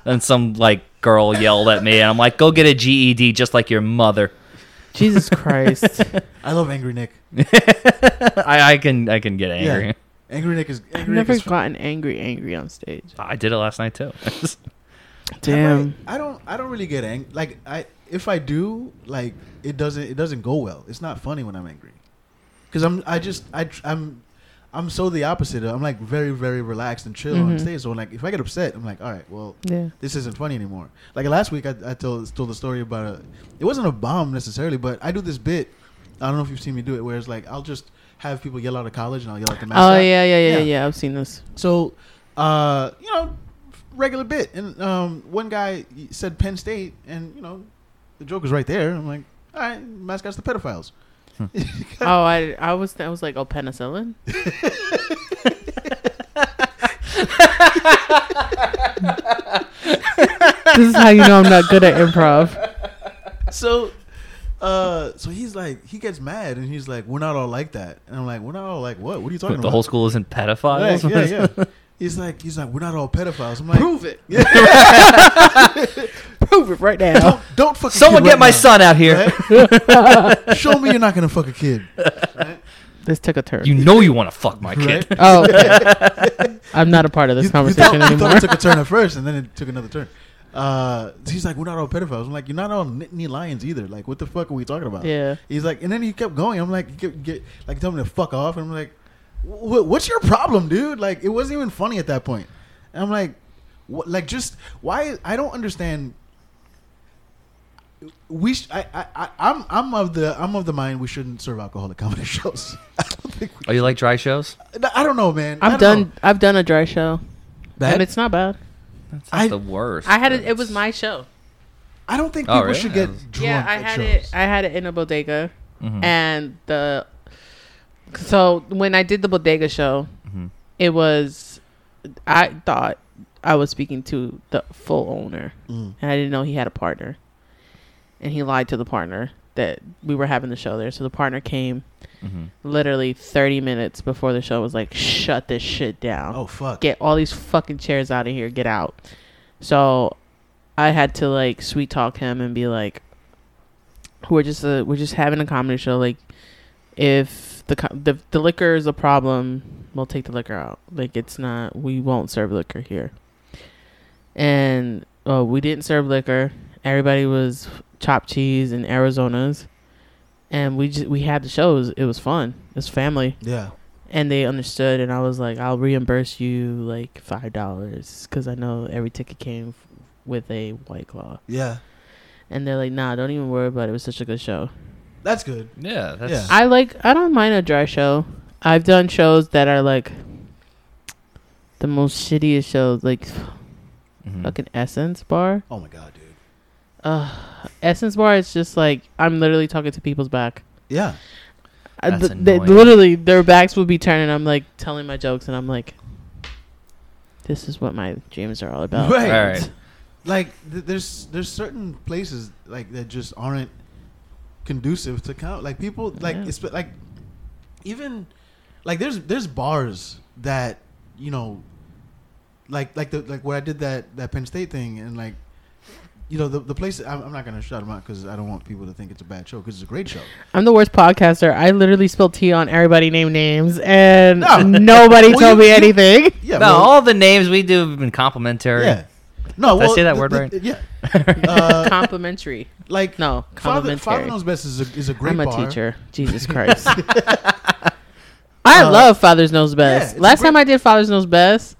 [SPEAKER 3] and some like girl yelled at me, and I'm like, "Go get a GED, just like your mother."
[SPEAKER 2] Jesus Christ!
[SPEAKER 1] I love Angry Nick
[SPEAKER 3] I, I can I can get angry.
[SPEAKER 1] yeah Angry Nick is Angry
[SPEAKER 2] I've
[SPEAKER 1] Nick
[SPEAKER 2] never
[SPEAKER 1] is
[SPEAKER 2] gotten angry, angry on stage.
[SPEAKER 3] I did it last night too.
[SPEAKER 2] Damn.
[SPEAKER 1] I, I don't. I don't really get angry. Like I, if I do, like it doesn't. It doesn't go well. It's not funny when I'm angry, because I'm. I just. I. tr- I'm. I'm so the opposite. I'm like very, very relaxed and chill on
[SPEAKER 2] Mhm.
[SPEAKER 1] stage. So like, if I get upset, I'm like, all right, well,
[SPEAKER 2] Yeah.
[SPEAKER 1] this isn't funny anymore. Like last week, I, I told told the story about a. It wasn't a bomb necessarily, but I do this bit. I don't know if you've seen me do it, where it's like I'll just have people yell out of college and I'll yell at the
[SPEAKER 2] Oh
[SPEAKER 1] mascot.
[SPEAKER 2] yeah, yeah,
[SPEAKER 1] Yeah.
[SPEAKER 2] yeah, yeah, I've seen this.
[SPEAKER 1] So, uh, you know, regular bit. And um, one guy said Penn State, and you know, the joke was right there. I'm like, all right, mascot's the pedophiles.
[SPEAKER 3] Hmm. Uh,
[SPEAKER 2] Oh, I, I was, I was like, oh, penicillin. this is how you know I'm not good at improv.
[SPEAKER 1] so, uh, so he's like, he gets mad, and he's like, we're not all like that. And I'm like, we're not all like what? What are you talking
[SPEAKER 3] the
[SPEAKER 1] about?
[SPEAKER 3] whole school isn't pedophiles.
[SPEAKER 1] Right, yeah, yeah. He's like, he's like, we're not all pedophiles. I'm like,
[SPEAKER 2] Prove it. Prove it right now.
[SPEAKER 1] don't, don't fuck. a
[SPEAKER 3] Someone
[SPEAKER 1] kid
[SPEAKER 3] get
[SPEAKER 1] right
[SPEAKER 3] my
[SPEAKER 1] now,
[SPEAKER 3] son out here.
[SPEAKER 1] right? Show me you're not gonna fuck a kid.
[SPEAKER 2] This took a turn.
[SPEAKER 3] You know you want to fuck my kid.
[SPEAKER 1] Right?
[SPEAKER 2] oh, okay. I'm not a part of this
[SPEAKER 1] You- you
[SPEAKER 2] conversation
[SPEAKER 1] thought- you thought
[SPEAKER 2] anymore.
[SPEAKER 1] it took a turn at first, and then it took another turn. Uh, he's like, "We're not all pedophiles." I'm like, "You're not all Nittany Lions either. Like, what the fuck are we talking about?"
[SPEAKER 2] Yeah.
[SPEAKER 1] He's like, and then he kept going. I'm like, he kept get, like, tell me to fuck off. And I'm like, "Wh- "What's your problem, dude? Like, it wasn't even funny at that point." And I'm like, what, "Like, just why? I don't understand." We, sh- I, I, I, I'm, I'm of the, I'm of the mind we shouldn't serve alcoholic comedy shows. I don't think
[SPEAKER 3] Oh, you like dry shows?
[SPEAKER 1] we, I don't know, man. I
[SPEAKER 2] I've
[SPEAKER 1] don't
[SPEAKER 2] done,
[SPEAKER 1] know.
[SPEAKER 2] I've done a dry show,
[SPEAKER 1] Bad?
[SPEAKER 2] and it's not bad.
[SPEAKER 3] That's
[SPEAKER 1] I-
[SPEAKER 3] the worst.
[SPEAKER 2] I had
[SPEAKER 3] but
[SPEAKER 2] it. It was my show.
[SPEAKER 1] I don't think
[SPEAKER 3] Oh,
[SPEAKER 1] people
[SPEAKER 3] really?
[SPEAKER 1] should
[SPEAKER 3] Yeah.
[SPEAKER 1] get drunk.
[SPEAKER 2] yeah, I
[SPEAKER 1] at
[SPEAKER 2] had
[SPEAKER 1] shows.
[SPEAKER 2] it. I had it in a bodega, and the so when I did the bodega show,
[SPEAKER 3] Mhm.
[SPEAKER 2] it was I thought I was speaking to the full owner,
[SPEAKER 1] Mm.
[SPEAKER 2] and I didn't know he had a partner, and he lied to the partner that we were having the show there. So the partner came
[SPEAKER 3] Mhm.
[SPEAKER 2] literally 30 minutes before the show was like, "Shut this shit down."
[SPEAKER 1] Oh fuck!
[SPEAKER 2] get all these fucking chairs out of here get out so i had to like sweet talk him and be like we're just a, we're just having a comedy show like if the, co- the the liquor is a problem we'll take the liquor out like it's not we won't serve liquor here and uh, we didn't serve liquor everybody was chopped cheese and arizonas and we just we had the shows it was fun it was family
[SPEAKER 1] Yeah,
[SPEAKER 2] and they understood and i was like i'll reimburse you like five dollars because i know every ticket came f- with a white claw
[SPEAKER 1] yeah,
[SPEAKER 2] and they're like nah don't even worry about it it was such a good show
[SPEAKER 1] that's good.
[SPEAKER 3] Yeah, that's
[SPEAKER 1] Yeah.
[SPEAKER 2] i like i don't mind a dry show i've done shows that are like the most shittiest shows like
[SPEAKER 3] Mm-hmm. mhm.
[SPEAKER 2] fucking essence bar
[SPEAKER 1] Oh my god, dude.
[SPEAKER 2] essence bar is just like i'm literally talking to people's back
[SPEAKER 1] Yeah,
[SPEAKER 2] I-
[SPEAKER 3] That's
[SPEAKER 2] th- they-
[SPEAKER 3] annoying.
[SPEAKER 2] literally their backs would be turning i'm like telling my jokes and i'm like this is what my dreams are all about
[SPEAKER 1] Right.
[SPEAKER 3] All right.
[SPEAKER 1] like th- there's there's certain places like that just aren't conducive to count. Like people like
[SPEAKER 2] Yeah.
[SPEAKER 1] it's like even like there's there's bars that you know like like the like where I did that that Penn State thing and like. You know the the place. I'm, I'm not gonna shout them out because I don't want people to think it's a bad show because it's a great show.
[SPEAKER 2] I'm the worst podcaster. I literally spilled tea on everybody named names and
[SPEAKER 1] No.
[SPEAKER 2] nobody
[SPEAKER 1] Well,
[SPEAKER 2] told
[SPEAKER 1] you-
[SPEAKER 2] me
[SPEAKER 1] you-
[SPEAKER 2] anything.
[SPEAKER 1] Yeah.
[SPEAKER 3] no,
[SPEAKER 1] well,
[SPEAKER 3] all the names we do have been complimentary.
[SPEAKER 1] Yeah. No.
[SPEAKER 3] Did I
[SPEAKER 1] well,
[SPEAKER 3] say that
[SPEAKER 1] the-
[SPEAKER 3] word
[SPEAKER 1] the-
[SPEAKER 3] right?
[SPEAKER 1] Yeah. Uh,
[SPEAKER 2] complimentary.
[SPEAKER 1] like
[SPEAKER 2] No,
[SPEAKER 1] Father,
[SPEAKER 2] complimentary.
[SPEAKER 1] Father knows best is a, is a great
[SPEAKER 2] I'm a
[SPEAKER 1] bar.
[SPEAKER 2] teacher. Jesus Christ. I
[SPEAKER 1] Uh,
[SPEAKER 2] love Father's Knows Best.
[SPEAKER 1] it's a
[SPEAKER 2] Last
[SPEAKER 1] great-
[SPEAKER 2] time I did Father's Knows Best,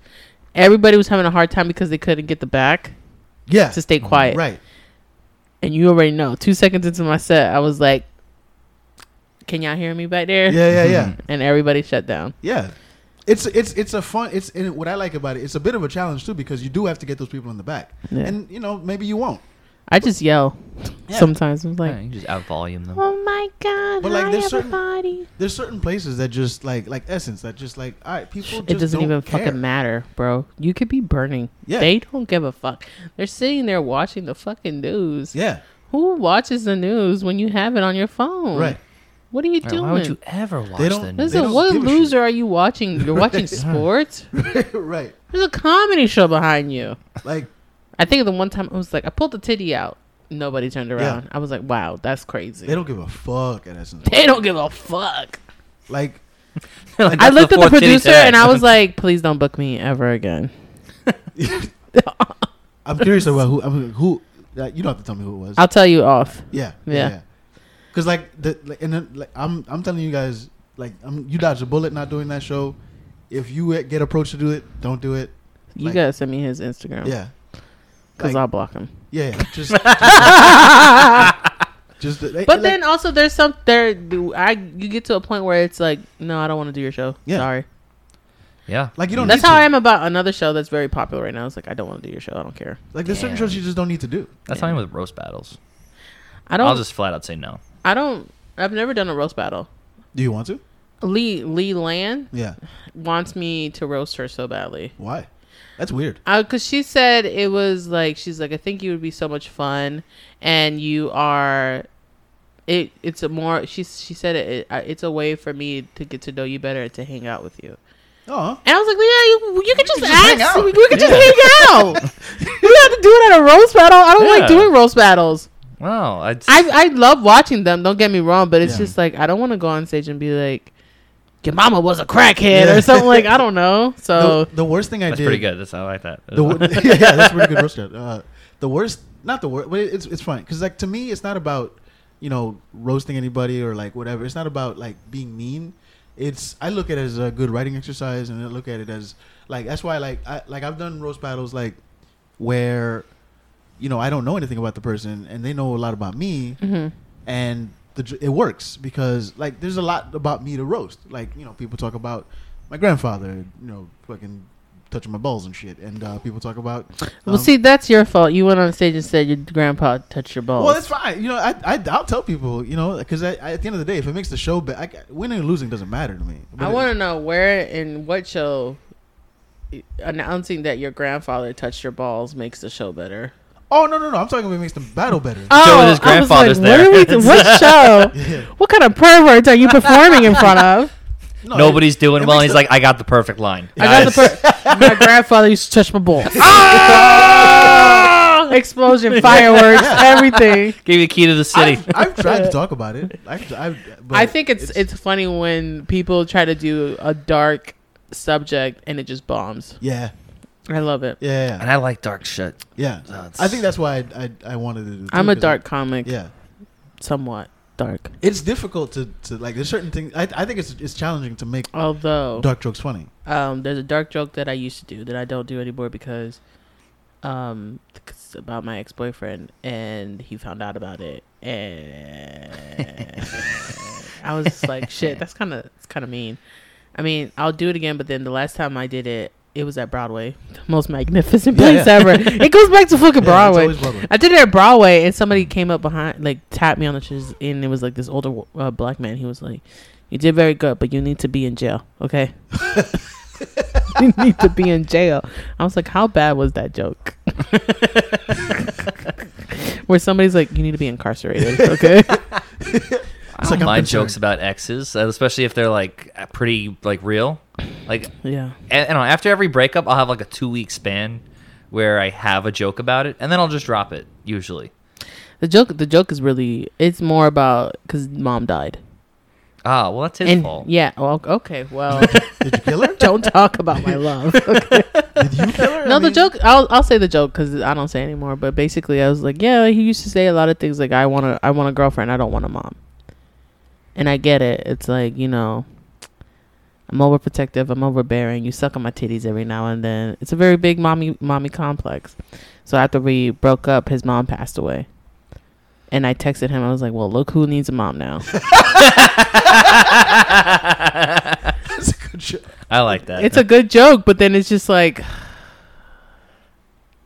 [SPEAKER 2] everybody was having a hard time because they couldn't get the back
[SPEAKER 1] Yeah.
[SPEAKER 2] to stay quiet.
[SPEAKER 1] Right.
[SPEAKER 2] And you already know. Two seconds into my set, I was like, can y'all hear me back there?
[SPEAKER 1] Yeah. Yeah. Yeah.
[SPEAKER 2] And everybody shut down.
[SPEAKER 1] Yeah. It's it's it's a fun. It's and what I like about it. It's a bit of a challenge too because you do have to get those people in the back,
[SPEAKER 2] Yeah.
[SPEAKER 1] and you know maybe you won't.
[SPEAKER 2] I just yell
[SPEAKER 1] Yeah.
[SPEAKER 2] sometimes. I'm like,
[SPEAKER 3] Yeah, you just outvolume them.
[SPEAKER 2] Oh my god!
[SPEAKER 1] But, like,
[SPEAKER 2] hi,
[SPEAKER 1] there's certain-
[SPEAKER 2] everybody.
[SPEAKER 1] There's certain places that just like like essence that just like all right people. Just
[SPEAKER 2] It doesn't
[SPEAKER 1] don't
[SPEAKER 2] even
[SPEAKER 1] care.
[SPEAKER 2] fucking matter, bro. You could be burning.
[SPEAKER 1] Yeah.
[SPEAKER 2] They don't give a fuck. They're sitting there watching the fucking news.
[SPEAKER 1] Yeah.
[SPEAKER 2] Who watches the news when you have it on your phone?
[SPEAKER 1] Right.
[SPEAKER 2] What are you
[SPEAKER 3] Right,
[SPEAKER 2] doing?
[SPEAKER 3] why would you ever watch
[SPEAKER 1] don't-
[SPEAKER 3] the news?
[SPEAKER 1] They
[SPEAKER 2] Listen,
[SPEAKER 1] don't
[SPEAKER 2] what
[SPEAKER 1] give a
[SPEAKER 2] loser
[SPEAKER 1] shit.
[SPEAKER 2] are you watching? You're watching sports.
[SPEAKER 1] right.
[SPEAKER 2] There's a comedy show behind you.
[SPEAKER 1] Like
[SPEAKER 2] I think the one time I was like, I pulled the titty out. Nobody turned around. I was like, wow, that's crazy.
[SPEAKER 1] they don't give a fuck at essence.
[SPEAKER 2] they don't give a fuck.
[SPEAKER 1] Like
[SPEAKER 3] Like,
[SPEAKER 2] I
[SPEAKER 3] that's
[SPEAKER 2] looked at the
[SPEAKER 3] fourth titty
[SPEAKER 2] producer
[SPEAKER 3] tag.
[SPEAKER 2] and I was like, please don't book me ever again.
[SPEAKER 1] I'm curious about who I'm, who uh, you don't have to tell me who it was.
[SPEAKER 2] I'll tell you off.
[SPEAKER 1] Yeah,
[SPEAKER 2] Yeah.
[SPEAKER 1] Because like the like, and then, like I'm I'm telling you guys like I'm, you dodged a bullet not doing that show. If you get approached to do it, don't do it.
[SPEAKER 2] You
[SPEAKER 1] Like-
[SPEAKER 2] gotta send me his Instagram.
[SPEAKER 1] Yeah,
[SPEAKER 2] Cause
[SPEAKER 1] Like-
[SPEAKER 2] I'll block him.
[SPEAKER 1] yeah. yeah. Just just. But
[SPEAKER 2] But then also there's some there I you get to a point where it's like, no, I don't want to do your show.
[SPEAKER 1] Yeah.
[SPEAKER 2] Sorry.
[SPEAKER 3] yeah.
[SPEAKER 1] like you don't.
[SPEAKER 2] That's
[SPEAKER 1] need
[SPEAKER 2] how
[SPEAKER 1] to.
[SPEAKER 2] I am about another show that's very popular right now. It's like I don't want to do your show. I don't care.
[SPEAKER 1] Like there's certain
[SPEAKER 3] Damn.
[SPEAKER 1] shows you just don't need to do.
[SPEAKER 3] That's how I am with roast battles.
[SPEAKER 2] I
[SPEAKER 3] I'll
[SPEAKER 2] don't
[SPEAKER 3] just flat out say no.
[SPEAKER 2] I don't I've never done a roast battle.
[SPEAKER 1] Do you want to?
[SPEAKER 2] Lee Lee Land
[SPEAKER 1] Yeah.
[SPEAKER 2] wants me to roast her so badly.
[SPEAKER 1] Why? That's weird.
[SPEAKER 2] because Uh, she said it was like she's like I think you would be so much fun, and you are, it it's a more she she said it, it I- it's a way for me to get to know you better and to hang out with you.
[SPEAKER 1] Oh,
[SPEAKER 2] And I was like, yeah, you you could just,
[SPEAKER 1] could just hang
[SPEAKER 2] ask,
[SPEAKER 1] out.
[SPEAKER 2] we could just hang out. you don't have to do it at a roast battle. I don't
[SPEAKER 3] Yeah.
[SPEAKER 2] like doing roast battles.
[SPEAKER 3] Wow. I, just,
[SPEAKER 2] I I love watching them. Don't get me wrong, but it's
[SPEAKER 1] Yeah.
[SPEAKER 2] just like I don't want to go on stage and be like. Your mama was a crackhead
[SPEAKER 1] Yeah.
[SPEAKER 2] or something like I don't know. So
[SPEAKER 1] the, the worst thing I
[SPEAKER 3] that's
[SPEAKER 1] did.
[SPEAKER 3] pretty good. That's I like that.
[SPEAKER 1] The wor- yeah, that's a pretty good roast cut. Uh, the worst, not the worst, but it's it's fine because like to me, it's not about you know roasting anybody or like whatever. It's not about like being mean. It's I look at it as a good writing exercise, and I look at it as like that's why like I like I've done roast battles like where you know I don't know anything about the person and they know a lot about me,
[SPEAKER 2] Mm-hmm.
[SPEAKER 1] and the, j- it works because like there's a lot about me to roast. Like you know people talk about my grandfather, you know fucking touching my balls and shit. And uh, people talk about.
[SPEAKER 2] Well,
[SPEAKER 1] um,
[SPEAKER 2] see, that's your fault. You went on stage and said your grandpa touched your balls.
[SPEAKER 1] Well, that's fine. You know, I, I I'll tell people. You know, because I, I, at the end of the day, if it makes the show, be- I, winning and losing doesn't matter to me. But
[SPEAKER 2] I
[SPEAKER 1] it-
[SPEAKER 2] want to know where and what show announcing that your grandfather touched your balls makes the show better.
[SPEAKER 1] Oh no no no! I'm talking about it makes the battle better.
[SPEAKER 2] Oh,
[SPEAKER 3] Show with his grandfather's
[SPEAKER 2] what, are we
[SPEAKER 3] there.
[SPEAKER 2] do- what show?
[SPEAKER 1] Yeah.
[SPEAKER 2] What kind of perverts are you performing in front of?
[SPEAKER 1] No,
[SPEAKER 3] Nobody's doing
[SPEAKER 1] it
[SPEAKER 3] well. And
[SPEAKER 1] makes
[SPEAKER 3] he's like, I got the perfect line.
[SPEAKER 2] I got the
[SPEAKER 3] Guys,
[SPEAKER 2] per- My grandfather used to touch my balls. Ah! Explosion, fireworks, everything.
[SPEAKER 3] Give you a key to the city.
[SPEAKER 1] I've, I've tried to talk about it. I've, I've, but
[SPEAKER 2] I think it's, it's funny when people try to do a dark subject and it just bombs.
[SPEAKER 1] yeah
[SPEAKER 2] I love it.
[SPEAKER 1] yeah
[SPEAKER 3] and I like dark shit.
[SPEAKER 1] yeah.
[SPEAKER 3] No, it's-
[SPEAKER 1] I think that's why I I, I wanted to. Do it,
[SPEAKER 2] I'm a
[SPEAKER 1] 'cause
[SPEAKER 2] dark comic,
[SPEAKER 1] Yeah,
[SPEAKER 2] somewhat dark.
[SPEAKER 1] it's difficult to, to like. There's certain things. I I think it's it's challenging to make
[SPEAKER 2] Although
[SPEAKER 1] dark jokes funny.
[SPEAKER 2] um, there's a dark joke that I used to do that I don't do anymore because um, it's about my ex boyfriend and he found out about it and I was just like, shit, that's kind of it's kind of mean. I mean, I'll do it again, but then the last time I did it, it was at Broadway, the most magnificent
[SPEAKER 1] Yeah,
[SPEAKER 2] place
[SPEAKER 1] yeah.
[SPEAKER 2] ever. It goes back to fucking
[SPEAKER 1] Yeah, it's
[SPEAKER 2] Broadway.
[SPEAKER 1] always Broadway.
[SPEAKER 2] I did it at Broadway, and somebody came up behind, like tapped me on the shins, and it was like this older uh, black man. He was like, "You did very good, but you need to be in jail, okay? you need to be in jail." I was like, "How bad was that joke?" Where somebody's like, "You need to be incarcerated, okay?"
[SPEAKER 3] I don't
[SPEAKER 1] like I'm
[SPEAKER 3] mind
[SPEAKER 1] concerned.
[SPEAKER 3] jokes about exes, uh, especially if they're like uh, pretty like real. Like,
[SPEAKER 2] yeah.
[SPEAKER 3] and, and after every breakup, I'll have like a two week span where I have a joke about it, and then I'll just drop it usually.
[SPEAKER 2] The joke, the joke is really, it's more about because mom died.
[SPEAKER 3] Ah, well, that's his
[SPEAKER 2] and
[SPEAKER 3] fault.
[SPEAKER 2] yeah, well, okay, well,
[SPEAKER 1] Did you kill her?
[SPEAKER 2] don't talk about my love.
[SPEAKER 1] Did you kill her?
[SPEAKER 2] no,
[SPEAKER 1] I
[SPEAKER 2] the
[SPEAKER 1] mean,
[SPEAKER 2] joke. I'll I'll say the joke because I don't say anymore. But basically, I was like, yeah, he used to say a lot of things like, I want a I want a girlfriend, I don't want a mom. And I get it. It's like you know, I'm overprotective, I'm overbearing. You suck on my titties every now and then. It's a very big mommy mommy complex. So after we broke up, his mom passed away. And I texted him. I was like, "Well, look who needs a mom now."
[SPEAKER 1] That's a good joke.
[SPEAKER 3] I like that.
[SPEAKER 2] it's a good joke, but then it's just like,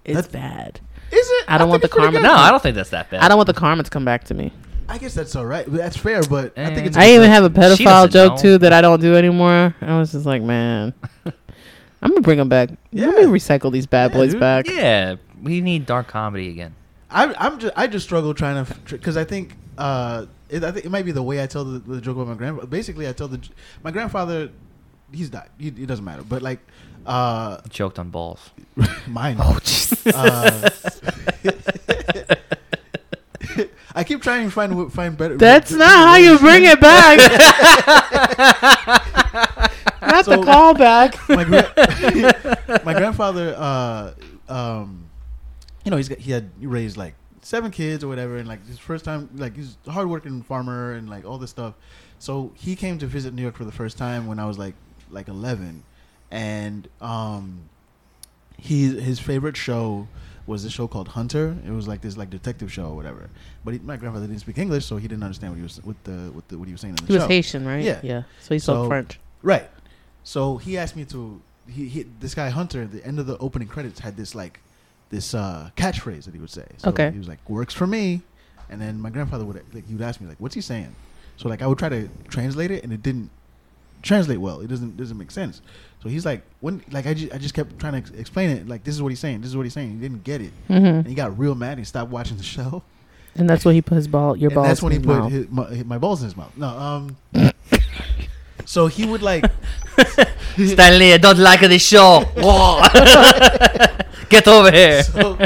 [SPEAKER 2] it's
[SPEAKER 1] That's-
[SPEAKER 2] bad.
[SPEAKER 1] Is it?
[SPEAKER 2] I don't
[SPEAKER 1] think
[SPEAKER 2] want the
[SPEAKER 1] it's pretty
[SPEAKER 2] karma-
[SPEAKER 1] good.
[SPEAKER 3] no, I don't think that's that bad.
[SPEAKER 2] I don't want the karma to come back to me.
[SPEAKER 1] I guess that's all right. That's fair, but I think
[SPEAKER 3] Eh.
[SPEAKER 1] it's. a
[SPEAKER 2] I
[SPEAKER 1] good
[SPEAKER 2] even
[SPEAKER 1] joke.
[SPEAKER 2] have a
[SPEAKER 3] She
[SPEAKER 2] pedophile
[SPEAKER 3] doesn't
[SPEAKER 2] joke
[SPEAKER 3] know.
[SPEAKER 2] too that I don't do anymore. I was just like, man, I'm gonna bring them back. Let me
[SPEAKER 1] Yeah.
[SPEAKER 2] recycle these bad
[SPEAKER 1] Yeah,
[SPEAKER 2] boys
[SPEAKER 1] dude.
[SPEAKER 2] back.
[SPEAKER 3] Yeah, we need dark comedy again.
[SPEAKER 1] I, I'm just I just struggle trying to because I think uh it, I think it might be the way I tell the, the joke about my grandfather. Basically, I tell the j- my grandfather he's died. He, it doesn't matter, but like uh
[SPEAKER 3] Joked on balls.
[SPEAKER 1] mine.
[SPEAKER 2] Oh, Jesus.
[SPEAKER 1] Uh, I keep trying to find w- find better.
[SPEAKER 2] That's not how you bring it back. not the
[SPEAKER 1] So-
[SPEAKER 2] callback.
[SPEAKER 1] my, gra- my grandfather, uh, um, you know, he's got, he had raised like seven kids or whatever, and like his first time, like he's a hardworking farmer and like all this stuff. So he came to visit New York for the first time when I was like like eleven, and um, he his favorite show was this show called Hunter. It was like this like detective show or whatever. But he, my grandfather didn't speak English, so he didn't understand what he was what the what, the, what he was saying in the
[SPEAKER 2] He was
[SPEAKER 1] show.
[SPEAKER 2] Haitian, right?
[SPEAKER 1] Yeah.
[SPEAKER 2] Yeah. So he spoke
[SPEAKER 1] So-
[SPEAKER 2] French.
[SPEAKER 1] Right. So he asked me to. He, he this guy Hunter. at The end of the opening credits had this like this uh, catchphrase that he would say. So
[SPEAKER 2] Okay.
[SPEAKER 1] He was like, "Works for me," and then my grandfather would like he would ask me like, "What's he saying?" So like I would try to translate it, and it didn't translate well. It doesn't doesn't make sense. So he's like, "When?" Like I just I just kept trying to ex- explain it. Like this is what he's saying. This is what he's saying. He didn't get it,
[SPEAKER 2] hmm
[SPEAKER 1] and he got real mad. and He stopped watching the show.
[SPEAKER 2] And that's when he put his ball, your
[SPEAKER 1] And
[SPEAKER 2] balls.
[SPEAKER 1] That's when he
[SPEAKER 2] in his
[SPEAKER 1] put
[SPEAKER 2] mouth.
[SPEAKER 1] his, my, my balls in his mouth. No. Um. so he would like.
[SPEAKER 3] Stanley, I don't like this show. Whoa. Get over here.
[SPEAKER 1] so,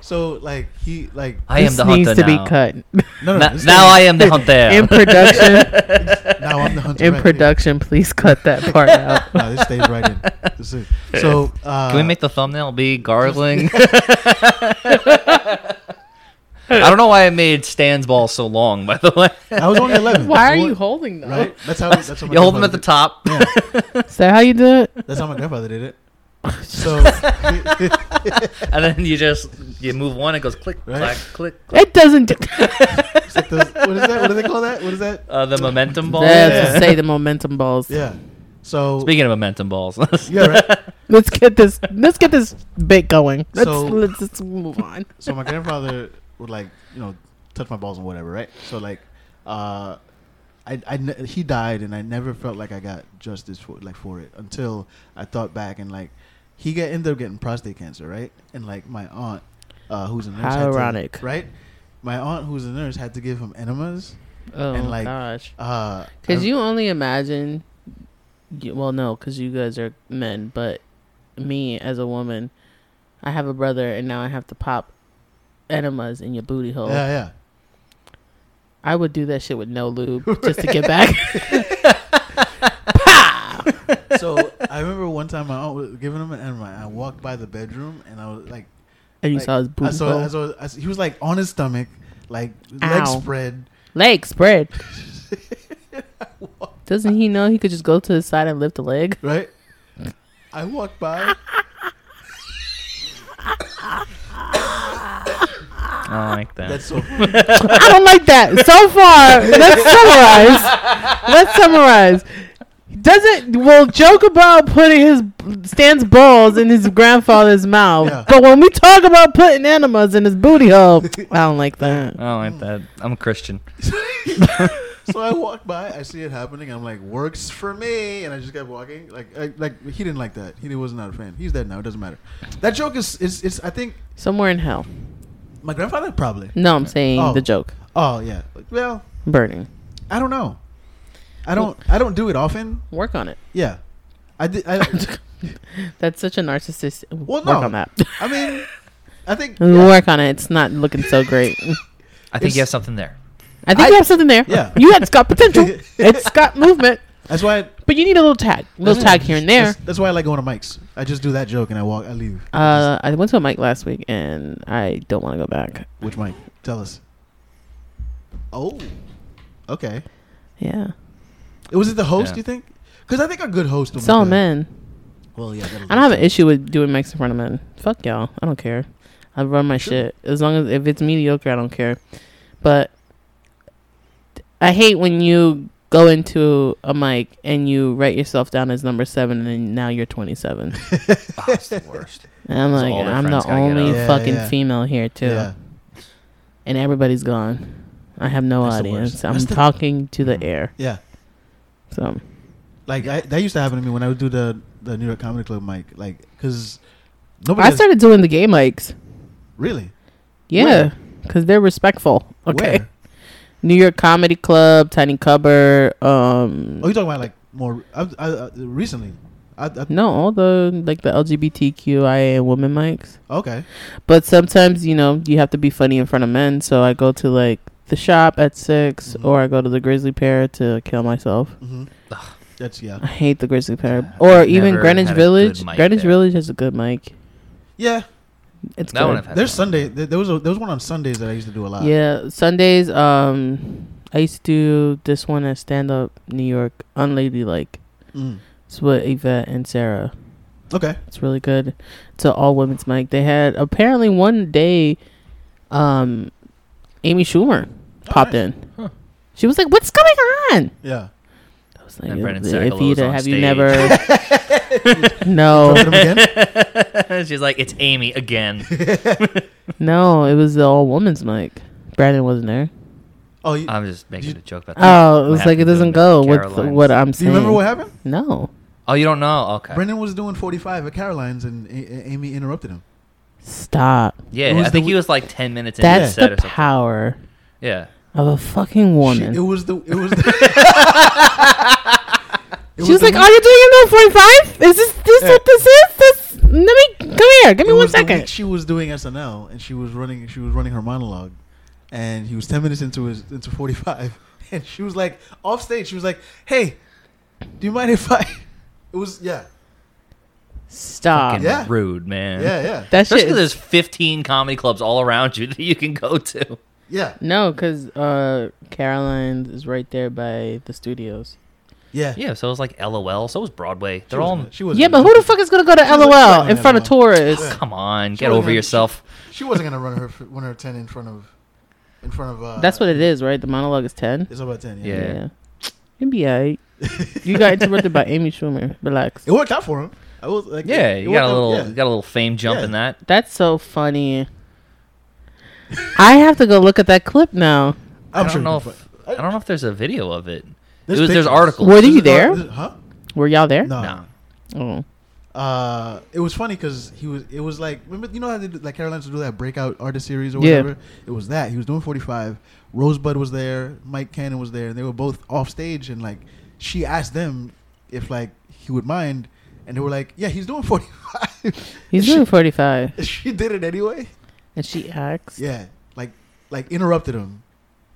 [SPEAKER 1] so like he like
[SPEAKER 3] I am
[SPEAKER 2] This
[SPEAKER 3] the
[SPEAKER 2] needs
[SPEAKER 3] hunter
[SPEAKER 2] to
[SPEAKER 3] now.
[SPEAKER 2] be cut
[SPEAKER 1] no no,
[SPEAKER 3] Na-
[SPEAKER 1] this
[SPEAKER 3] now I
[SPEAKER 1] guy-
[SPEAKER 3] am the hunter.
[SPEAKER 2] in production.
[SPEAKER 1] now I'm the hunter
[SPEAKER 2] in
[SPEAKER 1] right here.
[SPEAKER 2] production, please cut that part out.
[SPEAKER 1] No, this stays right in. This is- so uh,
[SPEAKER 3] Can we make the thumbnail be gargling? I don't know why I made Stan's ball so long. By the way,
[SPEAKER 1] I was only eleven.
[SPEAKER 2] Why are
[SPEAKER 1] So
[SPEAKER 2] you
[SPEAKER 1] what-
[SPEAKER 2] holding them?
[SPEAKER 1] Right. That's how. That's how my
[SPEAKER 3] you hold them at
[SPEAKER 1] grandfather
[SPEAKER 3] the top.
[SPEAKER 2] Is that how you do it?
[SPEAKER 1] did- That's how my grandfather did it. So
[SPEAKER 3] and then you just you move one, it goes click,
[SPEAKER 1] Right.
[SPEAKER 3] clack, click, click.
[SPEAKER 2] It doesn't. Do-
[SPEAKER 1] it's like those, what is that? What do they call that? What is that?
[SPEAKER 3] Uh, the momentum ball.
[SPEAKER 2] That's
[SPEAKER 1] Yeah.
[SPEAKER 2] say the momentum balls.
[SPEAKER 1] Yeah. So
[SPEAKER 3] Speaking of momentum balls,
[SPEAKER 1] yeah, right.
[SPEAKER 2] Let's get this. Let's get this bit going. Let's
[SPEAKER 1] So-
[SPEAKER 2] let's, let's move on.
[SPEAKER 1] so my grandfather would like you know touch my balls and whatever, right? So like, uh, I, I ne- he died and I never felt like I got justice for like for it until I thought back and like he get ended up getting prostate cancer, right? And like my aunt, uh, who's a nurse, had to-
[SPEAKER 2] Ironic.
[SPEAKER 1] right? My aunt, who's a nurse, had to give him enemas.
[SPEAKER 2] Oh
[SPEAKER 1] And, like,
[SPEAKER 2] gosh.
[SPEAKER 1] Uh,
[SPEAKER 2] Because
[SPEAKER 1] I-
[SPEAKER 2] you only imagine. y- Well, no, because you guys are men, but me as a woman, I have a brother, and now I have to pop enemas in your booty hole.
[SPEAKER 1] yeah, yeah.
[SPEAKER 2] I would do that shit with no lube just to get back.
[SPEAKER 1] so I remember one time my aunt was giving him an enema. And I walked by the bedroom and I was like,
[SPEAKER 2] and you
[SPEAKER 1] Like,
[SPEAKER 2] saw his
[SPEAKER 1] I
[SPEAKER 2] booty
[SPEAKER 1] saw, I
[SPEAKER 2] hole.
[SPEAKER 1] saw, I saw- he was like on his stomach, like legs
[SPEAKER 2] Ow.
[SPEAKER 1] spread.
[SPEAKER 2] leg spread. Doesn't he know he could just go to his side and lift a leg?
[SPEAKER 1] Right? I walked by.
[SPEAKER 3] I don't like that.
[SPEAKER 1] That's so funny.
[SPEAKER 2] I don't like that. So far, let's summarize. Let's summarize. Doesn't will joke about putting his Stan's balls in his grandfather's mouth,
[SPEAKER 1] Yeah.
[SPEAKER 2] but when we talk about putting animals in his booty hole, I don't like that.
[SPEAKER 3] I don't like that. I'm a Christian.
[SPEAKER 1] so I walked by. I see it happening. I'm like, works for me, and I just kept walking. Like, I, like he didn't like that. He was not a fan. He's dead now. It doesn't matter. That joke is, is, is I think
[SPEAKER 2] Somewhere in hell.
[SPEAKER 1] my grandfather probably.
[SPEAKER 2] No, I'm saying
[SPEAKER 1] Oh.
[SPEAKER 2] the joke.
[SPEAKER 1] Oh yeah. Well,
[SPEAKER 2] Burning.
[SPEAKER 1] I don't know. I don't. I don't do it often.
[SPEAKER 2] Work on it.
[SPEAKER 1] Yeah. I did. I,
[SPEAKER 2] That's such a narcissist.
[SPEAKER 1] Well,
[SPEAKER 2] Work
[SPEAKER 1] no.
[SPEAKER 2] on that.
[SPEAKER 1] I mean, I think.
[SPEAKER 2] Work on it. It's not looking so great.
[SPEAKER 3] I think
[SPEAKER 1] It's-
[SPEAKER 3] you have something there.
[SPEAKER 2] I think
[SPEAKER 1] I-
[SPEAKER 2] you have something there.
[SPEAKER 1] Yeah.
[SPEAKER 2] You had it's got potential. it's got movement.
[SPEAKER 1] That's why. I,
[SPEAKER 2] But you need a little tag. Little
[SPEAKER 1] Mm.
[SPEAKER 2] tag here and there.
[SPEAKER 1] That's, that's why I like going to mics. I just do that joke and I walk. I leave.
[SPEAKER 2] Uh, I went to a mic last week and I don't want to go back.
[SPEAKER 1] Which mic? Tell us. Oh. Okay.
[SPEAKER 2] Yeah.
[SPEAKER 1] Was it the host?
[SPEAKER 3] Yeah.
[SPEAKER 1] You think? Because I think a good host. will
[SPEAKER 2] It's
[SPEAKER 1] make
[SPEAKER 2] all
[SPEAKER 1] a-
[SPEAKER 2] men.
[SPEAKER 1] Well, yeah. that'll
[SPEAKER 2] I don't have
[SPEAKER 1] do
[SPEAKER 2] an issue with doing mics in front of men. Fuck y'all. I don't care. I run my
[SPEAKER 1] Sure.
[SPEAKER 2] shit. As long as if it's mediocre, I don't care. But I hate when you go into a mic and you write yourself down as number seven and now you're 27.
[SPEAKER 3] Oh, it's the worst.
[SPEAKER 2] And I'm
[SPEAKER 3] So
[SPEAKER 2] like,
[SPEAKER 3] all their
[SPEAKER 2] I'm
[SPEAKER 3] friends
[SPEAKER 2] the
[SPEAKER 3] gotta get
[SPEAKER 2] only
[SPEAKER 1] up. Yeah,
[SPEAKER 2] fucking
[SPEAKER 1] yeah.
[SPEAKER 2] female here, too.
[SPEAKER 1] Yeah.
[SPEAKER 2] And everybody's gone. I have no
[SPEAKER 1] That's the
[SPEAKER 2] audience.
[SPEAKER 1] worst.
[SPEAKER 2] I'm
[SPEAKER 1] That's the-
[SPEAKER 2] talking to the air.
[SPEAKER 1] Yeah.
[SPEAKER 2] So.
[SPEAKER 1] Like I, that used to happen to me when I would do the the New York Comedy Club mic. Like because nobody.
[SPEAKER 2] I
[SPEAKER 1] has-
[SPEAKER 2] started doing the gay mics.
[SPEAKER 1] really.
[SPEAKER 2] Yeah, because they're respectful. Okay.
[SPEAKER 1] Where?
[SPEAKER 2] New York Comedy Club, Tiny Cupboard. Um,
[SPEAKER 1] Oh, you talking about like more I, I, I, recently? I, I,
[SPEAKER 2] no, all the like the LGBTQIA women mics.
[SPEAKER 1] Okay.
[SPEAKER 2] But sometimes you know you have to be funny in front of men. So I go to like the shop at 6
[SPEAKER 3] Mm-hmm.
[SPEAKER 1] Mhm.
[SPEAKER 2] or I go to the Grizzly Pair to kill myself.
[SPEAKER 1] hmm That's yeah.
[SPEAKER 2] I hate the Grizzly Pair.
[SPEAKER 1] I've
[SPEAKER 2] Or even
[SPEAKER 3] never
[SPEAKER 2] Greenwich
[SPEAKER 3] had a good
[SPEAKER 2] Village.
[SPEAKER 3] mic
[SPEAKER 2] Greenwich
[SPEAKER 3] there.
[SPEAKER 2] Village has a good mic.
[SPEAKER 1] Yeah.
[SPEAKER 2] It's
[SPEAKER 3] That one
[SPEAKER 2] good.
[SPEAKER 3] I've had.
[SPEAKER 1] There's Sunday. There, there was a, there was one on Sundays that I used to do a lot.
[SPEAKER 2] Yeah, Sundays. Um, I used to do this one at Stand Up New York, Unladylike.
[SPEAKER 1] Mm.
[SPEAKER 2] It's with Yvette and Sarah.
[SPEAKER 1] Okay.
[SPEAKER 2] It's really good. It's an all women's mic. They had apparently one day, um, Amy Schumer
[SPEAKER 1] Oh,
[SPEAKER 2] popped
[SPEAKER 1] Alright.
[SPEAKER 2] in.
[SPEAKER 3] Huh.
[SPEAKER 2] She was like, "What's going on?"
[SPEAKER 1] Yeah.
[SPEAKER 2] I was like,
[SPEAKER 3] And Brendan
[SPEAKER 2] "Is it
[SPEAKER 3] Sagalow's
[SPEAKER 2] Evita,
[SPEAKER 3] on
[SPEAKER 2] have you
[SPEAKER 3] stage."
[SPEAKER 2] never?" no,
[SPEAKER 3] Oh.
[SPEAKER 1] Hit 'em again.
[SPEAKER 3] She's like, it's Amy again.
[SPEAKER 2] no. It was the all women's mic. Brandon wasn't there.
[SPEAKER 1] Oh, you,
[SPEAKER 3] I'm just making a joke about that.
[SPEAKER 2] Oh, it
[SPEAKER 3] What
[SPEAKER 2] was like
[SPEAKER 3] happened
[SPEAKER 2] it
[SPEAKER 3] to
[SPEAKER 2] doesn't
[SPEAKER 3] Miss
[SPEAKER 2] go with
[SPEAKER 3] Caroline's?
[SPEAKER 2] what I'm
[SPEAKER 1] do
[SPEAKER 2] saying.
[SPEAKER 1] you remember what happened?
[SPEAKER 2] No.
[SPEAKER 3] Oh, you don't know? Okay.
[SPEAKER 1] Brendan was doing 45 at Caroline's, and a- A- Amy interrupted him.
[SPEAKER 2] Stop.
[SPEAKER 1] It
[SPEAKER 3] yeah,
[SPEAKER 1] was
[SPEAKER 3] I think
[SPEAKER 1] the-
[SPEAKER 3] he was like 10 minutes into the
[SPEAKER 2] That's
[SPEAKER 3] set
[SPEAKER 2] the
[SPEAKER 3] or something.
[SPEAKER 2] power
[SPEAKER 3] Yeah.
[SPEAKER 2] of a fucking
[SPEAKER 1] She-
[SPEAKER 2] woman.
[SPEAKER 1] it
[SPEAKER 2] She,
[SPEAKER 1] was the. It was. The, It
[SPEAKER 2] was
[SPEAKER 1] the
[SPEAKER 2] like,
[SPEAKER 1] week-
[SPEAKER 2] "Are you doing it forty five? Is this this
[SPEAKER 1] Yeah.
[SPEAKER 2] what this is? This let me come here. Give me
[SPEAKER 1] it
[SPEAKER 2] one
[SPEAKER 1] was the week
[SPEAKER 2] second.
[SPEAKER 1] She was doing SNL, and she was running. She was running her monologue, and he was 10 minutes into his into 45, and she was like off stage. She was like, "Hey, do you mind if I?" It was yeah,
[SPEAKER 2] Stop. Ah.
[SPEAKER 3] Fucking
[SPEAKER 1] Yeah.
[SPEAKER 3] rude, man.
[SPEAKER 1] yeah, yeah,
[SPEAKER 2] That
[SPEAKER 3] Especially
[SPEAKER 2] shit.
[SPEAKER 3] 'cause
[SPEAKER 2] Is,
[SPEAKER 3] there's 15 comedy clubs all around you that you can go to.
[SPEAKER 1] yeah,
[SPEAKER 2] no, because uh, Caroline is right there by the studios.
[SPEAKER 1] yeah.
[SPEAKER 3] Yeah, so it was like LOL. So it was Broadway.
[SPEAKER 1] She
[SPEAKER 3] They're all.
[SPEAKER 1] wasn't- she was
[SPEAKER 2] Yeah, but who the fuck is gonna go to
[SPEAKER 1] She was
[SPEAKER 2] LOL
[SPEAKER 1] like,
[SPEAKER 2] in front of
[SPEAKER 1] LOL.
[SPEAKER 2] tourists?
[SPEAKER 1] Yeah.
[SPEAKER 3] Come on,
[SPEAKER 1] She
[SPEAKER 3] get
[SPEAKER 1] wasn't
[SPEAKER 3] over
[SPEAKER 1] gonna-
[SPEAKER 3] yourself.
[SPEAKER 1] She wasn't gonna run her f- run her 10 in front of in front of. Uh,
[SPEAKER 2] That's what it is, right? The monologue is ten.
[SPEAKER 1] It's about 10.
[SPEAKER 3] Yeah.
[SPEAKER 2] You'd be alright. You got interrupted by Amy Schumer. Relax.
[SPEAKER 1] It worked out for him. I was like,
[SPEAKER 3] Yeah,
[SPEAKER 1] it
[SPEAKER 3] you
[SPEAKER 1] worked
[SPEAKER 3] got a
[SPEAKER 1] out-
[SPEAKER 3] little
[SPEAKER 1] yeah.
[SPEAKER 3] you got a little fame jump
[SPEAKER 1] Yeah.
[SPEAKER 3] in that.
[SPEAKER 2] That's so funny. I have to go look at that clip now.
[SPEAKER 3] I'm I
[SPEAKER 1] I'm
[SPEAKER 3] do not
[SPEAKER 1] sure.
[SPEAKER 3] know
[SPEAKER 1] he
[SPEAKER 3] if
[SPEAKER 1] can
[SPEAKER 3] I don't know if there's a video of it.
[SPEAKER 1] There's
[SPEAKER 3] There's, was, there's
[SPEAKER 1] pictures.
[SPEAKER 3] articles.
[SPEAKER 2] Were
[SPEAKER 1] play.
[SPEAKER 2] you
[SPEAKER 1] This is-
[SPEAKER 2] there?
[SPEAKER 1] this is- Huh?
[SPEAKER 2] Were y'all there?
[SPEAKER 1] No.
[SPEAKER 3] No.
[SPEAKER 2] Oh.
[SPEAKER 1] Uh, it was funny because he was. It was like remember you know how they did, like Caroline's to do that breakout artist series or
[SPEAKER 2] Yeah.
[SPEAKER 1] whatever. It was that he was doing forty five. Rosebud was there. Mike Cannon was there, and they were both off stage. And like she asked them if like he would mind, and they were like, "Yeah, he's doing 45.
[SPEAKER 2] He's doing 45.
[SPEAKER 1] she did it anyway.
[SPEAKER 2] And she asks,
[SPEAKER 1] Yeah, like like interrupted him.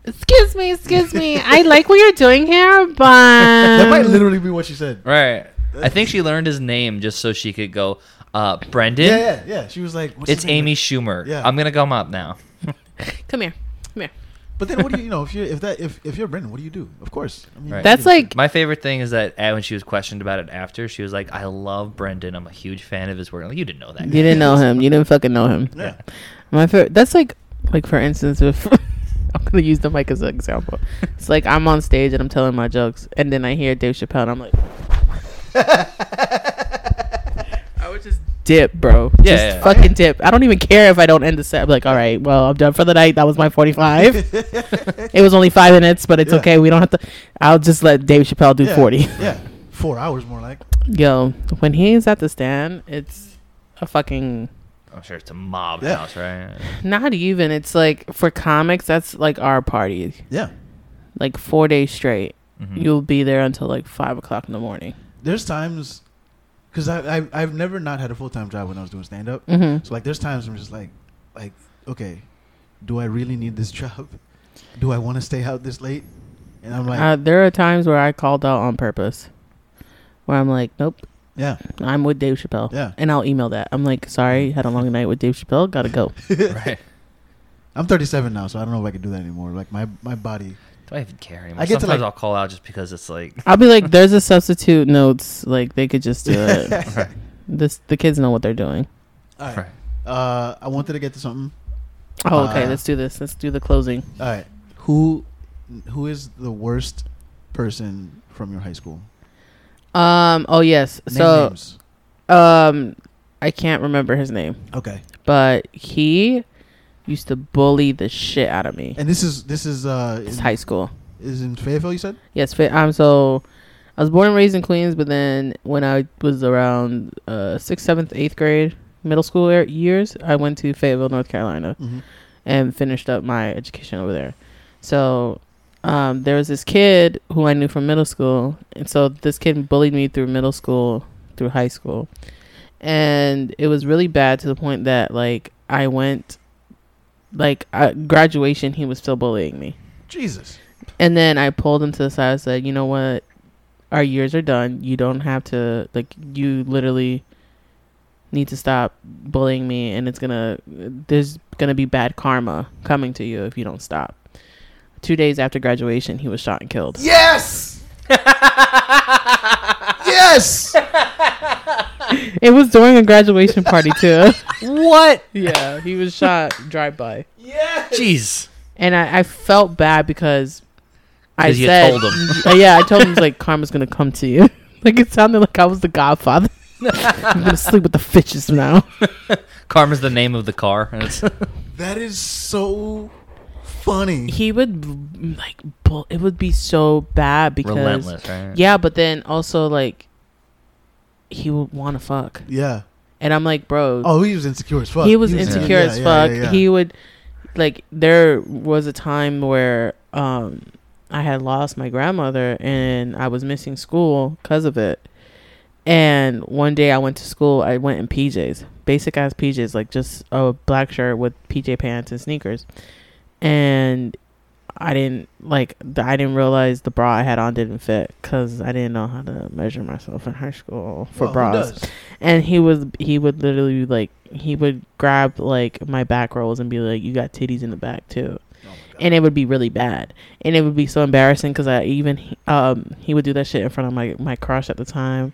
[SPEAKER 2] Excuse me, excuse me. I like what you're doing here, but.
[SPEAKER 1] that might literally be what she said.
[SPEAKER 3] Right. I think she learned his name just so she could go, uh, Brendan.
[SPEAKER 1] Yeah, yeah, yeah. She was like, What's
[SPEAKER 3] It's
[SPEAKER 1] his name?"
[SPEAKER 3] Amy Schumer.
[SPEAKER 1] Yeah.
[SPEAKER 3] I'm gonna come up now.
[SPEAKER 2] Come here. Come here.
[SPEAKER 1] But then what do you you know if you are if that if, if you're Brendan, what do you do? Of course. I mean,
[SPEAKER 3] Right.
[SPEAKER 2] That's like.
[SPEAKER 3] My favorite thing is that uh, when she was questioned about it after, she was like, "I love Brendan. I'm a huge fan of his work." Like, you didn't know that.
[SPEAKER 2] You didn't know him. You didn't fucking know him.
[SPEAKER 1] yeah.
[SPEAKER 2] My favorite. That's like, like for instance, if I'm gonna use the mic as an example, it's like I'm on stage and I'm telling my jokes, and then I hear Dave Chappelle, and I'm like, I would just dip, bro.
[SPEAKER 3] Yeah,
[SPEAKER 2] just
[SPEAKER 3] yeah.
[SPEAKER 2] fucking dip. I don't even care if I don't end the set. I'm like, all right, well, I'm done for the night. That was my 45. it was only five minutes, but it's
[SPEAKER 1] Yeah.
[SPEAKER 2] okay. We don't have to. I'll just let Dave Chappelle do
[SPEAKER 1] Yeah,
[SPEAKER 2] 40.
[SPEAKER 1] Yeah. Four hours more like.
[SPEAKER 2] Yo, when he's at the stand, it's a fucking
[SPEAKER 3] I'm sure it's a mob
[SPEAKER 1] Yeah.
[SPEAKER 3] house, right?
[SPEAKER 2] Not even. It's like for comics, that's like our party.
[SPEAKER 1] Yeah.
[SPEAKER 2] Like four days straight.
[SPEAKER 3] Mhm.
[SPEAKER 2] You'll be there until like five o'clock in the morning.
[SPEAKER 1] There's times, because I, I I've never not had a full time job when I was doing stand up.
[SPEAKER 2] hmm
[SPEAKER 1] So like, there's times I'm just like, like, okay, do I really need this job? Do I want to stay out this late? And I'm like,
[SPEAKER 2] uh, there are times where I called out on purpose, where I'm like, nope,
[SPEAKER 1] yeah,
[SPEAKER 2] I'm with Dave Chappelle.
[SPEAKER 1] Yeah. Mm.
[SPEAKER 2] And I'll email that. I'm like, sorry, had a long night with Dave Chappelle. Gotta go.
[SPEAKER 3] right.
[SPEAKER 1] I'm 37 now, so I don't know if I can do that anymore. Like my my body.
[SPEAKER 3] Do I even care anymore?
[SPEAKER 1] I get to,
[SPEAKER 3] Sometimes
[SPEAKER 1] like-
[SPEAKER 3] I'll call out just because it's like,
[SPEAKER 2] I'll be like, there's a substitute notes. Like they could just do it.
[SPEAKER 1] All right.
[SPEAKER 2] this the kids know what they're doing.
[SPEAKER 3] right.
[SPEAKER 1] Uh, I wanted to get to something.
[SPEAKER 2] Oh, okay.
[SPEAKER 1] Uh,
[SPEAKER 2] let's do this. Let's do the closing.
[SPEAKER 1] All right. Who who is the worst person from your high school?
[SPEAKER 2] Um. Oh yes.
[SPEAKER 1] Name
[SPEAKER 2] so,
[SPEAKER 1] names.
[SPEAKER 2] um, I can't remember his name.
[SPEAKER 1] Okay.
[SPEAKER 2] but he used to bully the shit out of me.
[SPEAKER 1] And this is this is uh
[SPEAKER 2] It's
[SPEAKER 1] in-
[SPEAKER 2] high school.
[SPEAKER 1] is in Fayetteville. You said.
[SPEAKER 2] Yes, fa- I'm so. I was born and raised in Queens, but then when I was around uh, sixth, seventh, eighth grade, middle school er- years, I went to Fayetteville, North Carolina,
[SPEAKER 1] Mm-hmm.
[SPEAKER 2] and finished up my education over there. So um, there was this kid who I knew from middle school, and so this kid bullied me through middle school, through high school, and it was really bad to the point that like I went, like uh, graduation, he was still bullying me,
[SPEAKER 1] Jesus.
[SPEAKER 2] and then I pulled him to the side and said, "You know what? Our years are done. You don't have to like. You literally." need to stop bullying me and it's gonna there's gonna be bad karma coming to you if you don't stop two days after graduation he was shot and killed
[SPEAKER 1] Yes. yes.
[SPEAKER 2] it was during a graduation party too
[SPEAKER 3] what?
[SPEAKER 2] yeah he was shot drive by
[SPEAKER 3] Jeez.
[SPEAKER 2] and I, I felt bad because i
[SPEAKER 3] 'Cause you
[SPEAKER 2] said
[SPEAKER 3] told him.
[SPEAKER 2] Uh, yeah i told him like karma's gonna come to you like it sounded like i was the godfather i'm gonna sleep with the fishes now
[SPEAKER 3] Karma's the name of the car. And it's,
[SPEAKER 1] That is so funny.
[SPEAKER 2] he would like bull- it would be so bad because
[SPEAKER 3] relentless, right?
[SPEAKER 2] Yeah, but then also like he would want to fuck,
[SPEAKER 1] Yeah.
[SPEAKER 2] and I'm like, bro,
[SPEAKER 1] Oh, he was insecure as fuck.
[SPEAKER 2] he was insecure
[SPEAKER 1] yeah,
[SPEAKER 2] as
[SPEAKER 1] yeah,
[SPEAKER 2] fuck.
[SPEAKER 1] yeah, yeah.
[SPEAKER 2] He would like there was a time where um I had lost my grandmother and I was missing school because of it. And one day I went to school. I went in PJs, basic ass PJs, like just a black shirt with PJ pants and sneakers. And I didn't like. th- I didn't realize the bra I had on didn't fit because I didn't know how to measure myself in high school for
[SPEAKER 1] Well, who
[SPEAKER 2] bras
[SPEAKER 1] does? Oh
[SPEAKER 2] and he was he would literally like he would grab like my back rolls and be like you got titties in the back too and it would be really bad and it would be so embarrassing because i even um he would do that shit in front of my my crush at the time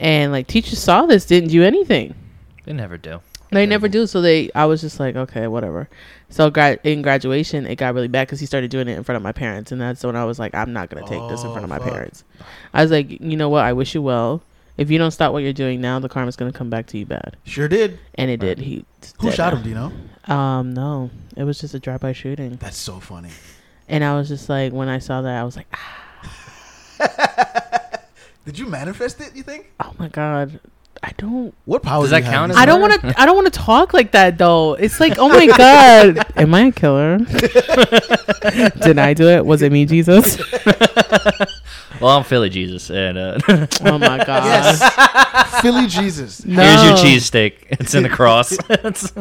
[SPEAKER 2] and like teachers saw this didn't do anything
[SPEAKER 3] They never do.
[SPEAKER 2] They never do. So they, I was just like, okay, whatever. So gra- in graduation, it got really bad because he started doing it in front of my parents, and that's when I was like, I'm not gonna take this in
[SPEAKER 1] Oh,
[SPEAKER 2] front of my
[SPEAKER 1] fuck.
[SPEAKER 2] parents. I was like, you know what? I wish you well. If you don't stop what you're doing now, the karma's gonna come back to you bad.
[SPEAKER 1] Sure did.
[SPEAKER 2] And it did. He
[SPEAKER 1] Who
[SPEAKER 2] dead
[SPEAKER 1] shot
[SPEAKER 2] now.
[SPEAKER 1] him? Do you know?
[SPEAKER 2] Um, no, it was just a drive-by shooting.
[SPEAKER 1] That's so funny.
[SPEAKER 2] And I was just like, when I saw that, I was like, ah,
[SPEAKER 1] Did you manifest it? You think?
[SPEAKER 2] oh my god, I don't
[SPEAKER 1] What power
[SPEAKER 3] Does
[SPEAKER 1] do you
[SPEAKER 3] that
[SPEAKER 1] have?
[SPEAKER 3] count as
[SPEAKER 2] I don't want to. I don't want to talk like that though. It's like, oh my god, am I a killer? Did I do it? Was it me, Jesus?
[SPEAKER 3] Well, I'm Philly Jesus, and uh, here's
[SPEAKER 2] Oh my god.
[SPEAKER 1] Yes. Uh, Philly Jesus.
[SPEAKER 2] No.
[SPEAKER 3] your cheesesteak. It's in the cross. It's-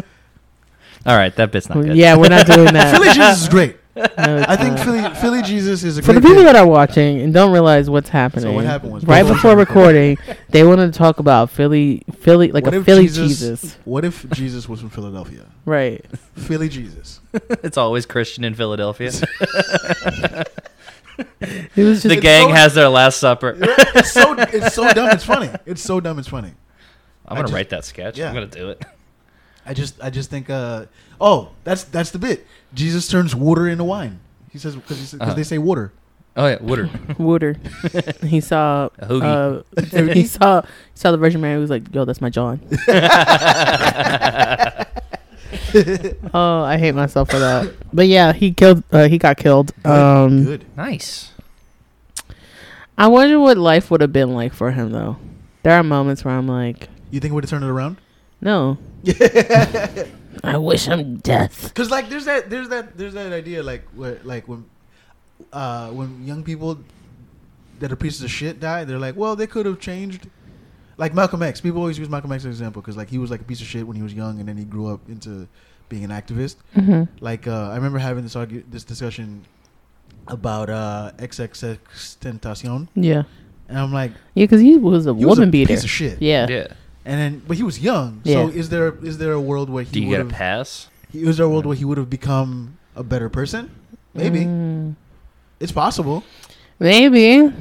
[SPEAKER 3] All right, that bit's not good.
[SPEAKER 2] Yeah, we're not doing that.
[SPEAKER 1] Philly Jesus is great.
[SPEAKER 2] No, it's
[SPEAKER 1] I think
[SPEAKER 2] not.
[SPEAKER 1] Philly Philly Jesus is a
[SPEAKER 2] for the
[SPEAKER 1] great
[SPEAKER 2] people
[SPEAKER 1] band.
[SPEAKER 2] that are watching and don't realize what's happening.
[SPEAKER 1] what happened was-
[SPEAKER 2] right before recording, they wanted to talk about Philly, Philly, like
[SPEAKER 1] What
[SPEAKER 2] a
[SPEAKER 1] if
[SPEAKER 2] Philly
[SPEAKER 1] Jesus-
[SPEAKER 2] Jesus,
[SPEAKER 1] What if Jesus was from Philadelphia?
[SPEAKER 2] right?
[SPEAKER 1] Philly Jesus.
[SPEAKER 3] It's always Christian in Philadelphia.
[SPEAKER 2] It was just
[SPEAKER 3] the gang
[SPEAKER 1] so-
[SPEAKER 3] has their last supper.
[SPEAKER 1] it's so it's so dumb. It's funny. It's so dumb. It's funny.
[SPEAKER 3] I'm
[SPEAKER 1] I
[SPEAKER 3] gonna
[SPEAKER 1] just-
[SPEAKER 3] write that sketch.
[SPEAKER 1] yeah.
[SPEAKER 3] I'm gonna do it.
[SPEAKER 1] I just I just think uh oh that's that's the bit. Jesus turns water into wine. He says because
[SPEAKER 3] Uh-huh.
[SPEAKER 1] they say water.
[SPEAKER 3] Oh yeah, Woodard.
[SPEAKER 2] Wooder. he saw.
[SPEAKER 3] A hoagie.
[SPEAKER 2] Uh, he saw. He saw the Virgin Mary. He was like, "Yo, that's my John." oh, I hate myself for that. But yeah, he killed. Uh, he got killed. Um,
[SPEAKER 1] Good.
[SPEAKER 3] nice.
[SPEAKER 2] I wonder what life would have been like for him though. There are moments where I'm like,
[SPEAKER 1] You think we'd have turned it around?
[SPEAKER 2] no. I wish I'm death.
[SPEAKER 1] Because like there's that there's that there's that idea like where like when uh when young people that are pieces of shit die they're like well they could have changed. Like Malcolm X, people always use Malcolm X as an example because like he was like a piece of shit when he was young and then he grew up into being an activist.
[SPEAKER 2] hmm
[SPEAKER 1] like uh, I remember having this argue this discussion about uh XXX Tentacion,
[SPEAKER 2] Yeah,
[SPEAKER 1] and I'm like,
[SPEAKER 2] yeah, because he was a
[SPEAKER 1] he was
[SPEAKER 2] woman
[SPEAKER 1] a
[SPEAKER 2] beater.
[SPEAKER 1] piece of shit.
[SPEAKER 2] Yeah.
[SPEAKER 3] Yeah.
[SPEAKER 1] And then, but he was young.
[SPEAKER 2] Yeah.
[SPEAKER 1] So is there is there a world where
[SPEAKER 3] Do
[SPEAKER 1] he
[SPEAKER 3] you get a
[SPEAKER 1] would have
[SPEAKER 3] pass?
[SPEAKER 1] is there a world where he would have become a better person? Maybe
[SPEAKER 2] Mm.
[SPEAKER 1] it's possible.
[SPEAKER 2] maybe.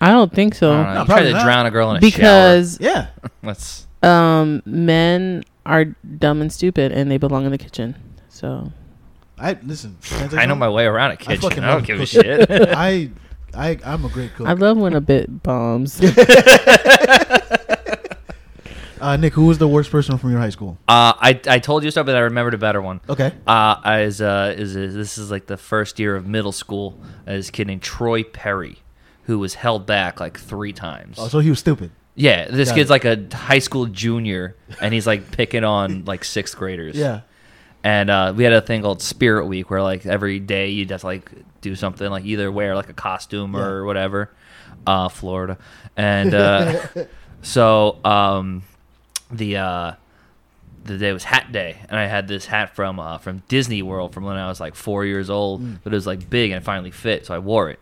[SPEAKER 2] I don't think so.
[SPEAKER 3] I don't know.
[SPEAKER 1] No,
[SPEAKER 3] You try
[SPEAKER 1] probably
[SPEAKER 3] to
[SPEAKER 1] not.
[SPEAKER 3] drown a girl in a shower.
[SPEAKER 2] because
[SPEAKER 1] Yeah,
[SPEAKER 3] That's
[SPEAKER 2] um, men are dumb and stupid, and they belong in the kitchen. So
[SPEAKER 1] I listen.
[SPEAKER 3] I know my way around a
[SPEAKER 1] I
[SPEAKER 3] kitchen.
[SPEAKER 1] fucking
[SPEAKER 3] I, don't
[SPEAKER 1] love
[SPEAKER 3] give a
[SPEAKER 1] cooking.
[SPEAKER 3] shit.
[SPEAKER 1] I I I'm a great cook.
[SPEAKER 2] I love when a bit bombs.
[SPEAKER 1] uh, Nick, who was the worst person from your high school?
[SPEAKER 3] Uh, I I told you something. I remembered a better one.
[SPEAKER 1] Okay.
[SPEAKER 3] Uh, is uh is, is this is like the first year of middle school. Uh, this kid named Troy Perry, who was held back like three times.
[SPEAKER 1] Oh, so he was stupid.
[SPEAKER 3] yeah, this
[SPEAKER 1] Got
[SPEAKER 3] kid's
[SPEAKER 1] it.
[SPEAKER 3] like a high school junior, and he's like picking on like sixth graders.
[SPEAKER 1] Yeah.
[SPEAKER 3] and uh, we had a thing called Spirit Week where like every day you'd have to like do something like either wear like a costume or whatever, uh, Florida, and uh, so um, the uh, the day was Hat Day, and I had this hat from uh, from Disney World from when I was like four years old, but it was like big and it finally fit, so I wore it.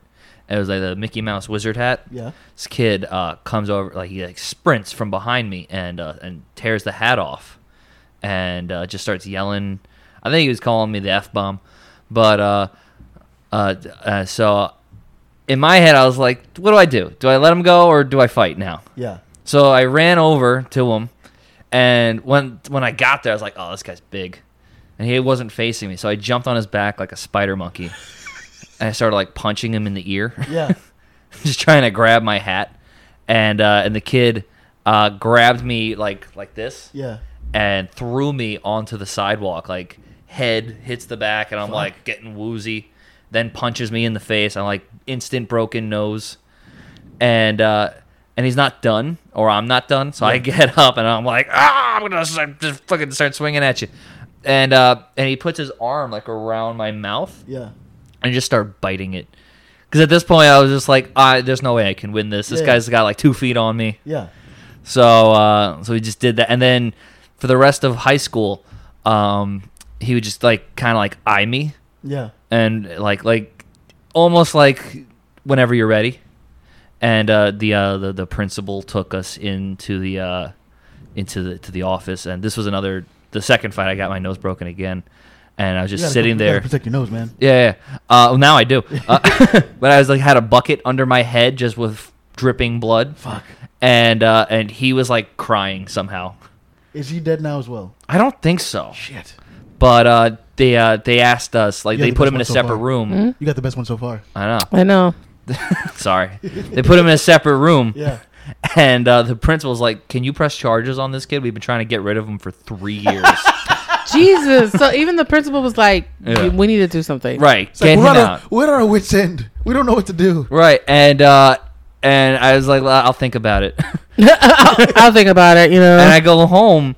[SPEAKER 3] And it was like the Mickey Mouse wizard hat.
[SPEAKER 1] Yeah.
[SPEAKER 3] This kid uh, comes over, like he like sprints from behind me and uh, and tears the hat off, and uh, just starts yelling. I think he was calling me the f bomb, but uh, uh, d- uh, so in my head I was like, what do I do? Do I let him go or do I fight now?
[SPEAKER 1] Yeah.
[SPEAKER 3] So I ran over to him, and when when I got there, I was like, "Oh, this guy's big," and he wasn't facing me. So I jumped on his back like a spider monkey, and I started like punching him in the ear,
[SPEAKER 1] Yeah.
[SPEAKER 3] just trying to grab my hat. And uh, and the kid uh, grabbed me like like this,
[SPEAKER 1] Yeah.
[SPEAKER 3] and threw me onto the sidewalk. Like head hits the back, and I'm like getting woozy. Then punches me in the face. I'm like instant broken nose, and uh, and he's not done, or I'm not done. So I get up and I'm like, ah, I'm gonna start, just fucking start swinging at you, and uh, and he puts his arm like around my mouth
[SPEAKER 1] Yeah.
[SPEAKER 3] and just start biting it. Because at this point, I was just like, I, there's no way I can win this. This
[SPEAKER 1] Yeah.
[SPEAKER 3] guy's got like two feet on me.
[SPEAKER 1] Yeah.
[SPEAKER 3] So uh, so we just did that, and then for the rest of high school, um, he would just like kind of like eye me
[SPEAKER 1] Yeah.
[SPEAKER 3] and like like almost like whenever you're ready. And uh, the, uh, the the principal took us into the uh, into the to the office, and this was another the second fight. I got my nose broken again, and I was
[SPEAKER 1] You
[SPEAKER 3] just
[SPEAKER 1] gotta-
[SPEAKER 3] sitting
[SPEAKER 1] you gotta
[SPEAKER 3] there.
[SPEAKER 1] Protect your nose, man.
[SPEAKER 3] Yeah, yeah. Uh, well, now I do. Uh, but I was like had a bucket under my head just with dripping blood. Fuck. And uh, and he was like crying somehow,
[SPEAKER 1] Is he dead now as well?
[SPEAKER 3] I don't think so.
[SPEAKER 1] Shit.
[SPEAKER 3] But uh, they uh, they asked us like
[SPEAKER 1] Yeah,
[SPEAKER 3] they
[SPEAKER 1] the
[SPEAKER 3] put
[SPEAKER 1] best
[SPEAKER 3] him in
[SPEAKER 1] one
[SPEAKER 3] a
[SPEAKER 1] so
[SPEAKER 3] separate
[SPEAKER 1] far.
[SPEAKER 3] room.
[SPEAKER 1] You got the best one so far.
[SPEAKER 3] I know.
[SPEAKER 2] I know.
[SPEAKER 3] Sorry, they put him in a separate room.
[SPEAKER 1] Yeah.
[SPEAKER 3] And uh, the principal's like, "Can you press charges on this kid? We've been trying to get rid of him for three years."
[SPEAKER 2] Jesus. So even the principal was like,
[SPEAKER 3] Yeah.
[SPEAKER 2] we need to do something.
[SPEAKER 3] right,
[SPEAKER 1] It's like,
[SPEAKER 3] get him
[SPEAKER 1] we're, at
[SPEAKER 3] out.
[SPEAKER 1] our, we're at our wits' end. We don't know what to do.
[SPEAKER 3] Right, and uh, and I was like, "Well, "I'll think about it."
[SPEAKER 2] I'll, I'll think about it, you know.
[SPEAKER 3] and I go home,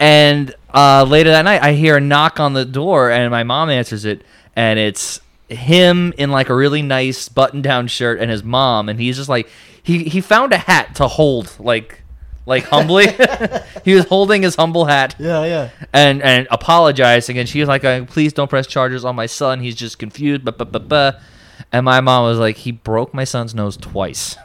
[SPEAKER 3] and uh, later that night, I hear a knock on the door, and my mom answers it, and it's him in like a really nice button-down shirt, and his mom, and he's just like, he he found a hat to hold, like, like humbly, he was holding his humble hat
[SPEAKER 1] Yeah, yeah.
[SPEAKER 3] and and apologizing, and she was like, uh, "Please don't press charges on my son. He's just confused." But but but but, and my mom was like, "He broke my son's nose twice.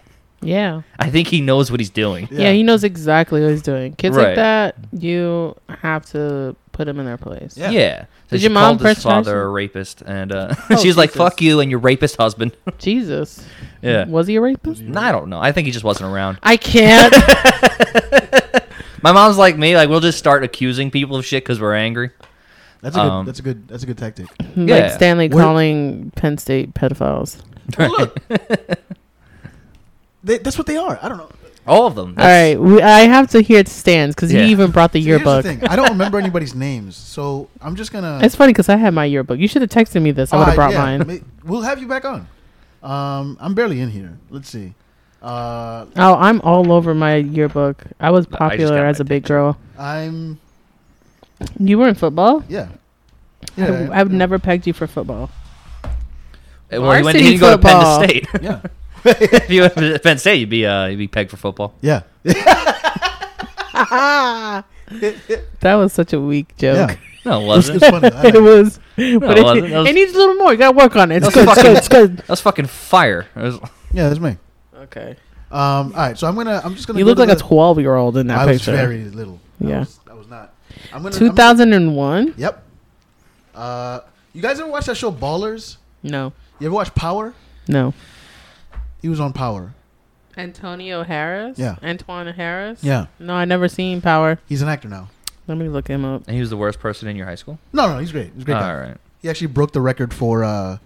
[SPEAKER 2] yeah.
[SPEAKER 3] I think he knows what he's doing."
[SPEAKER 2] yeah. he knows exactly what he's doing. Kids
[SPEAKER 3] Right.
[SPEAKER 2] like that, you have to put them in their place.
[SPEAKER 1] Yeah.
[SPEAKER 3] So
[SPEAKER 2] Did
[SPEAKER 3] she
[SPEAKER 2] your mom
[SPEAKER 3] called his
[SPEAKER 2] press
[SPEAKER 3] father
[SPEAKER 2] charges?
[SPEAKER 3] a rapist, and uh,
[SPEAKER 2] Oh,
[SPEAKER 3] she's like,
[SPEAKER 2] Jesus.
[SPEAKER 3] "Fuck you and your rapist husband."
[SPEAKER 2] Jesus.
[SPEAKER 3] yeah,
[SPEAKER 2] Was he a rapist?
[SPEAKER 3] No, I don't know. I think he just wasn't around.
[SPEAKER 2] I can't.
[SPEAKER 3] My mom's like me; like we'll just start accusing people of shit because we're angry.
[SPEAKER 1] That's a good.
[SPEAKER 3] Um,
[SPEAKER 1] that's a good. That's a good tactic.
[SPEAKER 2] Like
[SPEAKER 3] Yeah.
[SPEAKER 2] Stanley
[SPEAKER 1] Where-
[SPEAKER 2] calling Penn State pedophiles.
[SPEAKER 1] Well, look, they, that's what they are. I don't know.
[SPEAKER 3] All of them.
[SPEAKER 2] All right, we, I have to hear it stands because
[SPEAKER 3] Yeah.
[SPEAKER 2] he even brought the
[SPEAKER 1] See, here's the
[SPEAKER 2] yearbook.
[SPEAKER 1] thing. I don't remember anybody's names, so I'm just gonna.
[SPEAKER 2] It's funny because I had my yearbook. You should have texted me this. I would have
[SPEAKER 1] Uh,
[SPEAKER 2] brought
[SPEAKER 1] yeah,
[SPEAKER 2] mine.
[SPEAKER 1] ma- We'll have you back on. Um, I'm barely in here. Let's see. Uh,
[SPEAKER 2] Oh, I'm all over my yearbook. I was
[SPEAKER 3] No, I just
[SPEAKER 2] popular
[SPEAKER 3] got
[SPEAKER 2] as
[SPEAKER 3] my
[SPEAKER 2] a big girl.
[SPEAKER 1] I'm.
[SPEAKER 2] You were in football.
[SPEAKER 1] Yeah.
[SPEAKER 2] I-
[SPEAKER 1] Yeah.
[SPEAKER 2] I, would never pegged you for football.
[SPEAKER 3] Well, he went.
[SPEAKER 2] Varsity
[SPEAKER 3] He didn't go to
[SPEAKER 2] football.
[SPEAKER 3] Penn State.
[SPEAKER 1] Yeah.
[SPEAKER 3] if you went to Penn State, you'd be uh, you'd be pegged for football.
[SPEAKER 1] Yeah.
[SPEAKER 2] That was such a weak joke.
[SPEAKER 1] Yeah.
[SPEAKER 3] No,
[SPEAKER 1] It
[SPEAKER 3] it
[SPEAKER 1] was,
[SPEAKER 3] wasn't.
[SPEAKER 1] it's funny. I
[SPEAKER 2] it
[SPEAKER 1] like-
[SPEAKER 2] was, but
[SPEAKER 3] it
[SPEAKER 2] it,
[SPEAKER 3] wasn't. That was-
[SPEAKER 2] it needs a little more. You gotta work on it. It's
[SPEAKER 3] That
[SPEAKER 2] good,
[SPEAKER 3] was
[SPEAKER 2] it's good. It's good.
[SPEAKER 3] That's fucking fire. It was-
[SPEAKER 1] yeah, that's me.
[SPEAKER 2] Okay.
[SPEAKER 1] Um, all right, so I'm gonna. I'm just gonna.
[SPEAKER 2] You
[SPEAKER 1] go
[SPEAKER 2] look
[SPEAKER 1] to
[SPEAKER 2] like a
[SPEAKER 1] the-
[SPEAKER 2] 12 year old in that
[SPEAKER 1] I was
[SPEAKER 2] picture.
[SPEAKER 1] very little. I
[SPEAKER 2] Yeah.
[SPEAKER 1] was, I was not. I'm gonna. I'm gonna-
[SPEAKER 2] 2001.
[SPEAKER 1] yep. Uh, you guys ever watch that show Ballers?
[SPEAKER 2] No,
[SPEAKER 1] You ever watch Power?
[SPEAKER 2] no.
[SPEAKER 1] He was on Power.
[SPEAKER 2] Antonio Harris.
[SPEAKER 1] Yeah.
[SPEAKER 2] Antoine Harris.
[SPEAKER 1] Yeah,
[SPEAKER 2] No, I never seen Power.
[SPEAKER 1] he's an actor now.
[SPEAKER 2] Let me look him up.
[SPEAKER 3] And he was the worst person in your high school.
[SPEAKER 1] No, no, he's great. He's a great.
[SPEAKER 3] All
[SPEAKER 1] guy.
[SPEAKER 3] right.
[SPEAKER 1] He actually broke the record for uh,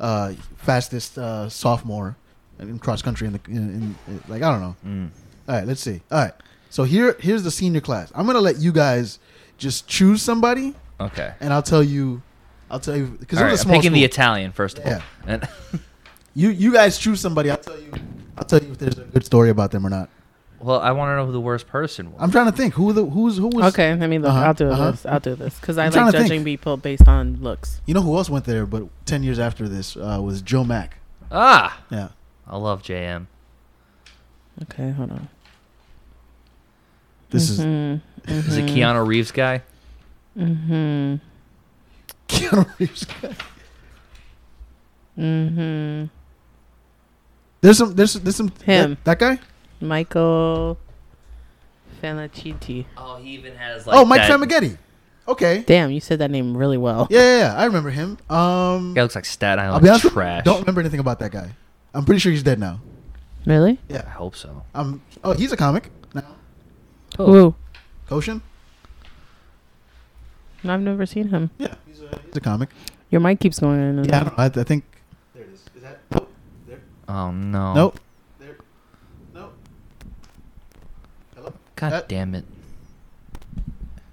[SPEAKER 1] uh, fastest uh, sophomore in cross country in the in, in like I don't know.
[SPEAKER 3] Mm.
[SPEAKER 1] All right, let's see. All right, so here here's the senior class. I'm gonna let you guys just choose somebody,
[SPEAKER 3] Okay.
[SPEAKER 1] and I'll tell you. I'll tell you because
[SPEAKER 3] All
[SPEAKER 1] it
[SPEAKER 3] right,
[SPEAKER 1] was a
[SPEAKER 3] I'm
[SPEAKER 1] small
[SPEAKER 3] picking
[SPEAKER 1] school.
[SPEAKER 3] the Italian first of all.
[SPEAKER 1] Yeah.
[SPEAKER 3] And-
[SPEAKER 1] you you guys choose somebody. I'll tell you. I'll tell you if there's a good story about them or not.
[SPEAKER 3] well, I want to know who the worst person was.
[SPEAKER 1] I'm trying to think who the who's who was.
[SPEAKER 2] okay, let me look.
[SPEAKER 1] Uh-huh,
[SPEAKER 2] I'll do
[SPEAKER 1] uh-huh.
[SPEAKER 2] this. I'll do this because
[SPEAKER 1] I'm
[SPEAKER 2] I
[SPEAKER 1] trying
[SPEAKER 2] like
[SPEAKER 1] to think.
[SPEAKER 2] judging people based on looks.
[SPEAKER 1] You know who else went there? But ten years after this uh, was Joe Mack.
[SPEAKER 3] ah,
[SPEAKER 1] Yeah.
[SPEAKER 3] I love JM.
[SPEAKER 2] Okay, hold on.
[SPEAKER 1] This is
[SPEAKER 2] Mhm,
[SPEAKER 3] Is
[SPEAKER 1] Mm-hmm.
[SPEAKER 3] it Keanu Reeves guy?
[SPEAKER 2] mhm,
[SPEAKER 1] Keanu Reeves.
[SPEAKER 2] mhm.
[SPEAKER 1] There's some. There's there's some. that-
[SPEAKER 2] Him.
[SPEAKER 1] That, guy.
[SPEAKER 2] Michael Fanaciti.
[SPEAKER 3] Oh, he even has
[SPEAKER 1] oh, Mike Famigetti. Okay.
[SPEAKER 2] Damn, you said that name really well.
[SPEAKER 1] Yeah, yeah, yeah. I remember him. Um,
[SPEAKER 3] Guy looks like Staten
[SPEAKER 1] I'll
[SPEAKER 3] Island
[SPEAKER 1] be honest. with you,
[SPEAKER 3] trash.
[SPEAKER 1] don't remember anything about that guy. I'm pretty sure he's dead now.
[SPEAKER 2] Really?
[SPEAKER 3] I
[SPEAKER 1] Yeah.
[SPEAKER 3] hope so.
[SPEAKER 1] Um. Oh, he's a comic now.
[SPEAKER 2] Ooh,
[SPEAKER 1] Koshin.
[SPEAKER 2] I've never seen him.
[SPEAKER 1] Yeah. He's a, he's a comic.
[SPEAKER 2] Your mic keeps going in. and
[SPEAKER 1] Yeah. I,
[SPEAKER 2] out.
[SPEAKER 1] don't know, I, I think. There it is. Is that? Nope. There.
[SPEAKER 3] Oh no.
[SPEAKER 1] Nope. There. Nope. Hello.
[SPEAKER 3] God
[SPEAKER 1] That-
[SPEAKER 3] damn it.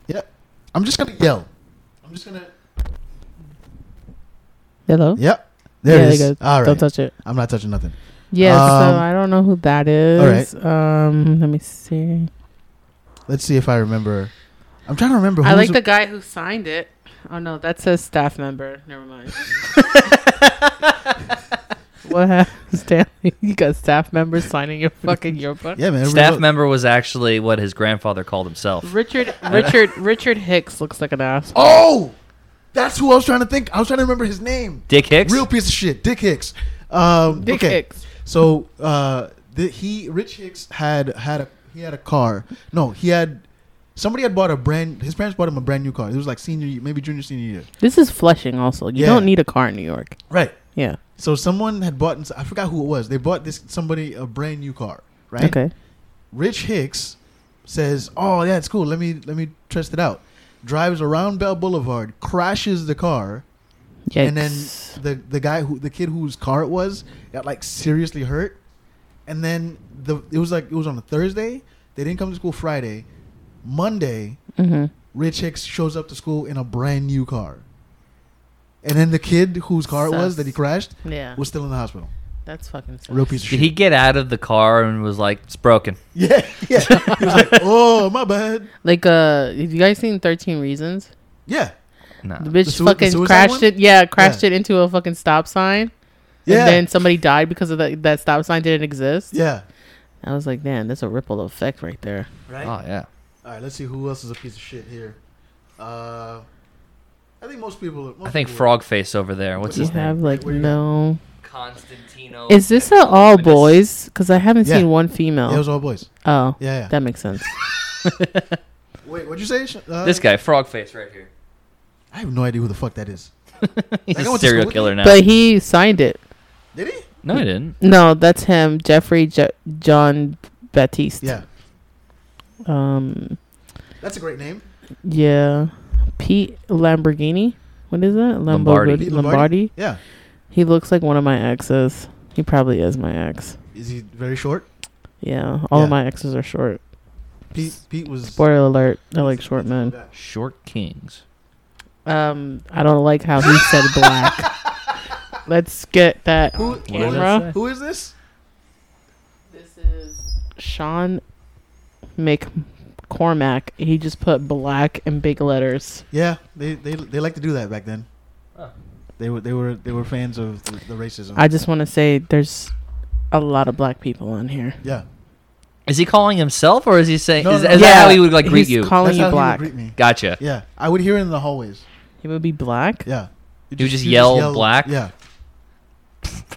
[SPEAKER 1] Yeah. I'm just gonna yell. I'm just gonna.
[SPEAKER 2] Hello.
[SPEAKER 1] Yep. There
[SPEAKER 2] Yeah,
[SPEAKER 1] it is.
[SPEAKER 2] there you go.
[SPEAKER 1] All right.
[SPEAKER 2] Don't touch it.
[SPEAKER 1] I'm not touching nothing.
[SPEAKER 2] Yeah,
[SPEAKER 1] Um,
[SPEAKER 2] so I don't know who that
[SPEAKER 1] all right.
[SPEAKER 2] is. Um, let me see.
[SPEAKER 1] Let's see if I remember. I'm trying to remember.
[SPEAKER 2] I
[SPEAKER 1] who's
[SPEAKER 2] like
[SPEAKER 1] a-
[SPEAKER 2] the guy who signed it. Oh no, that says staff member. Never mind. what happened, Stanley? You got staff members signing your fucking yearbook.
[SPEAKER 1] Yeah, man. everybody
[SPEAKER 3] Staff
[SPEAKER 1] vote.
[SPEAKER 3] member was actually what his grandfather called himself.
[SPEAKER 2] Richard Richard Richard Hicks looks like an ass.
[SPEAKER 1] Oh, that's who I was trying to think. I was trying to remember his name.
[SPEAKER 3] Dick Hicks.
[SPEAKER 1] Real piece of shit, Dick Hicks. Um,
[SPEAKER 2] Dick
[SPEAKER 1] okay.
[SPEAKER 2] Hicks.
[SPEAKER 1] So uh, the, he, Rich Hicks, had had a he had a car. No, he had somebody had bought a brand. His parents bought him a brand new car. It was like senior, year, maybe junior, senior year.
[SPEAKER 2] This is Flushing. Also, you
[SPEAKER 1] Yeah.
[SPEAKER 2] don't need a car in New York.
[SPEAKER 1] Right.
[SPEAKER 2] Yeah.
[SPEAKER 1] So someone had bought. I forgot who it was. They bought this somebody a brand new car. Right.
[SPEAKER 2] Okay.
[SPEAKER 1] Rich Hicks says, "Oh, yeah, it's cool. Let me let me test it out." Drives around Bell Boulevard, crashes the car,
[SPEAKER 2] Yikes.
[SPEAKER 1] and then the the guy who the kid whose car it was got like seriously hurt. And then the it was like it was on a Thursday. They didn't come to school Friday. Monday,
[SPEAKER 2] Mhm.
[SPEAKER 1] Rich Hicks shows up to school in a brand new car. And then the kid whose car it was
[SPEAKER 2] Sus.
[SPEAKER 1] that he crashed
[SPEAKER 2] yeah,
[SPEAKER 1] was still in the hospital.
[SPEAKER 2] that's fucking sus.
[SPEAKER 1] Real piece of
[SPEAKER 3] Did
[SPEAKER 1] shit.
[SPEAKER 3] he get out of the car and was like, "It's broken"?
[SPEAKER 1] yeah, yeah. he was like, "Oh, my bad."
[SPEAKER 2] Like, uh, have you guys seen Thirteen Reasons?
[SPEAKER 1] Yeah,
[SPEAKER 3] No.
[SPEAKER 2] The bitch
[SPEAKER 1] Uh, The sui- the
[SPEAKER 2] fucking
[SPEAKER 1] suicide
[SPEAKER 2] crashed
[SPEAKER 1] one?
[SPEAKER 2] it. Yeah, crashed it into a fucking stop sign.
[SPEAKER 1] yeah,
[SPEAKER 2] And then somebody died because of that. That stop sign didn't exist.
[SPEAKER 1] yeah.
[SPEAKER 2] I was like, man, that's a ripple effect right there.
[SPEAKER 1] Right.
[SPEAKER 3] Oh yeah.
[SPEAKER 1] All right, let's see who else is a piece of shit here. Uh, I think most people. Most
[SPEAKER 3] I think
[SPEAKER 1] people-
[SPEAKER 3] Frog Face over there. What's
[SPEAKER 1] You
[SPEAKER 3] his
[SPEAKER 2] you have
[SPEAKER 3] name?
[SPEAKER 2] like
[SPEAKER 1] Where you-
[SPEAKER 2] no.
[SPEAKER 3] Constantino.
[SPEAKER 2] Is this a all boys? Because I haven't
[SPEAKER 1] Yeah.
[SPEAKER 2] seen one
[SPEAKER 1] Yeah,
[SPEAKER 2] female.
[SPEAKER 1] it was all boys.
[SPEAKER 2] oh,
[SPEAKER 1] Yeah, yeah.
[SPEAKER 2] that makes sense.
[SPEAKER 1] Wait, what'd you say? Sh- Uh,
[SPEAKER 3] This guy, Frog Face, right here.
[SPEAKER 1] I have no idea who the fuck that is.
[SPEAKER 3] He's
[SPEAKER 1] That guy
[SPEAKER 3] a
[SPEAKER 1] went to school
[SPEAKER 3] serial
[SPEAKER 1] with
[SPEAKER 3] killer now.
[SPEAKER 2] But he signed it.
[SPEAKER 1] Did he?
[SPEAKER 3] no, he didn't.
[SPEAKER 2] No, that's him, Jeffrey Je- John Baptiste.
[SPEAKER 1] Yeah,
[SPEAKER 2] Um.
[SPEAKER 1] that's a great name.
[SPEAKER 2] Yeah. Pete Lamborghini. What is that? Lambo-
[SPEAKER 3] Lombardi.
[SPEAKER 1] Pete
[SPEAKER 2] Lombardi.
[SPEAKER 1] Lombardi? Yeah.
[SPEAKER 2] He looks like one of my exes. He probably is my ex.
[SPEAKER 1] Is he very short?
[SPEAKER 2] Yeah. All
[SPEAKER 1] Yeah.
[SPEAKER 2] of my exes are short.
[SPEAKER 1] Pete. Pete was.
[SPEAKER 2] Spoiler alert. I like short men.
[SPEAKER 3] Short Kings.
[SPEAKER 2] Um, I don't like how he said black. Let's get that.
[SPEAKER 1] Who,
[SPEAKER 3] What does
[SPEAKER 2] Camera?
[SPEAKER 3] that say?
[SPEAKER 1] who is this?
[SPEAKER 2] This is Sean McCormack. He just put black in big letters.
[SPEAKER 1] Yeah, they they they like to do that back then.
[SPEAKER 3] Oh.
[SPEAKER 1] They were they were they were fans of the, the racism.
[SPEAKER 2] I just want to say there's a lot of black people on here.
[SPEAKER 1] yeah,
[SPEAKER 3] Is he calling himself, or is he saying?
[SPEAKER 1] No,
[SPEAKER 3] is
[SPEAKER 1] no,
[SPEAKER 3] is
[SPEAKER 1] no.
[SPEAKER 3] that how he would like greet
[SPEAKER 2] he's
[SPEAKER 3] you?
[SPEAKER 1] That's
[SPEAKER 2] Calling
[SPEAKER 1] how
[SPEAKER 2] you
[SPEAKER 1] he would
[SPEAKER 2] black.
[SPEAKER 1] greet me.
[SPEAKER 3] gotcha.
[SPEAKER 1] Yeah, I would hear it in the hallways.
[SPEAKER 2] He would be black.
[SPEAKER 1] Yeah,
[SPEAKER 3] You just yell black?
[SPEAKER 1] Yeah,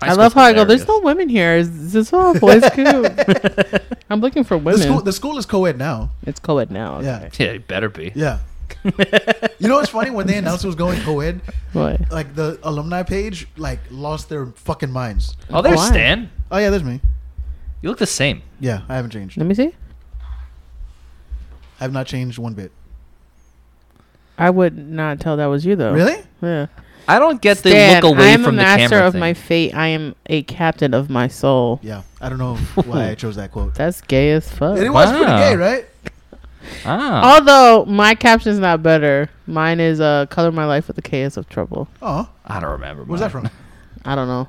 [SPEAKER 2] I love how I go. There's no women here. Is, is this all boys group? I'm looking for
[SPEAKER 1] the
[SPEAKER 2] women.
[SPEAKER 1] school the school is co-ed now.
[SPEAKER 2] it's co-ed now.
[SPEAKER 1] Yeah.
[SPEAKER 2] Okay.
[SPEAKER 3] Yeah, he better be.
[SPEAKER 1] Yeah. you know what's funny? When they announced it was going co-ed,
[SPEAKER 2] What?
[SPEAKER 1] like the alumni page, like lost their fucking minds.
[SPEAKER 3] Oh, there's
[SPEAKER 2] Why?
[SPEAKER 3] Stan.
[SPEAKER 1] Oh yeah, there's me.
[SPEAKER 3] You look the same.
[SPEAKER 1] Yeah, I haven't changed.
[SPEAKER 2] Let me see.
[SPEAKER 1] I have not changed one bit.
[SPEAKER 2] I would not tell that was you though.
[SPEAKER 1] Really?
[SPEAKER 2] Yeah.
[SPEAKER 3] I don't get the
[SPEAKER 2] Stan,
[SPEAKER 3] look away
[SPEAKER 2] I am
[SPEAKER 3] from
[SPEAKER 2] a
[SPEAKER 3] the
[SPEAKER 2] master
[SPEAKER 3] camera
[SPEAKER 2] of
[SPEAKER 3] thing.
[SPEAKER 2] my fate. I am a captain of my soul.
[SPEAKER 1] Yeah. I don't know why I chose that quote.
[SPEAKER 2] That's gay as fuck.
[SPEAKER 1] And it was pretty
[SPEAKER 3] Wow.
[SPEAKER 1] gay, right?
[SPEAKER 3] ah,
[SPEAKER 2] Although my caption's not better. Mine is uh, "Color My Life with the Chaos of Trouble."
[SPEAKER 1] Oh,
[SPEAKER 3] I don't remember.
[SPEAKER 1] where's that
[SPEAKER 3] mine.
[SPEAKER 1] from?
[SPEAKER 2] I don't know.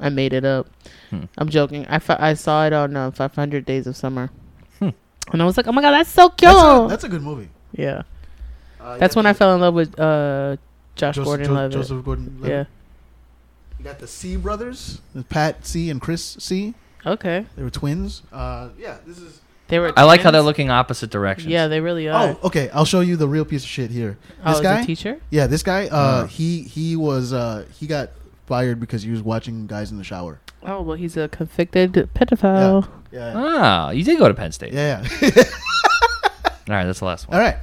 [SPEAKER 2] I made it up.
[SPEAKER 3] Hmm.
[SPEAKER 2] I'm joking. I, fi- I saw it on uh, 500 Days of Summer,
[SPEAKER 3] Hmm.
[SPEAKER 2] and I was like, "Oh my god, that's so cute!"
[SPEAKER 1] That's a, that's a good movie.
[SPEAKER 2] yeah,
[SPEAKER 1] Uh,
[SPEAKER 2] that's when I fell in love with uh, Josh
[SPEAKER 1] Joseph,
[SPEAKER 2] Gordon-Levitt.
[SPEAKER 1] Jo- Joseph Gordon-Levitt.
[SPEAKER 2] yeah.
[SPEAKER 1] You got the C brothers, Pat C and Chris C.
[SPEAKER 2] Okay.
[SPEAKER 1] They were twins. Uh, yeah, this is.
[SPEAKER 2] They were.
[SPEAKER 3] I like how they're
[SPEAKER 2] twins?
[SPEAKER 3] looking opposite directions.
[SPEAKER 2] Yeah, they really are.
[SPEAKER 1] Oh, okay. I'll show you the real piece of shit here.
[SPEAKER 2] Oh,
[SPEAKER 1] this
[SPEAKER 2] is
[SPEAKER 1] guy-
[SPEAKER 2] a teacher.
[SPEAKER 1] Yeah, this guy. Uh,
[SPEAKER 3] Oh.
[SPEAKER 1] he he was uh he got fired because he was watching guys in the shower.
[SPEAKER 2] Oh well, he's a convicted pedophile.
[SPEAKER 1] Yeah.
[SPEAKER 3] Ah, you did go to Penn State.
[SPEAKER 1] Yeah. yeah.
[SPEAKER 3] All right, that's the last one.
[SPEAKER 1] All right.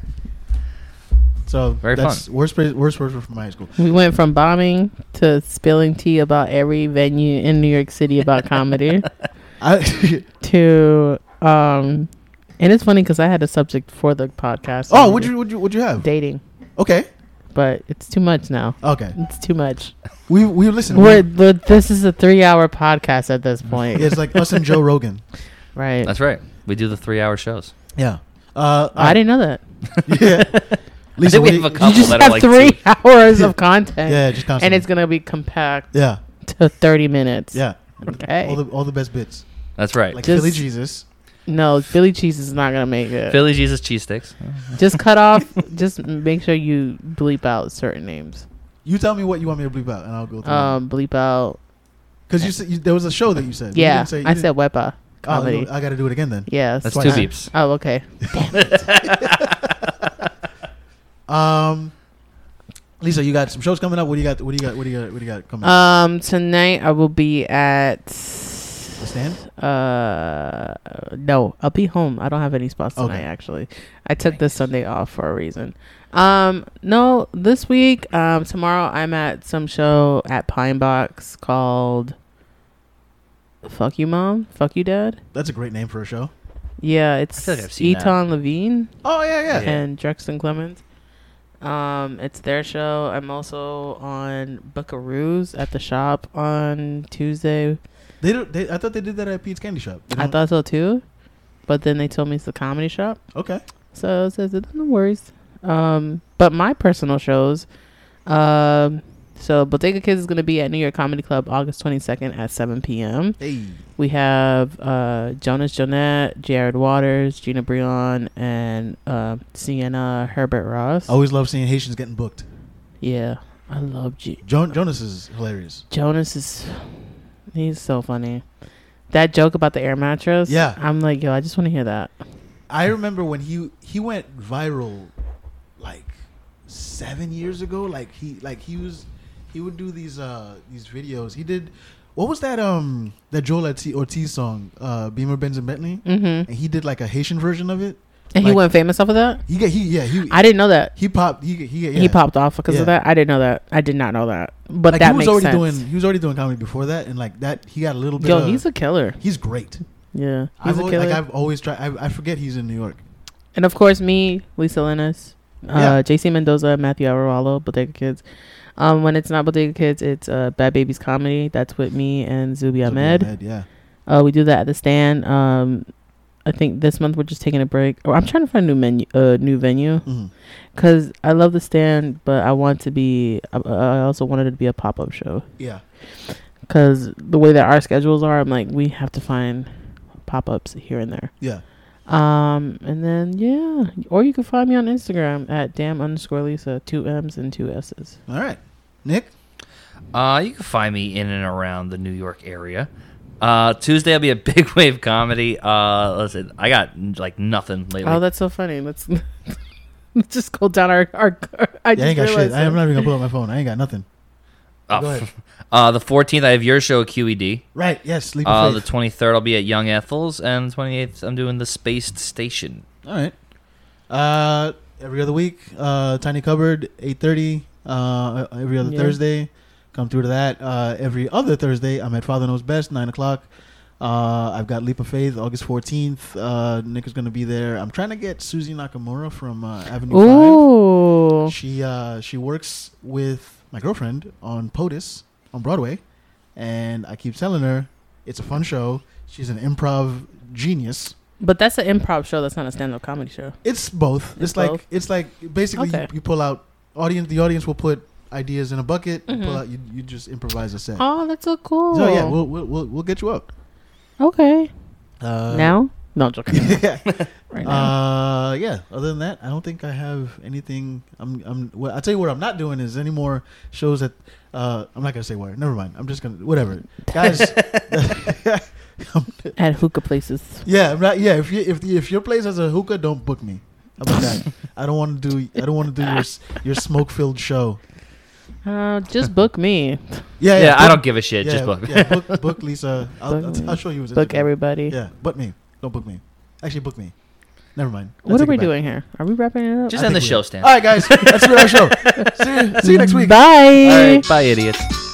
[SPEAKER 1] So
[SPEAKER 3] Very
[SPEAKER 1] that's worst place, worst worst from high school.
[SPEAKER 2] We went from bombing to spilling tea about every venue in New York City about comedy
[SPEAKER 1] I,
[SPEAKER 2] to um and it's funny cuz I had a subject for the podcast.
[SPEAKER 1] oh, would you would you would you have?
[SPEAKER 2] dating,
[SPEAKER 1] Okay.
[SPEAKER 2] but it's too much now.
[SPEAKER 1] Okay.
[SPEAKER 2] It's too much.
[SPEAKER 1] We we listen.
[SPEAKER 2] We're,
[SPEAKER 1] we-
[SPEAKER 2] we're- this is a 3-hour podcast at this point.
[SPEAKER 1] it's like us and Joe Rogan.
[SPEAKER 2] Right.
[SPEAKER 3] That's right. We do the three-hour shows.
[SPEAKER 1] Yeah. Uh,
[SPEAKER 2] I didn't know that.
[SPEAKER 1] Yeah. Lisa,
[SPEAKER 3] I think
[SPEAKER 1] what
[SPEAKER 3] we
[SPEAKER 1] do you-
[SPEAKER 3] have a
[SPEAKER 2] You
[SPEAKER 3] couple
[SPEAKER 2] just
[SPEAKER 3] that
[SPEAKER 2] have
[SPEAKER 3] are like
[SPEAKER 2] 3
[SPEAKER 3] two.
[SPEAKER 2] hours of content.
[SPEAKER 1] Yeah, just constantly.
[SPEAKER 2] And it's going to be compact
[SPEAKER 1] yeah,
[SPEAKER 2] to 30 minutes.
[SPEAKER 1] yeah.
[SPEAKER 2] Okay.
[SPEAKER 1] All the all the best bits.
[SPEAKER 3] That's right.
[SPEAKER 1] Like
[SPEAKER 2] Just-
[SPEAKER 1] Philly Jesus.
[SPEAKER 2] no, Philly cheese is not going to make it.
[SPEAKER 3] Philly Jesus cheesesteaks.
[SPEAKER 2] just cut off. Just make sure you bleep out certain names.
[SPEAKER 1] You tell me what you want me to bleep out, and I'll go through.
[SPEAKER 2] Um, bleep out.
[SPEAKER 1] Because you, said you there was a show that you said. You
[SPEAKER 2] Yeah,
[SPEAKER 1] didn't say- you
[SPEAKER 2] I
[SPEAKER 1] didn't-
[SPEAKER 2] said Wepa
[SPEAKER 1] Oh,
[SPEAKER 2] comedy.
[SPEAKER 1] no, I got to do it again then.
[SPEAKER 2] yes.
[SPEAKER 3] That's
[SPEAKER 1] Twice.
[SPEAKER 3] two beeps.
[SPEAKER 2] Oh, okay.
[SPEAKER 1] Um, Lisa, you got some shows coming up. What do you got? What do you got? What do you got? What do you got coming? up?
[SPEAKER 2] Um, tonight I will be at.
[SPEAKER 1] The stand.
[SPEAKER 2] Uh, no, I'll be home. I don't have any spots tonight.
[SPEAKER 1] Okay.
[SPEAKER 2] Actually, I took this Sunday off for a reason. Um, no, this week. Um, tomorrow I'm at some show at Pine Box called. Fuck you, mom. Fuck you, dad.
[SPEAKER 1] That's a great name for a show.
[SPEAKER 2] Yeah, it's
[SPEAKER 3] feel like I've seen that.
[SPEAKER 2] Eton Levine
[SPEAKER 1] Oh yeah, yeah.
[SPEAKER 3] Yeah.
[SPEAKER 2] and Drexton Clemens. Um, it's their show. I'm also on Buckaroos at the shop on Tuesday.
[SPEAKER 1] They don't. They, I thought they did that at Pete's Candy Shop. They
[SPEAKER 2] I
[SPEAKER 1] don't-
[SPEAKER 2] thought so too, but then they told me it's the comedy shop.
[SPEAKER 1] Okay.
[SPEAKER 2] So it says it no worries. Um, but my personal shows, um, so Bottega Kids is going to be at New York Comedy Club August 22nd at 7 p.m.
[SPEAKER 1] Hey.
[SPEAKER 2] We have uh, Jonas Jonette, Jared Waters, Gina Breon, and uh, Sienna Herbert Ross.
[SPEAKER 1] I always love seeing Haitians getting booked.
[SPEAKER 2] yeah, I love G-
[SPEAKER 1] Jon- Jonas is hilarious.
[SPEAKER 2] Jonas. Is he's so funny. That joke about the air mattress.
[SPEAKER 1] Yeah.
[SPEAKER 2] I'm like, yo, I just want to hear that.
[SPEAKER 1] I remember when he he went viral, like seven years ago. Like he like he was he would do these uh these videos. He did what was that um that Joel Orti- Ortiz song uh Beamer Benz and Bentley,
[SPEAKER 2] Mm-hmm. And
[SPEAKER 1] and he did like a Haitian version of it.
[SPEAKER 2] he
[SPEAKER 1] Like-
[SPEAKER 2] went famous off of that.
[SPEAKER 1] He got he yeah he
[SPEAKER 2] I didn't know that.
[SPEAKER 1] he popped he he yeah.
[SPEAKER 2] he popped off because
[SPEAKER 1] Yeah.
[SPEAKER 2] of that. I didn't know that. I did not know that. But
[SPEAKER 1] Like, he
[SPEAKER 2] that
[SPEAKER 1] was
[SPEAKER 2] makes
[SPEAKER 1] already
[SPEAKER 2] sense.
[SPEAKER 1] doing he was already doing comedy before that, and like that he got a little bit.
[SPEAKER 2] Yo,
[SPEAKER 1] of,
[SPEAKER 2] he's a killer.
[SPEAKER 1] he's great.
[SPEAKER 2] Yeah, he's
[SPEAKER 1] I've
[SPEAKER 2] a
[SPEAKER 1] always,
[SPEAKER 2] killer.
[SPEAKER 1] like I've always tried. I, I forget he's in New York.
[SPEAKER 2] and of course, me, Lisa Linus, uh,
[SPEAKER 1] Yeah.
[SPEAKER 2] JC Mendoza, Matthew Alvarado, Bodega Kids. Um, when it's not Bodega Kids, it's uh, Bad Babies Comedy. That's with me and Zubi Ahmed.
[SPEAKER 1] yeah.
[SPEAKER 2] Uh, we do that at the stand. Um, I think this month we're just taking a break. Or I'm trying to find a new menu, uh, new venue,
[SPEAKER 1] Mhm.
[SPEAKER 2] because I love the stand, but I want to be. I, I also wanted it to be a pop up show.
[SPEAKER 1] Yeah.
[SPEAKER 2] because the way that our schedules are, I'm like, we have to find pop ups here and there.
[SPEAKER 1] Yeah.
[SPEAKER 2] Um, and then yeah, or you can find me on Instagram at damn underscore Lisa, two M's and two S's.
[SPEAKER 1] All right. Nick.
[SPEAKER 3] Uh, you can find me in and around the New York area. Uh, Tuesday will be a big wave comedy. Uh, listen, I got like nothing lately.
[SPEAKER 2] Oh, that's so funny. Let's let's just go down our our. I
[SPEAKER 1] Yeah, I
[SPEAKER 2] just
[SPEAKER 1] ain't got shit.
[SPEAKER 2] realized.
[SPEAKER 1] I, am
[SPEAKER 2] that.
[SPEAKER 1] not even gonna pull up my phone. I ain't got nothing.
[SPEAKER 3] Oh,
[SPEAKER 1] Go ahead.
[SPEAKER 3] uh, the 14th, I have your show at QED.
[SPEAKER 1] Right. Yes. Sleep.
[SPEAKER 3] Uh,
[SPEAKER 1] of
[SPEAKER 3] the
[SPEAKER 1] faith.
[SPEAKER 3] 23rd, I'll be at Young Ethel's, and the 28th, I'm doing the Spaced Station.
[SPEAKER 1] All right. Uh, every other week. Uh, tiny cupboard. Eight thirty. Uh, every other
[SPEAKER 2] Yeah.
[SPEAKER 1] Thursday. Come through to that. Uh, every other Thursday, I'm at Father Knows Best. Nine o'clock. Uh, I've got Leap of Faith, August 14th. Uh, Nick is going to be there. I'm trying to get Susie Nakamura from uh, Avenue 5.
[SPEAKER 2] Ooh,
[SPEAKER 1] She uh, she works with my girlfriend on POTUS on Broadway, and I keep telling her it's a fun show. She's an improv genius.
[SPEAKER 2] but that's an improv show. That's not a stand up comedy show.
[SPEAKER 1] It's both. It's,
[SPEAKER 2] It's
[SPEAKER 1] like
[SPEAKER 2] both?
[SPEAKER 1] it's like basically
[SPEAKER 2] Okay.
[SPEAKER 1] you, you pull out audience. The audience will put ideas in a bucket. You pull
[SPEAKER 2] Mhm.
[SPEAKER 1] out. You, you just improvise a set.
[SPEAKER 2] Oh, that's so cool.
[SPEAKER 1] So yeah, we'll we'll, we'll, we'll get you up
[SPEAKER 2] okay.
[SPEAKER 1] uh,
[SPEAKER 2] now, no I'm joking.
[SPEAKER 1] yeah.
[SPEAKER 2] right now.
[SPEAKER 1] Uh, yeah. Other than that, I don't think I have anything. I'm. I'm. Well, I tell you what, I'm not doing is any more shows that. Uh, I'm not gonna say where. Never mind. I'm just gonna whatever, guys.
[SPEAKER 2] At hookah places.
[SPEAKER 1] yeah, I'm not, yeah. If you if the, if your place has a hookah, don't book me. How about that? I don't want to do. I don't want to do your s- your smoke filled show.
[SPEAKER 2] Uh, just book me.
[SPEAKER 1] Yeah,
[SPEAKER 3] Yeah,
[SPEAKER 1] yeah.
[SPEAKER 3] I
[SPEAKER 1] book-
[SPEAKER 3] don't give a shit.
[SPEAKER 1] yeah,
[SPEAKER 3] Just book.
[SPEAKER 1] yeah, book, book Lisa. I'll,
[SPEAKER 2] Book
[SPEAKER 1] I'll,
[SPEAKER 2] me.
[SPEAKER 1] I'll show you. His
[SPEAKER 2] book
[SPEAKER 1] Instagram.
[SPEAKER 2] everybody.
[SPEAKER 1] Yeah, but me. Don't book me. Actually, book me. Never mind. I
[SPEAKER 2] What are
[SPEAKER 1] take it
[SPEAKER 2] we
[SPEAKER 1] back.
[SPEAKER 2] doing here? Are we wrapping it up?
[SPEAKER 3] Just
[SPEAKER 1] I
[SPEAKER 3] end the
[SPEAKER 1] think we-
[SPEAKER 3] show, Stan.
[SPEAKER 1] All right, guys. That's been our show. See you, see you next week.
[SPEAKER 2] Uh, Bye.
[SPEAKER 3] All right, bye, idiots.